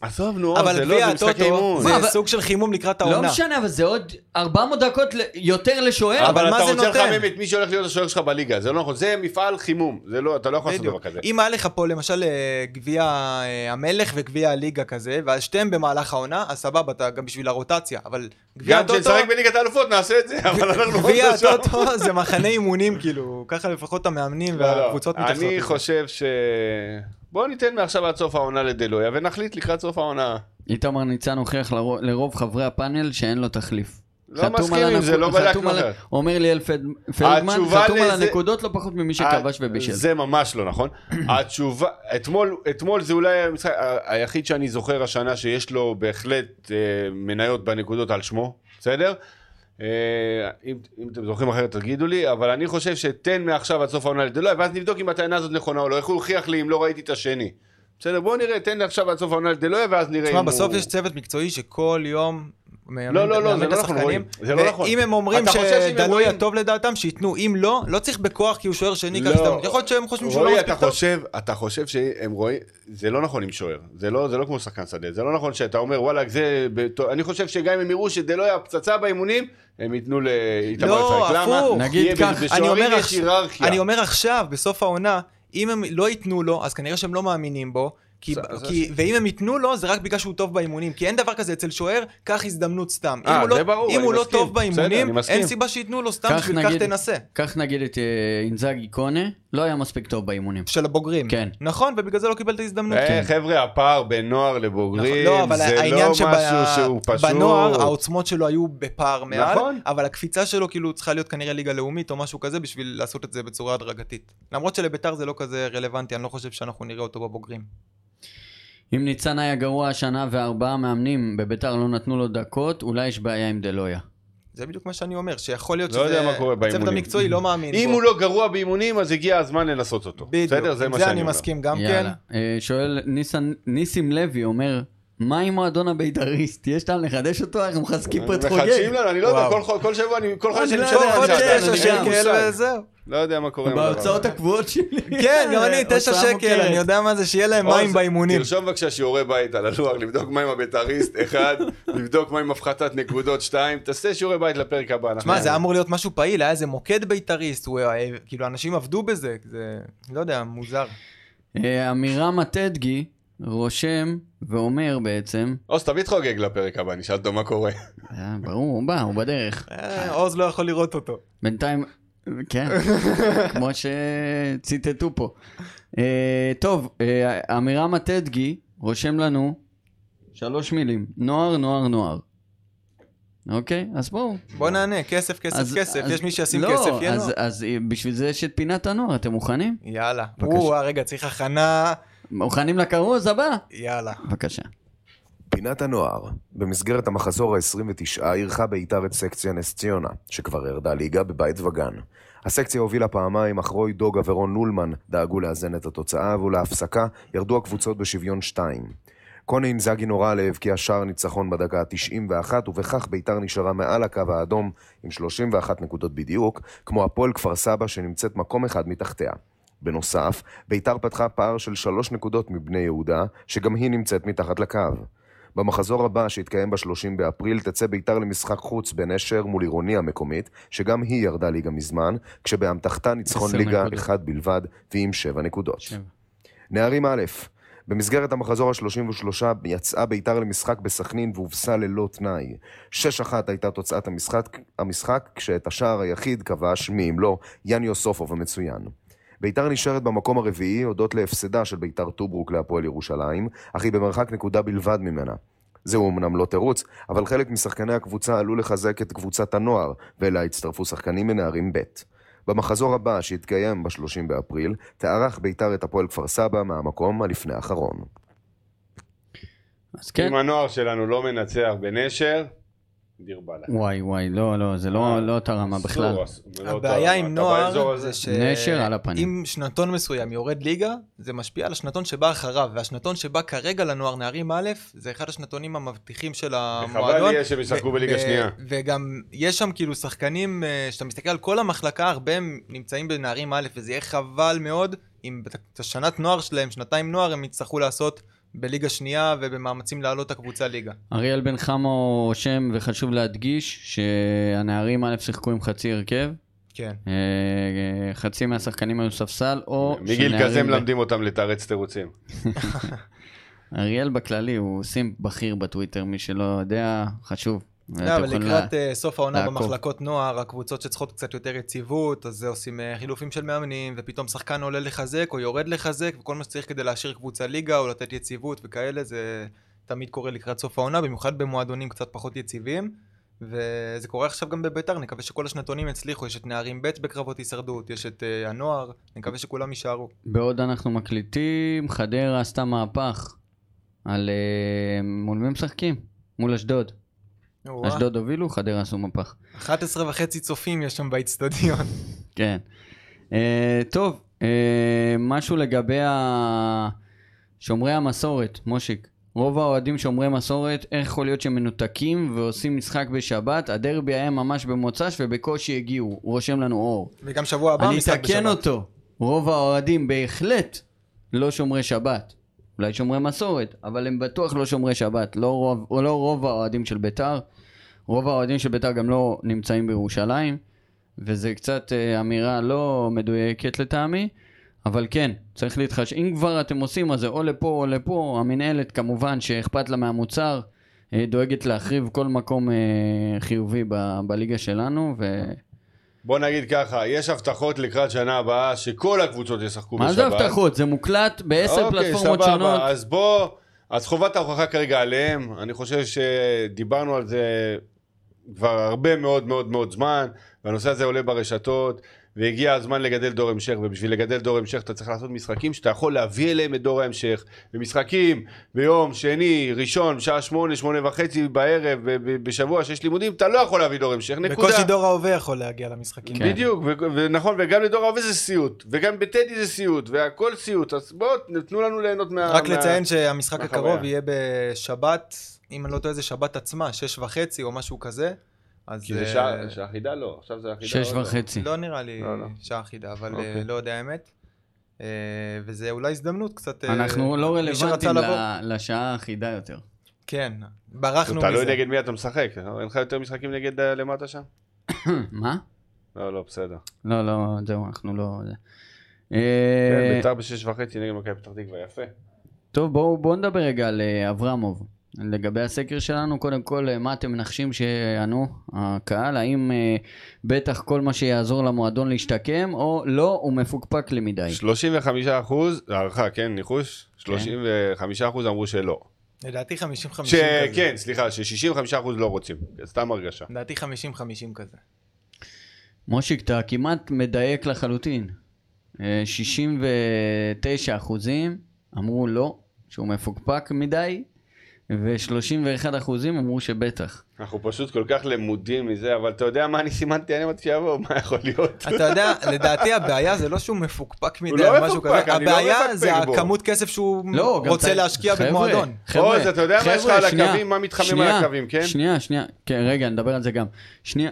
Speaker 3: עזוב, נו, אבל
Speaker 4: אבל
Speaker 3: זה לא,
Speaker 4: גביע
Speaker 3: זה משחקי
Speaker 4: הטוטו
Speaker 3: אימון.
Speaker 4: זה
Speaker 2: אבל-
Speaker 4: סוג של חימום לקראת
Speaker 2: לא
Speaker 4: העונה.
Speaker 2: משנה, אבל זה עוד 400 דקות ל- יותר לשוער.
Speaker 4: אבל
Speaker 3: אבל
Speaker 4: מה
Speaker 3: אתה
Speaker 4: זה
Speaker 3: רוצה
Speaker 4: נותן?
Speaker 3: לחמם את מי שהולך להיות השוער שלך בליגה, זה לא נכון, זה מפעל חימום, זה לא, אתה לא יכול לעשות דבר
Speaker 4: בדיוק.
Speaker 3: כזה.
Speaker 4: אם היה לך פה למשל אה, גביע אה, המלך וגביע הליגה כזה, ואז שתיהם במהלך העונה, אז סבבה, אתה גם בשביל הרוטציה, אבל גביע
Speaker 3: גם
Speaker 4: הטוטו...
Speaker 3: כשנשחק בליגת האלופות נעשה את זה, אבל אנחנו
Speaker 4: גביע
Speaker 3: עוד לא שם.
Speaker 4: הטוטו זה מחנה אימונים, כאילו, ככה לפחות המאמנים
Speaker 3: לא, לא.
Speaker 4: והקבוצות מתייחסות.
Speaker 3: אני
Speaker 4: לזה.
Speaker 3: חושב ש... בואו ניתן מעכשיו עד סוף העונה לדלויה, ונחליט לקראת סוף העונה.
Speaker 2: איתמר ניצן הוכיח לרוב- לרוב חברי הפאנל שאין לו תחליף.
Speaker 3: לא
Speaker 2: חתום
Speaker 3: מסכים
Speaker 2: על
Speaker 3: עם זה,
Speaker 2: הנק-
Speaker 3: לא בדקנו
Speaker 2: חתום על-
Speaker 3: אחרת.
Speaker 2: אומר ליאל פד- פלדמן,
Speaker 3: התשובה
Speaker 2: חתום על
Speaker 3: לזה-
Speaker 2: הנקודות לא פחות ממי שכבש ובישל.
Speaker 3: אה, זה ממש לא נכון. התשובה, אתמול, אתמול זה אולי המשחק ה- היחיד שאני זוכר השנה שיש לו בהחלט אה, מניות בנקודות על שמו, בסדר? אה, אם, אם אתם זוכרים אחרת תגידו לי, אבל אני חושב שתן מעכשיו עד סוף העונה לדלויה, ואז נבדוק אם הטענה הזאת נכונה או לא, איך הוא הוכיח לי אם לא ראיתי את השני. בסדר, בואו נראה, תן עכשיו עד סוף העונה לדלויה, ואז נראה אם
Speaker 4: תשמע,
Speaker 3: הוא...
Speaker 4: בסוף יש צוות מקצועי שכל יום... מאמן-
Speaker 3: לא, לא, לא,
Speaker 4: מאמן
Speaker 3: זה
Speaker 4: את
Speaker 3: לא נכון,
Speaker 4: השחקנים,
Speaker 3: רואים. זה לא נכון.
Speaker 4: ואם הם אומרים
Speaker 3: אתה חושב שאם הם
Speaker 4: שדלויה
Speaker 3: רואים-
Speaker 4: טוב לדעתם, שייתנו. אם לא, לא צריך בכוח כי הוא שוער שני כאן
Speaker 3: לא.
Speaker 4: סתם. יכול להיות שהם חושבים שהוא לא
Speaker 3: רועי,
Speaker 4: מספיק
Speaker 3: אתה
Speaker 4: טוב.
Speaker 3: חושב, אתה חושב שהם רואים, זה לא נכון עם שוער, זה לא, זה לא כמו שחקן שדה, זה לא נכון שאתה אומר וואלה, זה, בטו-" אני חושב שגם אם הם יראו שזה לא היה פצצה באימונים, הם ייתנו לאיתמר
Speaker 4: לא,
Speaker 3: לשחק. למה?
Speaker 4: הפוך.
Speaker 2: נגיד
Speaker 3: כי
Speaker 2: כך,
Speaker 4: אני
Speaker 3: בשוערים
Speaker 4: אומר,
Speaker 3: יש
Speaker 4: עכש-
Speaker 3: היררכיה.
Speaker 4: אני אומר עכשיו, בסוף העונה, אם הם לא ייתנו לו, אז כנראה שהם לא מאמינים בו. כי,
Speaker 3: זה- זה
Speaker 4: כי, ואם הם ייתנו לו, זה רק בגלל שהוא טוב באימונים. כי אין דבר כזה אצל שוער, קח הזדמנות סתם.
Speaker 3: אה,
Speaker 4: אם הוא לא,
Speaker 3: זה ברור,
Speaker 4: אם
Speaker 3: אני
Speaker 4: הוא לא
Speaker 3: מסכים.
Speaker 4: טוב
Speaker 3: בסדר, אני
Speaker 4: באימונים,
Speaker 3: מסכים.
Speaker 4: אין סיבה שייתנו לו סתם,
Speaker 2: כך
Speaker 4: בשביל כך
Speaker 2: נגיד-
Speaker 4: תנסה.
Speaker 2: קח נגיד את אה, אינזאגי קונה, לא היה מספיק טוב באימונים.
Speaker 4: של הבוגרים.
Speaker 2: כן.
Speaker 4: נכון, ובגלל זה לא קיבל את ההזדמנות.
Speaker 3: אה, חבר'ה, הפער בין נוער לבוגרים,
Speaker 4: לא, אבל
Speaker 3: זה
Speaker 4: העניין
Speaker 3: לא
Speaker 4: שבה-
Speaker 3: משהו שהוא פשוט.
Speaker 4: בנוער העוצמות שלו היו בפער מעל,
Speaker 3: נכון.
Speaker 4: אבל הקפיצה שלו כאילו צריכה להיות כנראה ליגה לאומית או משהו כזה בשביל לעשות את זה בצורה הדרגתית. למרות שלביתר זה לא כזה רלוונטי, אני לא חושב שאנחנו נראה אותו בבוגרים.
Speaker 2: אם ניצן היה גרוע השנה וארבעה מאמנים בביתר לא נתנו לו דקות, אולי יש בעיה עם דלויה.
Speaker 4: זה בדיוק מה שאני אומר, שיכול להיות
Speaker 3: לא יודע מה קורה באימונים.
Speaker 4: הצוות המקצועי לא מאמין.
Speaker 3: אם
Speaker 4: בו.
Speaker 3: הוא לא גרוע באימונים, אז הגיע הזמן לנסות אותו.
Speaker 4: בדיוק,
Speaker 3: בסדר? זה
Speaker 4: עם
Speaker 3: מה
Speaker 4: זה
Speaker 3: שאני
Speaker 4: אני
Speaker 3: אומר.
Speaker 4: מסכים גם כן.
Speaker 2: יאללה. אה, שואל ניסן, ניסים לוי, אומר, מה עם מועדון הבית"ריסט? יש טעם לחדש אותו? אנחנו מחזקים פה את חוגג.
Speaker 3: מחדשים לנו, אני לא יודע,
Speaker 4: וואו.
Speaker 3: כל חו- כל שבוע אני, כל חודש אני
Speaker 2: לא
Speaker 4: כל
Speaker 2: יודע,
Speaker 3: משלם
Speaker 4: חודש
Speaker 2: אני
Speaker 3: חדשים,
Speaker 2: יודע,
Speaker 4: תשע
Speaker 2: אני יודע.
Speaker 4: שקל
Speaker 3: מושג.
Speaker 4: וזהו.
Speaker 3: לא יודע מה קורה עם הדבר הזה.
Speaker 2: בהוצאות הקבועות שלי.
Speaker 4: כן, גם אני, תשע
Speaker 2: הוצאה
Speaker 4: שקל,
Speaker 2: מוכרת.
Speaker 4: אני יודע מה זה, שיהיה להם
Speaker 3: עוז,
Speaker 4: מים באימונים.
Speaker 3: תרשום בבקשה שיעורי בית על הלוח, לבדוק מה עם הבית"ריסט, אחד, לבדוק מה עם הפחתת נקודות, שתיים, תעשה שיעורי בית לפרק הבא. אנחנו-
Speaker 4: תשמע, זה היה אמור להיות משהו פעיל, היה איזה מוקד בית"ריסט, הוא היה- כאילו, אנשים עבדו בזה, זה, לא יודע, מוזר.
Speaker 2: אה, עמירם אטדגי רושם ואומר בעצם,
Speaker 3: עוז, תביא את חוגג לפרק הבא, נשאל אותו מה קורה.
Speaker 2: אה, ברור, הוא בא, הוא בדרך.
Speaker 4: אה, עוז לא יכול לראות אותו.
Speaker 2: בינתיים, כן, כמו שציטטו פה. אה, טוב, אה, עמירם אטדגי רושם לנו שלוש מילים, נוער, נוער, נוער. אוקיי, אז בואו.
Speaker 4: בוא נענה, כסף, כסף,
Speaker 2: אז-
Speaker 4: כסף,
Speaker 2: אז-
Speaker 4: יש מי שישים
Speaker 2: לא,
Speaker 4: כסף, יהיה לו.
Speaker 2: אז- אז אה, בשביל זה יש את פינת הנוער, אתם מוכנים?
Speaker 4: יאללה.
Speaker 2: בבקשה.
Speaker 4: וואו, רגע, צריך הכנה.
Speaker 2: מוכנים לכרוז הבא?
Speaker 4: יאללה.
Speaker 2: בבקשה.
Speaker 5: פינת הנוער, במסגרת המחזור ה-29 אירחה בית"ר את סקציה נס ציונה, שכבר ירדה ליגה בבית וגן. הסקציה הובילה פעמיים, אך רוי דוגה ורון נולמן דאגו לאזן את התוצאה, ולהפסקה ירדו הקבוצות בשוויון 2. קוני אינזאגי נורה להבקיע שער ניצחון בדקה ה-91, ובכך בית"ר נשארה מעל הקו האדום עם 31 נקודות בדיוק, כמו הפועל כפר סבא שנמצאת מקום אחד מתחתיה. בנוסף, בית"ר פתחה פער של שלוש נקודות מבני יהודה, שגם היא נמצאת מתחת לקו. במחזור הבא, שיתקיים ב-30 באפריל, תצא בית"ר למשחק חוץ בנשר מול עירוני המקומית, שגם היא ירדה ליגה מזמן, כשבאמתחתה ניצחון
Speaker 2: עשר
Speaker 5: ליגה
Speaker 2: נקודות.
Speaker 5: אחד בלבד, והיא עם שבע נקודות.
Speaker 2: שבע.
Speaker 5: נערים א', במסגרת המחזור ה-33 יצאה בית"ר למשחק בסכנין והובסה ללא תנאי. 6-1 הייתה תוצאת המשחק, המשחק כשאת השער היחיד כבש, מי אם לא, יניו סופוב המצוין. בית"ר נשארת במקום הרביעי הודות להפסדה של בית"ר טוברוק להפועל ירושלים, אך היא במרחק נקודה בלבד ממנה. זהו אמנם לא תירוץ, אבל חלק משחקני הקבוצה עלו לחזק את קבוצת הנוער, ואליה הצטרפו שחקנים מנערים ב'. במחזור הבא, שיתקיים ב-30 באפריל, תערך בית"ר את הפועל כפר סבא מהמקום הלפני האחרון.
Speaker 2: אז כן.
Speaker 3: אם הנוער שלנו לא מנצח בנשר, דיר באללה.
Speaker 2: וואי וואי, לא, לא, זה לא לא אותה רמה בכלל.
Speaker 3: אסור, אסור, זה לא אותה
Speaker 4: אה, הבעיה
Speaker 3: רמה.
Speaker 4: עם
Speaker 3: אתה באזור
Speaker 4: נוער
Speaker 3: הזה.
Speaker 4: זה ש...
Speaker 2: נשר על הפנים.
Speaker 4: אם שנתון מסוים יורד ליגה, זה משפיע על השנתון שבא אחריו, והשנתון שבא כרגע לנוער נערים א', זה אחד השנתונים המבטיחים של המועדון.
Speaker 3: וחבל יהיה שהם ישחקו
Speaker 4: ו-
Speaker 3: בליגה
Speaker 4: ו-
Speaker 3: שנייה.
Speaker 4: וגם יש שם כאילו שחקנים, אה, שאתה מסתכל על כל המחלקה, הרבה הם נמצאים בנערים א', וזה יהיה חבל מאוד אם בת- את השנת נוער שלהם, שנתיים נוער, הם יצטרכו לעשות בליגה שנייה ובמאמצים להעלות את הקבוצה ליגה.
Speaker 2: אריאל בן חמו רושם, וחשוב להדגיש, שהנערים א' שיחקו עם חצי הרכב,
Speaker 4: כן.
Speaker 2: אה, אה, חצי מהשחקנים היו ספסל,
Speaker 4: לא
Speaker 2: או...
Speaker 3: מגיל
Speaker 2: שנערים
Speaker 3: כזה
Speaker 2: ב-
Speaker 3: מלמדים אותם לתרץ תירוצים.
Speaker 2: אריאל בכללי הוא סים בכיר בטוויטר, מי שלא יודע, חשוב. ואתם
Speaker 4: לא, אבל
Speaker 2: יכולים
Speaker 4: לקראת
Speaker 2: לה-
Speaker 4: אה, סוף העונה
Speaker 2: לעקוב.
Speaker 4: במחלקות נוער, הקבוצות שצריכות קצת יותר יציבות, אז זה עושים אה, חילופים של מאמנים, ופתאום שחקן עולה לחזק או יורד לחזק, וכל מה שצריך כדי להשאיר קבוצה ליגה או לתת יציבות וכאלה, זה תמיד קורה לקראת סוף העונה, במיוחד במועדונים קצת פחות יציבים. וזה קורה עכשיו גם בביתר, נקווה שכל השנתונים יצליחו, יש את נערים ב' בקרבות הישרדות, יש את אה, הנוער, נקווה שכולם יישארו.
Speaker 2: בעוד אנחנו מקליטים, חדרה עשתה מהפך על... אה, מול מי משחקים? מול אשדוד.
Speaker 4: וואו,
Speaker 2: אשדוד הובילו, חדרה עשו מהפך.
Speaker 4: 11 וחצי צופים יש שם באיצטדיון.
Speaker 2: כן. אה, טוב, אה, משהו לגבי ה- שומרי המסורת, מושיק. רוב האוהדים שומרי מסורת, איך יכול להיות שהם מנותקים ועושים משחק בשבת? הדרבי היה ממש במוצ"ש ובקושי הגיעו, הוא רושם לנו אור.
Speaker 4: וגם שבוע הבא
Speaker 2: אני
Speaker 4: משחק בשבת.
Speaker 2: אתקן אותו, רוב האוהדים בהחלט לא שומרי שבת. אולי שומרי מסורת, אבל הם בטוח לא שומרי שבת. לא רוב, או לא רוב האוהדים של ביתר. רוב האוהדים של ביתר גם לא נמצאים בירושלים, וזה קצת אה, אמירה לא מדויקת לטעמי. אבל כן, צריך להתחשב. אם כבר אתם עושים, אז זה או לפה או לפה. המינהלת כמובן שאכפת לה מהמוצר, אה, דואגת להחריב כל מקום אה, חיובי ב- בליגה שלנו, ו...
Speaker 3: בוא נגיד ככה, יש הבטחות לקראת שנה הבאה שכל הקבוצות ישחקו בשבת.
Speaker 2: מה זה הבטחות? זה מוקלט בעשר
Speaker 4: אוקיי,
Speaker 2: פלטפורמות שונות.
Speaker 3: אוקיי, אז בוא, אז חובת ההוכחה כרגע עליהם. אני חושב שדיברנו על זה כבר הרבה מאוד מאוד מאוד זמן, והנושא הזה עולה ברשתות, והגיע הזמן לגדל דור המשך, ובשביל לגדל דור המשך אתה צריך לעשות משחקים שאתה יכול להביא אליהם את דור ההמשך. ומשחקים ביום שני, ראשון, שעה שמונה, שמונה וחצי בערב, ב- ב- בשבוע שיש לימודים, אתה לא יכול להביא דור המשך, נקודה.
Speaker 4: בקושי דור ההווה יכול להגיע למשחקים.
Speaker 2: כן.
Speaker 3: בדיוק, ו- ונכון, וגם לדור ההווה זה סיוט, וגם בטדי זה סיוט, והכל סיוט, אז בואו, תנו לנו ליהנות מה...
Speaker 4: רק
Speaker 3: מה-
Speaker 4: לציין שהמשחק
Speaker 3: מהחוויה.
Speaker 4: הקרוב יהיה בשבת, אם אני לא טועה זה שבת עצמה, שש וחצי או משהו כזה. אז...
Speaker 3: כי זה
Speaker 4: אה,
Speaker 3: שעה, שעה אחידה לא, עכשיו זה אחידה.
Speaker 2: שש
Speaker 3: עוד לא.
Speaker 2: וחצי.
Speaker 4: לא נראה לי
Speaker 3: לא, לא.
Speaker 4: שעה אחידה, אבל אה,
Speaker 3: אוקיי.
Speaker 4: לא יודע האמת. אה, וזה אולי הזדמנות קצת... אה,
Speaker 2: אנחנו לא
Speaker 4: מי שרצה
Speaker 2: רלוונטיים
Speaker 4: לבוא.
Speaker 2: ל- לשעה האחידה יותר.
Speaker 4: כן, ברחנו מזה.
Speaker 3: אתה לא נגד מי אתה משחק, אין לך יותר משחקים נגד אה, למטה שם?
Speaker 2: מה?
Speaker 3: לא, לא, בסדר.
Speaker 2: לא, לא, זהו, אנחנו לא... זה.
Speaker 3: כן,
Speaker 2: אה,
Speaker 3: ביתר בשש וחצי נגד מכבי פתח תקווה, יפה.
Speaker 2: טוב, בואו בואו נדבר רגע על אה, אברמוב. לגבי הסקר שלנו, קודם כל, אה, מה אתם מנחשים שיענו הקהל? האם אה, בטח כל מה שיעזור למועדון להשתקם, או לא, הוא מפוקפק לי מדי.
Speaker 3: 35 אחוז, הערכה, כן, ניחוש? 35 אחוז אמרו שלא.
Speaker 4: לדעתי 50-50 כזה.
Speaker 3: שכן, סליחה, ש-65 אחוז לא רוצים. סתם הרגשה.
Speaker 4: לדעתי 50-50 כזה.
Speaker 2: מושיק, אתה כמעט מדייק לחלוטין. אה, 69 אחוזים אמרו לא, שהוא מפוקפק מדי, ו-31 אחוזים אמרו שבטח.
Speaker 3: אנחנו פשוט כל כך למודים מזה, אבל אתה יודע מה אני סימנתי? אני אמרתי שיבוא, מה יכול להיות?
Speaker 4: אתה יודע, לדעתי הבעיה זה לא שהוא מפוקפק מדי
Speaker 3: לא
Speaker 4: או משהו
Speaker 3: מפוקפק,
Speaker 4: כזה,
Speaker 3: אני לא
Speaker 4: הבעיה
Speaker 3: מפקפק
Speaker 4: זה
Speaker 3: בו.
Speaker 4: הכמות כסף שהוא
Speaker 2: לא, גם
Speaker 4: רוצה
Speaker 2: אתה-
Speaker 4: להשקיע
Speaker 2: חבר'ה,
Speaker 4: במועדון.
Speaker 2: חבר'ה,
Speaker 3: עוז, אתה יודע מה יש לך על
Speaker 2: חבר'ה,
Speaker 3: הקווים? מה מתחמם
Speaker 2: שנייה,
Speaker 3: על הקווים, כן?
Speaker 2: שנייה, שנייה. כן, רגע, נדבר על זה גם. שנייה,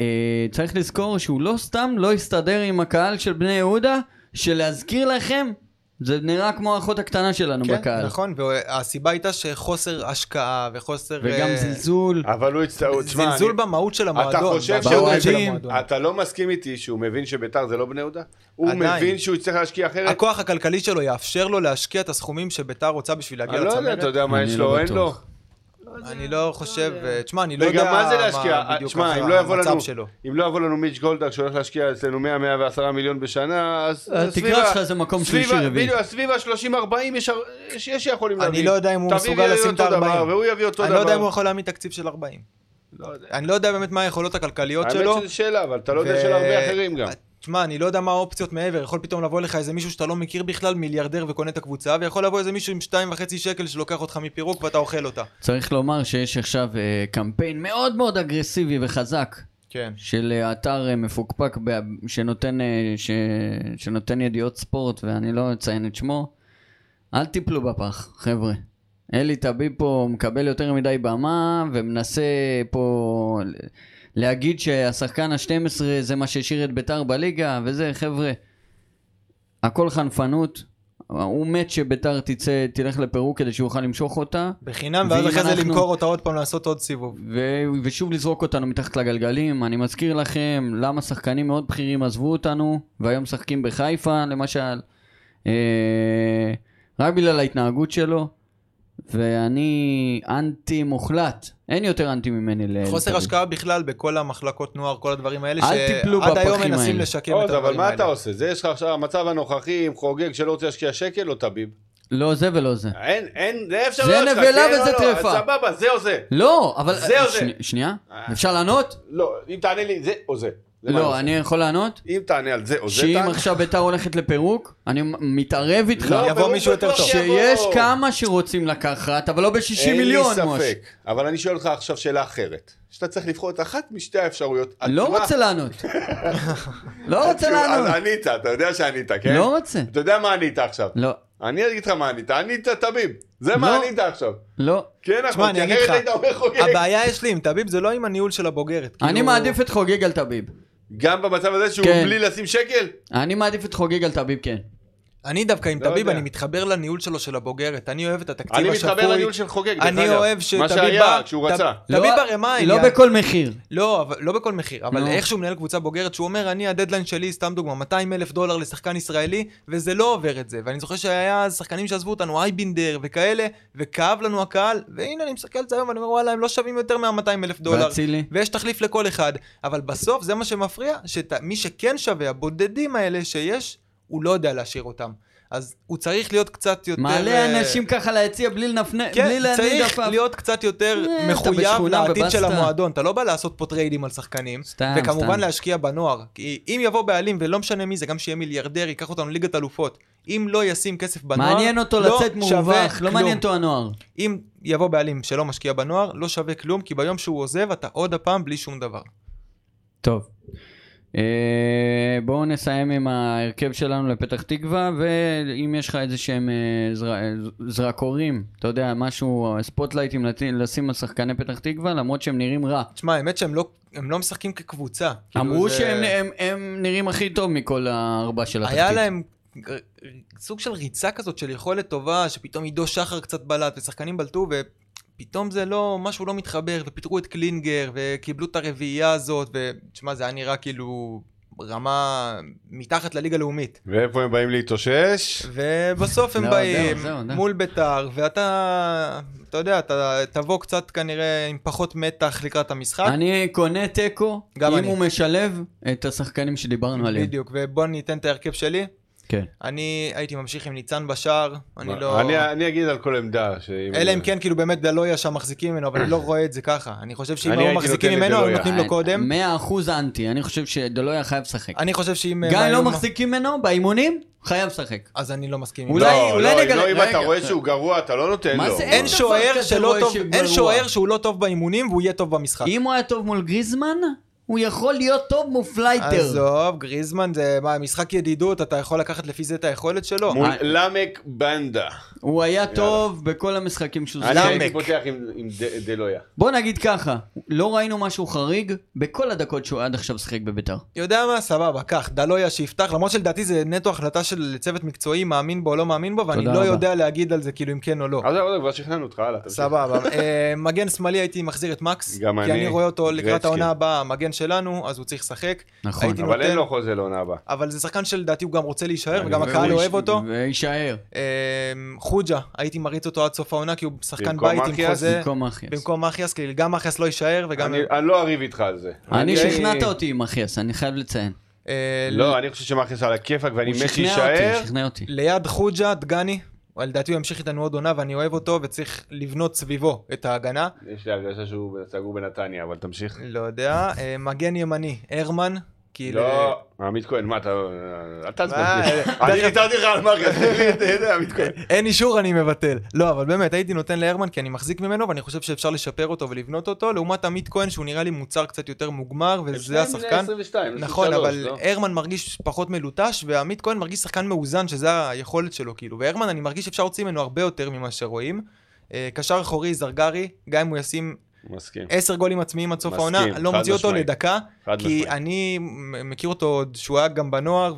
Speaker 2: אה, צריך לזכור שהוא לא סתם לא הסתדר עם הקהל של בני יהודה, שלהזכיר לכם, זה נראה כמו האחות הקטנה שלנו
Speaker 4: כן,
Speaker 2: בקהל.
Speaker 4: נכון, והסיבה הייתה שחוסר השקעה וחוסר...
Speaker 2: וגם
Speaker 4: אה,
Speaker 2: זלזול.
Speaker 3: אבל הוא הצטער, תשמע,
Speaker 4: זלזול
Speaker 3: אני-
Speaker 4: במהות של המועדון.
Speaker 3: אתה חושב
Speaker 4: במהות
Speaker 3: שהוא
Speaker 4: של
Speaker 2: באוהדים,
Speaker 4: המועדון.
Speaker 3: אתה לא מסכים איתי שהוא מבין שביתר זה לא בני יהודה? הוא
Speaker 4: עדיין.
Speaker 3: מבין שהוא יצטרך להשקיע אחרת?
Speaker 4: הכוח הכלכלי שלו יאפשר לו להשקיע את הסכומים שביתר רוצה בשביל להגיע
Speaker 3: אני לא יודע,
Speaker 4: לצמרת?
Speaker 3: אתה יודע מה
Speaker 2: אני
Speaker 3: יש
Speaker 2: לא
Speaker 3: לו, אין לו.
Speaker 2: בטוח.
Speaker 4: אני לא חושב... אה, תשמע, אני לא
Speaker 3: וגם
Speaker 4: יודע
Speaker 3: מה זה להשקיע?
Speaker 4: מה בדיוק
Speaker 3: תשמע, אם לא יבוא
Speaker 4: המצב
Speaker 3: לנו-
Speaker 4: שלו.
Speaker 3: אם לא יבוא לנו מיץ' גולדהר שהולך להשקיע אצלנו 100-110 מיליון בשנה, אז...
Speaker 4: אה,
Speaker 2: התקרה
Speaker 3: אז סביב ה-
Speaker 2: שלך זה מקום
Speaker 3: סביב
Speaker 2: שלישי,
Speaker 3: ה-
Speaker 2: רביעי.
Speaker 3: בדיוק, אז סביב ה-30-40 יש הר- יש- יש שיכולים
Speaker 4: אני
Speaker 3: להביא.
Speaker 4: לא יודע אם הוא
Speaker 3: תביא
Speaker 4: מסוגל
Speaker 3: ויביא
Speaker 4: לשים
Speaker 3: אותו
Speaker 4: את ה- 40.
Speaker 3: דבר, והוא יביא אותו
Speaker 4: אני
Speaker 3: דבר. לא
Speaker 4: לא יודע אם הוא יכול להעמיד תקציב של 40. אני לא יודע באמת מה היכולות הכלכליות שלו.
Speaker 3: האמת שזו שאלה, אבל אתה לא יודע של לא הרבה אחרים גם.
Speaker 4: תשמע, אני לא יודע מה האופציות מעבר, יכול פתאום לבוא לך איזה מישהו שאתה לא מכיר בכלל, מיליארדר וקונה את הקבוצה, ויכול לבוא איזה מישהו עם שתיים וחצי שקל שלוקח אותך מפירוק ואתה אוכל אותה.
Speaker 2: צריך לומר שיש עכשיו אה, קמפיין מאוד מאוד אגרסיבי וחזק
Speaker 4: כן.
Speaker 2: של אה, אתר אה, מפוקפק ב- שנותן, אה, ש... שנותן ידיעות ספורט, ואני לא אציין את שמו. אל תיפלו בפח, חבר'ה. אלי טביב פה מקבל יותר מדי במה ומנסה פה להגיד שהשחקן ה-12 זה מה שהשאיר את ביתר בליגה וזה, חבר'ה. הכל חנפנות. הוא מת שביתר תצא, תלך לפירוק כדי שיוכל למשוך אותה.
Speaker 4: בחינם, ואז
Speaker 2: ואם
Speaker 4: אחרי זה
Speaker 2: אנחנו-
Speaker 4: למכור אותה עוד פעם, לעשות עוד סיבוב.
Speaker 2: ו- ושוב לזרוק אותנו מתחת לגלגלים. אני מזכיר לכם למה שחקנים מאוד בכירים עזבו אותנו, והיום משחקים בחיפה, למשל. אה, רק בגלל ההתנהגות שלו, ואני אנטי מוחלט. אין יותר אנטי ממני. ל-
Speaker 4: חוסר
Speaker 2: לתמיד.
Speaker 4: השקעה בכלל בכל המחלקות נוער, כל הדברים האלה,
Speaker 2: אל תיפלו
Speaker 4: שעד היום
Speaker 2: בפחים
Speaker 4: מנסים
Speaker 2: האלה.
Speaker 4: לשקם את
Speaker 3: עוז, אוקיי, אבל
Speaker 4: הדברים
Speaker 3: מה אתה
Speaker 4: האלה.
Speaker 3: עושה? זה יש לך עכשיו, המצב הנוכחי עם חוגג שלא רוצה להשקיע שקל או טביב.
Speaker 2: לא זה ולא זה.
Speaker 3: אין, אין, זה אפשר
Speaker 2: זה
Speaker 3: לא להשקיע,
Speaker 2: נבלה
Speaker 3: כן או
Speaker 2: וזה
Speaker 3: לא,
Speaker 2: טרפה.
Speaker 3: אז סבבה, זה או זה.
Speaker 2: לא, אבל...
Speaker 3: זה או זה?
Speaker 2: שני- שנייה,
Speaker 3: אה.
Speaker 2: אפשר לענות?
Speaker 3: לא, אם תענה לי זה או זה. זה מה
Speaker 2: לא,
Speaker 3: עושה.
Speaker 2: אני יכול לענות?
Speaker 3: אם תענה על זה או זה,
Speaker 2: שאם
Speaker 3: תענה.
Speaker 2: עכשיו ביתר הולכת לפירוק, אני מתערב איתך.
Speaker 3: לא,
Speaker 4: יבוא
Speaker 3: ברור,
Speaker 4: מישהו יותר
Speaker 3: בטוח
Speaker 4: טוב.
Speaker 3: שיבוא.
Speaker 2: שיש כמה שרוצים לקחת, אבל לא ב-60 מיליון,
Speaker 3: אין לי
Speaker 2: מוש.
Speaker 3: ספק, אבל אני שואל אותך עכשיו שאלה אחרת. שאתה צריך לבחור את אחת משתי האפשרויות.
Speaker 2: לא
Speaker 3: התשובה-
Speaker 2: רוצה לענות. לא רוצה
Speaker 3: התשובה-
Speaker 2: לענות.
Speaker 3: אז ענית, אתה יודע שענית, כן?
Speaker 2: לא רוצה.
Speaker 3: אתה יודע מה ענית עכשיו.
Speaker 2: לא,
Speaker 3: אני אגיד לך מה ענית, ענית תמים. זה
Speaker 2: לא.
Speaker 3: מה ענית עכשיו.
Speaker 2: לא.
Speaker 4: כאילו-
Speaker 3: כן, נכון,
Speaker 4: אני
Speaker 3: כי
Speaker 4: אגיד
Speaker 3: אחרת
Speaker 4: לך,
Speaker 3: היית אומר חוגג.
Speaker 4: הבעיה יש לי עם טביב זה לא עם הניהול של הבוגרת.
Speaker 2: אני
Speaker 4: כאילו-
Speaker 2: מעדיף את חוגג על טביב.
Speaker 3: גם במצב הזה שהוא
Speaker 2: כן.
Speaker 3: בלי לשים שקל?
Speaker 2: אני מעדיף את חוגג על טביב, כן.
Speaker 4: אני דווקא עם
Speaker 3: לא
Speaker 4: טביב,
Speaker 3: יודע.
Speaker 4: אני מתחבר לניהול שלו של הבוגרת. אני אוהב את התקציב
Speaker 3: אני
Speaker 4: השפוי.
Speaker 3: מתחבר לניהול של חוגג, דרך
Speaker 4: אני
Speaker 3: אגב.
Speaker 4: אוהב
Speaker 3: מה
Speaker 4: שטביב בא...
Speaker 3: שהיה, כשהוא
Speaker 4: טב-
Speaker 3: רצה.
Speaker 4: טביב
Speaker 2: לא-
Speaker 4: הרמה...
Speaker 2: לא בכל מחיר.
Speaker 4: לא, אבל, לא בכל מחיר, אבל
Speaker 2: נו.
Speaker 4: איך שהוא מנהל קבוצה בוגרת, שהוא אומר, אני הדדליין שלי, סתם דוגמה, 200 אלף דולר לשחקן ישראלי, וזה לא עובר את זה. ואני זוכר שהיה אז שחקנים שעזבו אותנו, אייבינדר וכאלה, וכאב לנו הקהל, והנה אני מסתכל על זה היום, ואני אומר, וואלה, הם לא שווים יותר מה-200 אלף דולר.
Speaker 2: ואצילי?
Speaker 4: ויש תחליף לכל אחד, אבל בסוף זה מה שמפריע, שמי שכן שווה, הבודדים האלה שיש, הוא לא יודע להשאיר אותם. אז הוא צריך להיות קצת יותר...
Speaker 2: מעלה
Speaker 4: אה,
Speaker 2: אנשים ככה ליציע בלי לנפנף, בלי
Speaker 4: כן,
Speaker 2: להניד
Speaker 4: צריך
Speaker 2: עפעף.
Speaker 4: להיות קצת יותר
Speaker 2: אה, אתה
Speaker 4: מחויב
Speaker 2: בשכונה,
Speaker 4: לעתיד של
Speaker 2: בבסטה.
Speaker 4: המועדון. אתה לא בא לעשות פה טריידים על שחקנים,
Speaker 2: סתם, סתם.
Speaker 4: וכמובן להשקיע בנוער. כי אם יבוא בעלים, ולא משנה מי זה, גם שיהיה מיליארדר, ייקח אותנו ליגת אלופות. אם לא ישים כסף בנוער,
Speaker 2: מעניין אותו
Speaker 4: לא
Speaker 2: לצאת
Speaker 4: שווה
Speaker 2: מורווח, לא
Speaker 4: כלום.
Speaker 2: מעניין אותו הנוער.
Speaker 4: אם יבוא בעלים שלא משקיע בנוער, לא שווה כלום, כי ביום שהוא עוזב, אתה עוד הפעם בלי שום דבר.
Speaker 2: טוב. אה, בואו נסיים עם ההרכב שלנו לפתח תקווה, ואם יש לך איזה שהם אה, זר... זרקורים, אתה יודע, משהו, ספוטלייטים לת- לשים על שחקני פתח תקווה, למרות שהם נראים רע.
Speaker 4: תשמע, האמת שהם לא, הם לא משחקים כקבוצה. כאילו
Speaker 2: אמרו
Speaker 4: זה-
Speaker 2: שהם הם, הם נראים הכי טוב מכל הארבע של התחתית.
Speaker 4: היה להם ר- ר- סוג של ריצה כזאת של יכולת טובה, שפתאום עידו שחר קצת בלט, ושחקנים בלטו, ופתאום זה לא, משהו לא מתחבר, ופיטרו את קלינגר, וקיבלו את הרביעייה הזאת, ותשמע, זה היה נראה כאילו רמה מתחת לליגה הלאומית.
Speaker 3: ואיפה הם באים להתאושש?
Speaker 4: ובסוף הם
Speaker 2: לא,
Speaker 4: באים
Speaker 2: זהו, זהו, זהו.
Speaker 4: מול ביתר, ואתה, אתה יודע, אתה תבוא קצת כנראה עם פחות מתח לקראת המשחק.
Speaker 2: אני קונה תיקו,
Speaker 4: גם
Speaker 2: אם
Speaker 4: אני.
Speaker 2: הוא משלב את השחקנים שדיברנו עליהם.
Speaker 4: בדיוק, ובוא אני אתן את ההרכב שלי.
Speaker 2: כן.
Speaker 4: אני הייתי ממשיך עם ניצן בשער, אני לא...
Speaker 3: אני- אני אגיד על כל עמדה. שאם- לא,
Speaker 4: אלא אם כן כאילו באמת דלויה שם מחזיקים ממנו, אבל אני לא רואה את זה ככה. אני חושב שאם
Speaker 3: אני
Speaker 4: היו
Speaker 3: הייתי
Speaker 4: מחזיקים
Speaker 3: נותן
Speaker 4: ממנו, היו
Speaker 3: לדלויה.
Speaker 4: נותנים
Speaker 2: אה,
Speaker 4: לו קודם.
Speaker 2: 100% אנטי, אני חושב שדלויה חייב לשחק.
Speaker 4: אני חושב שאם...
Speaker 2: גם
Speaker 4: הם
Speaker 2: אם
Speaker 4: היו-
Speaker 2: לא מחזיקים ממנו, באימונים, חייב לשחק.
Speaker 4: אז אני לא מסכים. עם
Speaker 2: אולי-
Speaker 4: זה.
Speaker 3: לא,
Speaker 2: אולי
Speaker 3: לא,
Speaker 2: נגלה-
Speaker 3: לא, אם
Speaker 2: רגע.
Speaker 3: אתה רואה שהוא גרוע, אתה לא נותן
Speaker 2: מה
Speaker 3: לו.
Speaker 2: זה
Speaker 4: אין
Speaker 2: דבר
Speaker 4: שוער
Speaker 2: כזה
Speaker 4: שלא
Speaker 2: רואה
Speaker 4: טוב, אין
Speaker 2: שגרוע.
Speaker 4: שוער שהוא לא טוב באימונים והוא יהיה טוב במשחק.
Speaker 2: אם הוא היה טוב מול גריזמן, הוא יכול להיות טוב מול פלייטר.
Speaker 4: עזוב, גריזמן זה מה, משחק ידידות, אתה יכול לקחת לפי זה את היכולת שלו.
Speaker 3: מול
Speaker 2: אה.
Speaker 3: למק בנדה.
Speaker 2: הוא היה טוב בכל המשחקים שהוא
Speaker 3: אני
Speaker 2: שיחק.
Speaker 3: הייתי פותח עם עם ד- דלויה.
Speaker 2: בוא נגיד ככה, לא ראינו משהו חריג בכל הדקות שהוא עד עכשיו שיחק בביתר.
Speaker 4: יודע מה, סבבה, קח, דלויה שיפתח, למרות שלדעתי זה נטו החלטה של צוות מקצועי, מאמין בו או לא מאמין בו, ואני
Speaker 2: תודה
Speaker 4: לא
Speaker 2: רבה.
Speaker 4: יודע להגיד על זה כאילו אם כן או לא.
Speaker 3: עזוב, עזוב, כבר שכנענו אותך, הלאה. תמשיך.
Speaker 4: סבבה, אה, מגן שמאלי הייתי מחזיר את מקס,
Speaker 3: גם
Speaker 4: כי
Speaker 3: אני,
Speaker 4: אני רואה אותו לקראת
Speaker 3: גרצקי.
Speaker 4: העונה הבאה, המגן שלנו, אז הוא צריך לשחק.
Speaker 2: נכון.
Speaker 4: הייתי
Speaker 3: אבל
Speaker 4: נותן-
Speaker 3: אין לו חוזה לא, לעונה הבאה.
Speaker 4: אבל זה שחקן שלדעתי הוא גם רוצה להישאר,
Speaker 3: אני
Speaker 4: וגם
Speaker 3: מבין.
Speaker 4: הקהל
Speaker 2: והוא
Speaker 4: אוהב
Speaker 2: יש-
Speaker 4: אותו.
Speaker 2: ויישאר.
Speaker 4: אמ, חוג'ה, הייתי מריץ אותו עד סוף העונה, כי הוא שחקן
Speaker 3: במקום
Speaker 4: בית עם
Speaker 3: אחיאס?
Speaker 4: חוזה.
Speaker 2: במקום אחיאס.
Speaker 4: במקום אחיאס, כי גם אחיאס לא יישאר, וגם...
Speaker 3: אני אני לא אריב איתך על זה.
Speaker 2: אני
Speaker 4: אני-
Speaker 3: אוקיי.
Speaker 2: שכנעת אותי עם אחיאס, אני חייב לציין.
Speaker 4: אה, ל-
Speaker 3: לא, אני חושב שמאכלס על הכיפאק ואני
Speaker 2: הוא
Speaker 3: מת
Speaker 2: שכנע אותי,
Speaker 3: להישאר.
Speaker 2: הוא שכנע אותי.
Speaker 4: ליד חוג'ה, דגני, הוא- לדעתי הוא ימשיך איתנו עוד עונה, ואני אוהב אותו, וצריך לבנות סביבו את ההגנה.
Speaker 3: יש לי הרגשה שהוא סגור בנתניה, אבל תמשיך.
Speaker 4: לא יודע. אה, מגן ימני, הרמן. כאילו...
Speaker 3: לא, עמית כהן, מה אתה... אל תעזבן.
Speaker 4: מה,
Speaker 3: אני ויתרתי לך על מרגי, אז תגיד לי את- את עמית כהן.
Speaker 4: אין אישור, אני מבטל. לא, אבל באמת, הייתי נותן להרמן כי אני מחזיק ממנו, ואני חושב שאפשר לשפר אותו ולבנות אותו, לעומת עמית כהן, שהוא נראה לי מוצר קצת יותר מוגמר, וזה השחקן.
Speaker 3: 22,
Speaker 4: נכון, אבל
Speaker 3: לא?
Speaker 4: הרמן מרגיש פחות מלוטש, ועמית כהן מרגיש שחקן מאוזן, שזה היכולת שלו, כאילו. והרמן, אני מרגיש שאפשר להוציא ממנו הרבה יותר ממה שרואים. אה, קשר אחורי, זרגרי, גם אם הוא ישים
Speaker 3: מסכים.
Speaker 4: עשר גולים עצמיים עד סוף
Speaker 3: מסכים,
Speaker 4: העונה, אני לא
Speaker 3: חד
Speaker 4: מוציא אותו
Speaker 3: משמעית.
Speaker 4: לדקה,
Speaker 3: חד
Speaker 4: אה, כי
Speaker 3: משמעית.
Speaker 4: אני מכיר אותו עוד שהוא היה גם בנוער,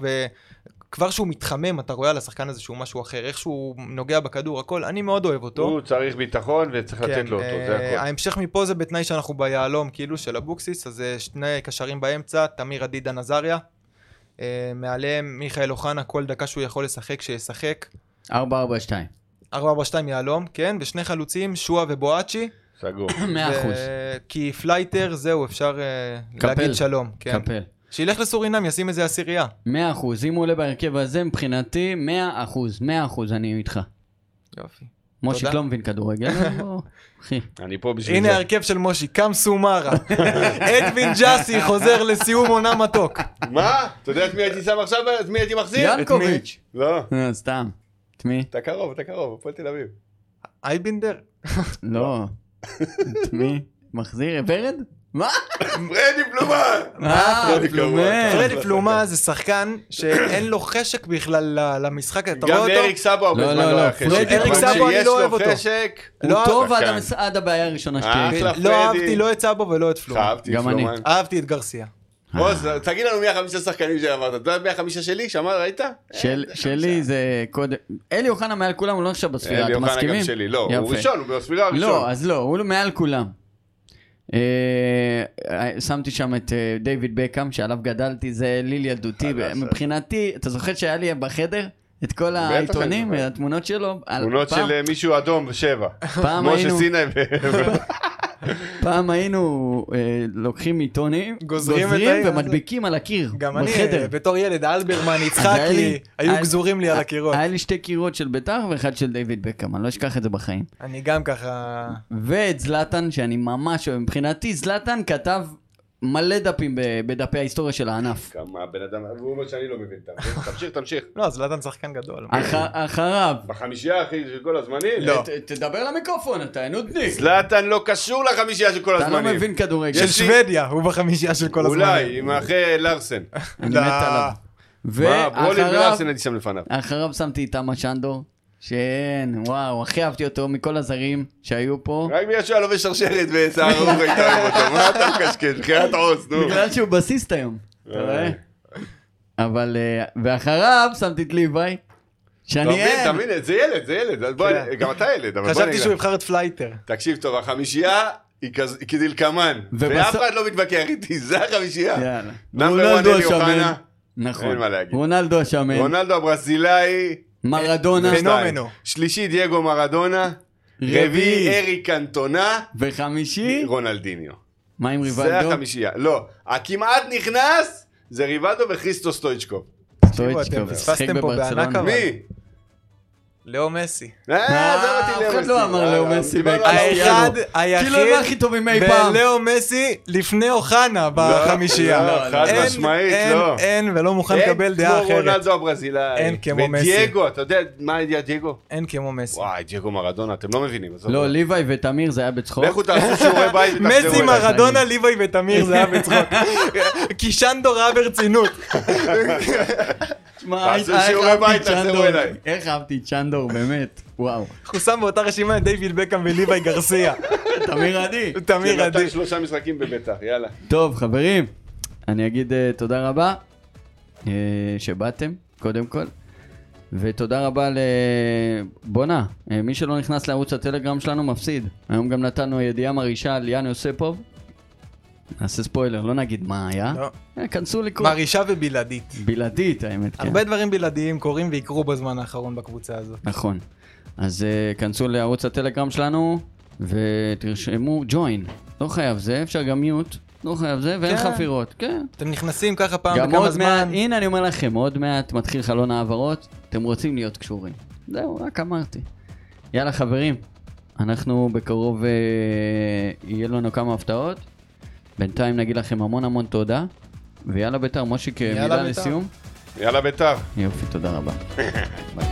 Speaker 4: וכבר שהוא מתחמם, אתה רואה על השחקן הזה שהוא משהו אחר, איך שהוא נוגע בכדור, הכל, אני מאוד אוהב אותו.
Speaker 3: הוא צריך ביטחון וצריך לתת לו אותו, זה
Speaker 4: אה,
Speaker 3: הכול.
Speaker 4: ההמשך מפה זה בתנאי שאנחנו ביהלום, כאילו, של אבוקסיס, אז אה, שני קשרים באמצע, תמיר עדידה נזריה, אה, מעליהם מיכאל אוחנה, כל דקה שהוא יכול לשחק, שישחק.
Speaker 2: 442.
Speaker 4: 4-4-2 יהלום, כן, ושני חלוצים, שועה ובואצ'י.
Speaker 3: סגור.
Speaker 2: 100%.
Speaker 4: ו- כי פלייטר, זהו, אפשר אה,
Speaker 2: קפל.
Speaker 4: להגיד שלום. כן.
Speaker 2: קפל.
Speaker 4: שילך לסורינם, ישים איזה עשירייה.
Speaker 2: 100%. אם הוא עולה בהרכב הזה, מבחינתי 100%. 100% אני איתך.
Speaker 4: יופי.
Speaker 2: מושיק
Speaker 4: תודה.
Speaker 2: לא מבין כדורגל, אבל בוא, אחי.
Speaker 3: אני פה בשביל
Speaker 4: הנה
Speaker 3: זה.
Speaker 4: ההרכב של מושי, קם סומרה. אדווין ג'אסי חוזר לסיום עונה מתוק.
Speaker 3: מה? אתה יודע את מי הייתי שם עכשיו? את מי הייתי מחזיר?
Speaker 2: ינקוביץ'.
Speaker 3: לא.
Speaker 2: אה, סתם. את מי?
Speaker 3: אתה קרוב, אתה קרוב, הפועל תל אביב.
Speaker 4: אייבינדר?
Speaker 2: לא. את מי? מחזיר? ורד? מה?
Speaker 3: פרדי פלומן!
Speaker 2: אה,
Speaker 3: פרדי
Speaker 2: פלומן.
Speaker 3: פלומן.
Speaker 4: פרדי פלומה זה שחקן שאין לו חשק בכלל ל- למשחק, אתה
Speaker 3: גם
Speaker 4: רואה
Speaker 3: אריק
Speaker 4: אותו?
Speaker 3: סאבו הרבה
Speaker 2: לא,
Speaker 3: זמן
Speaker 2: לא,
Speaker 3: לא
Speaker 2: לא,
Speaker 3: היה חשק.
Speaker 2: פרדי
Speaker 3: אבל
Speaker 2: פלומן.
Speaker 3: כשיש
Speaker 4: אני לא
Speaker 3: לו
Speaker 4: אוהב אותו.
Speaker 3: חשק,
Speaker 2: הוא
Speaker 4: לא,
Speaker 2: טוב עד
Speaker 3: שחקן. אה,
Speaker 2: המס- עד הבעיה הראשונה
Speaker 3: אחלה.
Speaker 2: שתהיה.
Speaker 4: לא
Speaker 3: פרדי.
Speaker 4: אהבתי לא את סבא ולא את פלומה.
Speaker 3: אהבתי
Speaker 2: גם
Speaker 3: את
Speaker 2: אני.
Speaker 3: פלומן.
Speaker 4: אהבתי את גרסיה.
Speaker 2: אה.
Speaker 3: עוז, תגיד לנו מי החמישה שחקנים שאמרת. אתה יודע מי החמישה שלי? שמע, ראית?
Speaker 2: של-
Speaker 3: אה,
Speaker 2: שלי זה קודם... אלי אוחנה מעל כולם, הוא לא נחשב בספירה,
Speaker 3: אלי
Speaker 2: אתם
Speaker 3: אוחנה
Speaker 2: מסכימים?
Speaker 3: אה, גם שלי. לא, הוא
Speaker 2: יפה.
Speaker 3: ראשון, הוא בספירה
Speaker 2: לא,
Speaker 3: הראשון.
Speaker 2: אז לא, הוא מעל כולם. אה, שמתי שם את אה, דיוויד בקאם, שעליו גדלתי, זה ליל ילדותי.
Speaker 3: חלאס,
Speaker 2: מבחינתי, אתה זוכר שהיה לי בחדר את כל
Speaker 3: אני
Speaker 2: העיתונים,
Speaker 3: זוכר.
Speaker 2: התמונות שלו? על-
Speaker 3: תמונות
Speaker 2: פעם-
Speaker 3: של אה, מישהו אדום בשבע.
Speaker 2: פעם
Speaker 3: משה
Speaker 2: היינו-
Speaker 3: סיני ו...
Speaker 2: פעם היינו אה, לוקחים עיתונים,
Speaker 4: גוזרים את העיר הזה.
Speaker 2: ומדביקים על הקיר
Speaker 4: גם אני,
Speaker 2: בחדר.
Speaker 4: אה, בתור ילד, אלברמן,
Speaker 2: אז היה לי- אה,
Speaker 4: יצחקי, היו
Speaker 2: היה-
Speaker 4: גזורים לי על הקירות.
Speaker 2: היה לי שתי קירות של ביתר ואחד של דיוויד בקאם, אני לא אשכח את זה בחיים.
Speaker 4: אני גם ככה...
Speaker 2: ואת זלאטן, שאני ממש אוהב. מבחינתי, זלאטן כתב מלא דפים ב- בדפי ההיסטוריה של הענף.
Speaker 3: כמה הבן אדם, הוא אומר שאני לא מבין. אתה מבין? תמשיך, תמשיך.
Speaker 4: לא, אז לאדן שחקן גדול.
Speaker 3: אה,
Speaker 2: אח- אחריו.
Speaker 3: בחמישייה, אחי, של כל הזמנים?
Speaker 4: לא.
Speaker 2: ת- תדבר למיקרופון, אתה נודניק.
Speaker 3: זלאטן לא קשור לחמישייה של כל
Speaker 2: אתה לא
Speaker 3: הזמנים.
Speaker 2: מבין כדורגל.
Speaker 4: של
Speaker 3: יש לי-
Speaker 4: שוודיה, הוא בחמישייה של כל הזמן.
Speaker 3: אולי, עם אחרי לארסן.
Speaker 2: אני מת עליו.
Speaker 3: מה, ברולין
Speaker 2: ואחריו,
Speaker 3: ולארסן הייתי שם לפניו.
Speaker 2: אחריו שמתי את תמה שנדור, שאין, וואו, הכי אהבתי אותו מכל הזרים שהיו פה.
Speaker 3: רק בגלל שהוא היה לובש שרשרת ושיער ארוך הייתה עם אותו, מה אתה מקשקש? בחיית עוז, נו. אה.
Speaker 2: בגלל שהוא בסיסט היום, אתה רואה? אבל, אה, ואחריו שמתי את ליוואי,
Speaker 3: אתה
Speaker 2: שאני
Speaker 3: מבין, לא, אתה
Speaker 2: אין.
Speaker 3: מבין, זה ילד, זה ילד. אז בוא,
Speaker 4: כן.
Speaker 3: אני- גם אתה ילד, אבל בוא
Speaker 4: חשבתי
Speaker 3: נגיד.
Speaker 4: שהוא יבחר את פלייטר.
Speaker 3: תקשיב טוב, החמישייה היא כז- היא כדלקמן.
Speaker 2: ובסוף-
Speaker 3: ואף אחד לא מתווכח איתי, זה החמישייה.
Speaker 2: יאללה.
Speaker 3: נאמבר
Speaker 2: רונלדו אה.
Speaker 3: וואן, אלי
Speaker 2: השמן.
Speaker 3: אוחנה.
Speaker 2: נכון.
Speaker 3: אין מה להגיד.
Speaker 2: רונלדו השמן.
Speaker 3: רונלדו הברזילאי.
Speaker 2: מרדונה.
Speaker 4: פנום- פנומנו.
Speaker 3: שתיים. שלישי, דייגו מרדונה. רביעי,
Speaker 2: רביעי.
Speaker 3: אריק קנטונה.
Speaker 2: וחמישי.
Speaker 3: רונלדיניו.
Speaker 2: מה עם
Speaker 3: זה
Speaker 2: ריבלדו?
Speaker 3: החמישייה. לא, הכמעט נכנס זה ריבלדו וכריסטו סטויצ'קוב.
Speaker 2: סטויצ'קוב,
Speaker 4: תקשיבו, אתם
Speaker 2: שיחק
Speaker 4: פספסתם פה
Speaker 2: בברצלונה.
Speaker 4: בענק, אבל.
Speaker 3: מי?
Speaker 4: לאו מסי.
Speaker 3: אה, עזוב אותי
Speaker 2: אף
Speaker 3: לאו
Speaker 2: אחד לא
Speaker 3: מסי.
Speaker 2: אמר לאו
Speaker 3: אה,
Speaker 2: מסי
Speaker 3: דיברנו על
Speaker 2: בהקשר.
Speaker 3: לאו.
Speaker 4: האחד,
Speaker 2: כאילו הם הכי
Speaker 4: היחיד,
Speaker 2: טובים אי פעם.
Speaker 4: ולאו מסי לפני אוחנה
Speaker 3: לא,
Speaker 4: בחמישייה.
Speaker 3: לא, חד
Speaker 4: אין-
Speaker 3: משמעית,
Speaker 4: אין-
Speaker 3: לא.
Speaker 4: אין, ולא מוכן לקבל דעה
Speaker 3: אין כמו
Speaker 4: אחרת.
Speaker 3: רונלדו הברזילאי.
Speaker 4: אין כמו מסי.
Speaker 3: ודייגו, אתה יודע מה היה דייגו?
Speaker 4: אין כמו מסי.
Speaker 3: וואי, דייגו מרדונה, אתם לא מבינים. עזוב.
Speaker 2: לא, ליוואי ותמיר זה היה בצחוק.
Speaker 3: לכו תעשו שיעורי בית ותחזרו אליי.
Speaker 4: מסי, מרדונה, ליבאי ותמיר, זה היה בצחוק. כי שנדו ראה ברצינות.
Speaker 2: תשמע,
Speaker 3: תעשו
Speaker 2: איך
Speaker 3: שיעורי
Speaker 2: אהבתי
Speaker 3: בית,
Speaker 2: את
Speaker 3: תחזרו
Speaker 2: צ'נדור.
Speaker 3: אליי.
Speaker 2: איך אהבתי את צ'נדור, באמת. וואו.
Speaker 4: הוא שם באותה רשימה את דיוויד בקאם וליבאי גרסיה.
Speaker 2: תמיר עדי.
Speaker 4: תמיר
Speaker 3: שנתן
Speaker 4: עדיף.
Speaker 3: שלושה משחקים בביתר, יאללה.
Speaker 2: טוב, חברים, אני אגיד אה, תודה רבה אה, שבאתם, קודם כל. ותודה רבה ל... בואנה, אה, מי שלא נכנס לערוץ הטלגרם שלנו מפסיד. היום גם נתנו ידיעה מרעישה על יאן יוספוב. נעשה ספוילר, לא נגיד מה היה.
Speaker 4: לא.
Speaker 2: אה, כנסו לקרוא.
Speaker 4: מרעישה ובלעדית.
Speaker 2: בלעדית, האמת, כן.
Speaker 4: הרבה דברים בלעדיים קורים ויקרו בזמן האחרון בקבוצה הזאת.
Speaker 2: נכון. אז uh, כנסו לערוץ הטלגרם שלנו ותרשמו join. לא חייב זה, אפשר גם mute. לא חייב זה, ואין
Speaker 4: כן.
Speaker 2: חפירות. כן.
Speaker 4: אתם נכנסים ככה פעם
Speaker 2: גם
Speaker 4: בכמה
Speaker 2: עוד מעט,
Speaker 4: זמן.
Speaker 2: הנה אני אומר לכם, עוד מעט מתחיל חלון העברות, אתם רוצים להיות קשורים. זהו, רק אמרתי. יאללה חברים, אנחנו בקרוב אה, יהיה לנו כמה הפתעות. בינתיים נגיד לכם המון המון תודה,
Speaker 3: ויאללה ביתר, מושיק, מילה
Speaker 6: בית"ר.
Speaker 3: לסיום.
Speaker 2: אה, יאללה ביתר.
Speaker 3: יופי, תודה רבה. ביי.